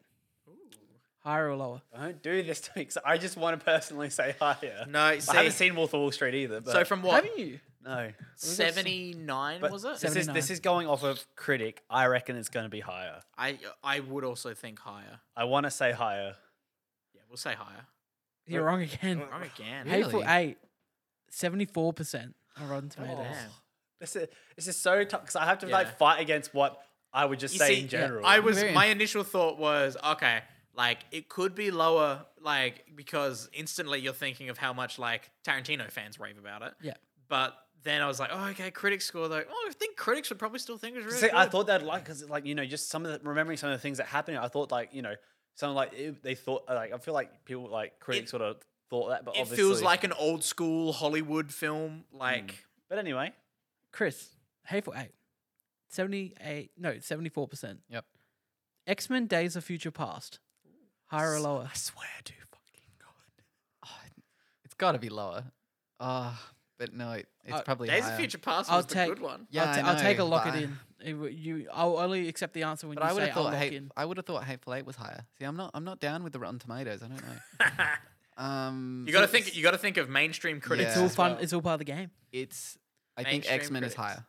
[SPEAKER 1] Higher or lower?
[SPEAKER 2] Don't do this to me. 'cause I just want to personally say higher.
[SPEAKER 4] No,
[SPEAKER 2] I haven't
[SPEAKER 4] see,
[SPEAKER 2] seen Wolf of Wall Street either. But
[SPEAKER 4] so from what
[SPEAKER 1] Haven't you?
[SPEAKER 2] No.
[SPEAKER 4] Seventy nine
[SPEAKER 2] But
[SPEAKER 4] was it?
[SPEAKER 2] This is,
[SPEAKER 1] 79.
[SPEAKER 2] this is going off of critic. I reckon it's going to be higher.
[SPEAKER 4] I I would also think higher.
[SPEAKER 2] I want to say higher.
[SPEAKER 4] Yeah, we'll say higher.
[SPEAKER 1] You're wrong again.
[SPEAKER 4] Wrong again.
[SPEAKER 3] Oh, Really?
[SPEAKER 1] Hateful Eight, 74% on Rotten
[SPEAKER 3] Oh,
[SPEAKER 1] Tomatoes.
[SPEAKER 4] Oh, Damn.
[SPEAKER 2] This is this is so tough because I have to
[SPEAKER 4] Yeah.
[SPEAKER 2] like fight against what I would just
[SPEAKER 4] You
[SPEAKER 2] say
[SPEAKER 4] see,
[SPEAKER 2] in general.
[SPEAKER 4] I was
[SPEAKER 3] Very
[SPEAKER 4] my initial thought was okay, like it could be lower, like because instantly you're thinking of how much like Tarantino fans rave about it.
[SPEAKER 1] Yeah.
[SPEAKER 4] But then I was like, oh okay, critics score though. Oh, I think critics would probably still think it's really.
[SPEAKER 2] See, I
[SPEAKER 4] good.
[SPEAKER 2] thought that like because like you know just some of the, remembering some of the things that happened. I thought like you know some like it, they thought like I feel like people like critics would have thought that, but
[SPEAKER 4] it
[SPEAKER 2] obviously Hmm.
[SPEAKER 4] feels like an old school Hollywood film. Like
[SPEAKER 2] But anyway,
[SPEAKER 1] Chris, Hateful Eight, 78, no, 74%.
[SPEAKER 3] Yep.
[SPEAKER 1] X Men Days of Future Past, higher or lower?
[SPEAKER 2] I swear to fucking god,
[SPEAKER 3] It's got to be lower. Ah, but no, it, it's
[SPEAKER 1] Uh,
[SPEAKER 3] probably
[SPEAKER 4] Days
[SPEAKER 3] higher.
[SPEAKER 4] of Future Past
[SPEAKER 1] I'll
[SPEAKER 4] was the
[SPEAKER 1] take-
[SPEAKER 4] good one.
[SPEAKER 3] Yeah,
[SPEAKER 1] I'll,
[SPEAKER 3] I
[SPEAKER 1] ta- I'll take a
[SPEAKER 3] know,
[SPEAKER 1] lock
[SPEAKER 3] but
[SPEAKER 1] it
[SPEAKER 3] I-
[SPEAKER 1] in. It w- you, I'll only accept the answer when
[SPEAKER 3] But
[SPEAKER 1] you
[SPEAKER 3] I would
[SPEAKER 1] say
[SPEAKER 3] have
[SPEAKER 1] I'll
[SPEAKER 3] thought
[SPEAKER 1] lock
[SPEAKER 3] hate,
[SPEAKER 1] in.
[SPEAKER 3] I would have thought Hateful Eight was higher. See, I'm not I'm not down with the Rotten Tomatoes. I don't know. um,
[SPEAKER 4] You got to think. You got to think of mainstream critics.
[SPEAKER 1] It's
[SPEAKER 3] Yeah.
[SPEAKER 1] all
[SPEAKER 4] as
[SPEAKER 1] fun.
[SPEAKER 4] well.
[SPEAKER 1] It's all part of the game.
[SPEAKER 3] it's I think
[SPEAKER 4] Mainstream
[SPEAKER 3] X Men is
[SPEAKER 4] critics.
[SPEAKER 3] higher.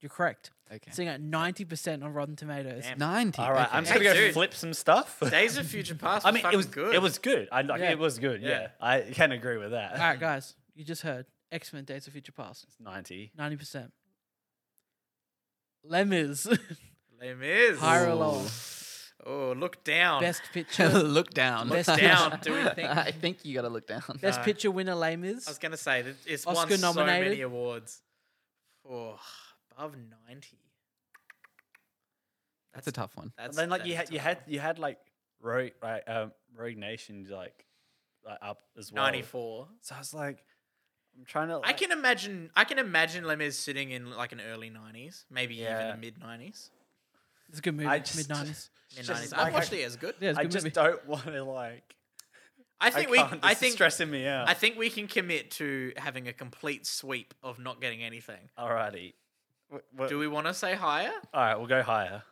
[SPEAKER 1] You're correct.
[SPEAKER 3] Okay,
[SPEAKER 1] Sitting at 90% on Rotten Tomatoes.
[SPEAKER 4] Damn.
[SPEAKER 3] ninety.
[SPEAKER 2] all right,
[SPEAKER 3] okay.
[SPEAKER 2] I'm just gonna
[SPEAKER 4] Hey,
[SPEAKER 2] go
[SPEAKER 4] dude.
[SPEAKER 2] flip some stuff.
[SPEAKER 4] Days of Future
[SPEAKER 2] <laughs>
[SPEAKER 4] Past.
[SPEAKER 2] I mean, it
[SPEAKER 4] fucking
[SPEAKER 2] was
[SPEAKER 4] good.
[SPEAKER 2] It was good. I like
[SPEAKER 1] Yeah.
[SPEAKER 2] it was good. Yeah,
[SPEAKER 4] Yeah.
[SPEAKER 2] I can agree with that.
[SPEAKER 1] All
[SPEAKER 3] <clears throat>
[SPEAKER 1] right, guys, you just heard X Men Days of Future Past,
[SPEAKER 2] Ninety.
[SPEAKER 1] 90%. Lemmers, <laughs>
[SPEAKER 4] Les Mis.
[SPEAKER 1] higher or lower?
[SPEAKER 4] Oh, look down.
[SPEAKER 1] Best
[SPEAKER 3] <laughs>
[SPEAKER 1] picture.
[SPEAKER 3] look down.
[SPEAKER 1] Look
[SPEAKER 3] <laughs>
[SPEAKER 4] down, do we think?
[SPEAKER 3] I think you got to look down.
[SPEAKER 1] <laughs> Best
[SPEAKER 4] No.
[SPEAKER 1] picture winner, Lame
[SPEAKER 4] I was
[SPEAKER 1] is.
[SPEAKER 4] gonna say that it's
[SPEAKER 1] Oscar
[SPEAKER 4] won so many
[SPEAKER 1] nominated.
[SPEAKER 4] awards. Oh, above ninety.
[SPEAKER 3] That's a tough one.
[SPEAKER 4] That's
[SPEAKER 2] then like you
[SPEAKER 4] that's
[SPEAKER 2] had you
[SPEAKER 4] tough.
[SPEAKER 2] had you had like Rogue right um Rogue Nation like, like up as well.
[SPEAKER 4] ninety-four.
[SPEAKER 2] So I was like, I'm trying to.
[SPEAKER 4] I
[SPEAKER 2] Like,
[SPEAKER 4] can imagine. I can imagine Lemires sitting in like an early nineties, maybe even
[SPEAKER 2] Yeah.
[SPEAKER 4] a mid nineties.
[SPEAKER 1] It's a good movie.
[SPEAKER 2] I just-
[SPEAKER 1] Mid 90s.
[SPEAKER 4] Mid
[SPEAKER 2] Just
[SPEAKER 4] nineties. I
[SPEAKER 2] like,
[SPEAKER 4] watched
[SPEAKER 2] I-
[SPEAKER 4] it as good.
[SPEAKER 1] Yeah, it's a
[SPEAKER 2] I
[SPEAKER 1] good
[SPEAKER 2] just
[SPEAKER 1] movie.
[SPEAKER 2] don't want to like.
[SPEAKER 4] I think we.
[SPEAKER 2] can't,
[SPEAKER 4] I
[SPEAKER 2] this is
[SPEAKER 4] think.
[SPEAKER 2] stressing me out.
[SPEAKER 4] I think we can commit to having a complete sweep of not getting anything.
[SPEAKER 2] Alrighty.
[SPEAKER 4] Do we want to say higher,
[SPEAKER 2] All right, we'll go higher.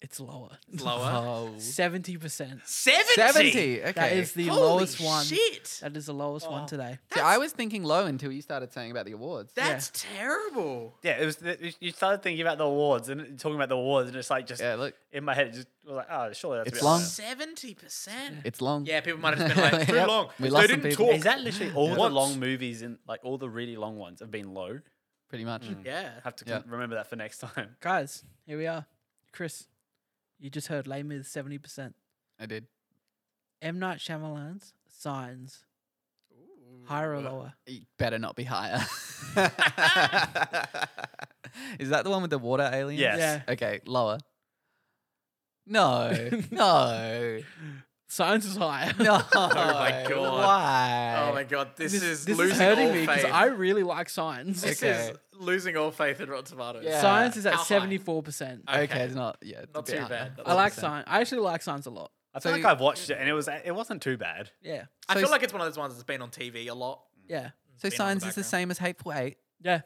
[SPEAKER 1] It's lower.
[SPEAKER 4] lower?
[SPEAKER 3] Oh.
[SPEAKER 1] 70%.
[SPEAKER 4] Seventy.
[SPEAKER 3] Seventy. Okay.
[SPEAKER 1] That is the
[SPEAKER 4] Holy
[SPEAKER 1] lowest one.
[SPEAKER 4] Shit.
[SPEAKER 1] That is the lowest one
[SPEAKER 2] Oh.
[SPEAKER 1] today.
[SPEAKER 3] See, I was thinking low until you started saying about the awards.
[SPEAKER 4] That's terrible.
[SPEAKER 2] Yeah, it was. The, you started thinking about the awards and talking about the awards, and it's like just
[SPEAKER 3] yeah, look,
[SPEAKER 2] in my head, it just was like, oh, surely that's a
[SPEAKER 3] It's
[SPEAKER 2] bit
[SPEAKER 3] long.
[SPEAKER 2] higher.
[SPEAKER 4] Seventy percent.
[SPEAKER 3] it's long.
[SPEAKER 4] Yeah, people might have just been like, too
[SPEAKER 3] Yep.
[SPEAKER 4] long.
[SPEAKER 3] We
[SPEAKER 4] they
[SPEAKER 3] lost some
[SPEAKER 4] didn't
[SPEAKER 3] people.
[SPEAKER 4] talk.
[SPEAKER 2] Is that literally all the
[SPEAKER 4] Once.
[SPEAKER 2] long movies and like all the really long ones have been low?
[SPEAKER 3] pretty much.
[SPEAKER 4] <laughs> Yeah.
[SPEAKER 2] Have to
[SPEAKER 3] Yeah.
[SPEAKER 2] con- remember that for next time. <laughs>
[SPEAKER 1] Guys, here we are. Chris, you just heard Lame is 70%.
[SPEAKER 3] I did.
[SPEAKER 1] M. Night Shyamalan's Signs, higher or lower?
[SPEAKER 3] It better not be higher. <laughs> is that the one with the water aliens?
[SPEAKER 2] Yes.
[SPEAKER 1] Yeah.
[SPEAKER 3] Okay, lower. <laughs> No, no,
[SPEAKER 1] Signs is higher.
[SPEAKER 3] <laughs>
[SPEAKER 4] <laughs>
[SPEAKER 3] no.
[SPEAKER 4] Oh my God.
[SPEAKER 3] Why?
[SPEAKER 4] Oh my god, this, is
[SPEAKER 1] this
[SPEAKER 4] losing
[SPEAKER 1] is hurting
[SPEAKER 4] all
[SPEAKER 1] me
[SPEAKER 4] faith.
[SPEAKER 1] I really like Signs.
[SPEAKER 4] <laughs> This
[SPEAKER 3] Okay.
[SPEAKER 4] is losing all faith in Rotten Tomatoes.
[SPEAKER 3] Yeah.
[SPEAKER 1] Science is at
[SPEAKER 4] Uh, How high?
[SPEAKER 1] 74%.
[SPEAKER 3] Okay, it's not. Yeah, it's a
[SPEAKER 4] Not
[SPEAKER 3] bit
[SPEAKER 4] too
[SPEAKER 3] higher.
[SPEAKER 4] bad.
[SPEAKER 1] I like
[SPEAKER 3] 4%.
[SPEAKER 1] Signs. I actually like Signs a lot.
[SPEAKER 2] I feel
[SPEAKER 3] So
[SPEAKER 2] like
[SPEAKER 3] you-
[SPEAKER 2] I've watched it and it was it wasn't too bad.
[SPEAKER 1] Yeah.
[SPEAKER 4] I
[SPEAKER 3] So
[SPEAKER 4] feel
[SPEAKER 3] s-
[SPEAKER 4] like it's one of those ones that's been on TV a lot.
[SPEAKER 1] Yeah.
[SPEAKER 3] So
[SPEAKER 4] Been on
[SPEAKER 3] signs is the
[SPEAKER 4] background.
[SPEAKER 3] same as hateful eight.
[SPEAKER 1] Yeah.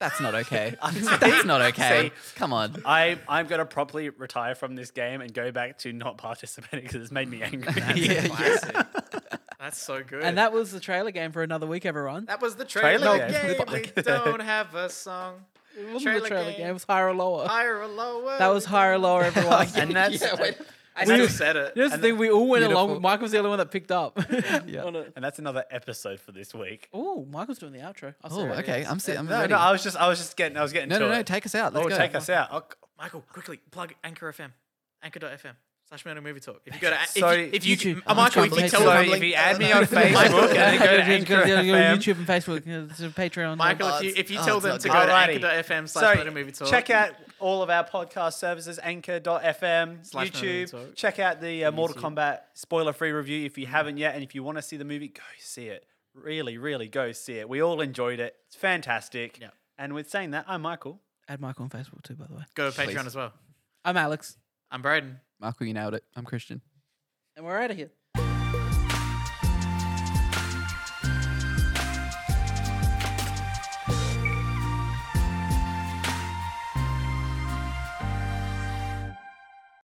[SPEAKER 3] That's not <laughs> okay. That's not okay.
[SPEAKER 4] <laughs>
[SPEAKER 3] Come on.
[SPEAKER 2] I I'm gonna properly retire from this game and go back to not participating because it's made me angry.
[SPEAKER 3] <laughs> Yeah,
[SPEAKER 4] <laughs> Classic. That's so good.
[SPEAKER 1] And that was the trailer game for another week, everyone.
[SPEAKER 4] that was the trailer,
[SPEAKER 2] Trailer
[SPEAKER 4] game.
[SPEAKER 2] game.
[SPEAKER 4] <laughs> We don't have a song.
[SPEAKER 1] It wasn't
[SPEAKER 4] trailer
[SPEAKER 1] the trailer
[SPEAKER 4] game.
[SPEAKER 1] game. It was higher or lower.
[SPEAKER 4] Higher or lower.
[SPEAKER 1] that was
[SPEAKER 4] we
[SPEAKER 1] higher or
[SPEAKER 4] don't-
[SPEAKER 1] lower,
[SPEAKER 3] <laughs>
[SPEAKER 1] everyone.
[SPEAKER 2] And
[SPEAKER 1] <laughs>
[SPEAKER 2] that's
[SPEAKER 3] Yeah, wait.
[SPEAKER 4] I
[SPEAKER 1] We-
[SPEAKER 4] still said it.
[SPEAKER 1] Here's the thing, we all went along.
[SPEAKER 3] Beautiful.
[SPEAKER 1] with- Michael's the only one that picked up.
[SPEAKER 3] Yeah.
[SPEAKER 2] and that's another episode for this week.
[SPEAKER 1] Oh, Michael's doing the outro. I'll see
[SPEAKER 3] Oh,
[SPEAKER 1] you later.
[SPEAKER 3] okay.
[SPEAKER 1] <laughs>
[SPEAKER 3] I'm si- I'm
[SPEAKER 2] no,
[SPEAKER 3] ready.
[SPEAKER 2] no, I was just I was just getting I was getting
[SPEAKER 3] No,
[SPEAKER 2] to
[SPEAKER 3] no, no.
[SPEAKER 2] it.
[SPEAKER 3] Take us out. Let's
[SPEAKER 2] oh,
[SPEAKER 3] go.
[SPEAKER 2] take us out. Oh,
[SPEAKER 4] Michael, quickly plug Anchor FM. Anchor.fm slash Metal Movie Talk. If you go to if
[SPEAKER 2] Sorry,
[SPEAKER 4] you, if you
[SPEAKER 1] YouTube.
[SPEAKER 4] uh, Michael, if you
[SPEAKER 1] Tumbling.
[SPEAKER 4] tell
[SPEAKER 2] so
[SPEAKER 4] Michael,
[SPEAKER 2] if you add me on Facebook and then
[SPEAKER 1] Yeah,
[SPEAKER 2] go to
[SPEAKER 1] yeah,
[SPEAKER 2] Anchor
[SPEAKER 1] yeah, yeah,
[SPEAKER 2] FM,
[SPEAKER 1] YouTube and Facebook, yeah, it's a Patreon.
[SPEAKER 4] Michael,
[SPEAKER 3] Oh,
[SPEAKER 4] if you
[SPEAKER 3] it's-
[SPEAKER 4] if you
[SPEAKER 3] oh,
[SPEAKER 4] tell
[SPEAKER 3] it's
[SPEAKER 4] them
[SPEAKER 3] not
[SPEAKER 4] to
[SPEAKER 3] good.
[SPEAKER 4] go to
[SPEAKER 2] Alrighty.
[SPEAKER 4] Anchor.fm slash Metal Movie
[SPEAKER 2] So
[SPEAKER 4] Talk.
[SPEAKER 2] check out all of our podcast services, anchor.fm,
[SPEAKER 4] Slash Metal Movie Talk.
[SPEAKER 2] YouTube. Check out the uh, Mortal Kombat spoiler-free review if you haven't yet. And if you want to see the movie, go see it. Really, really go see it. We all enjoyed it. It's fantastic.
[SPEAKER 4] Yeah.
[SPEAKER 2] And with saying that, I'm Michael.
[SPEAKER 1] Add Michael on Facebook too, by the way.
[SPEAKER 4] Go to
[SPEAKER 3] Please.
[SPEAKER 4] Patreon as well.
[SPEAKER 1] I'm Alex,
[SPEAKER 4] I'm Braden.
[SPEAKER 3] Michael, you nailed it. I'm Christian.
[SPEAKER 1] and we're out of here.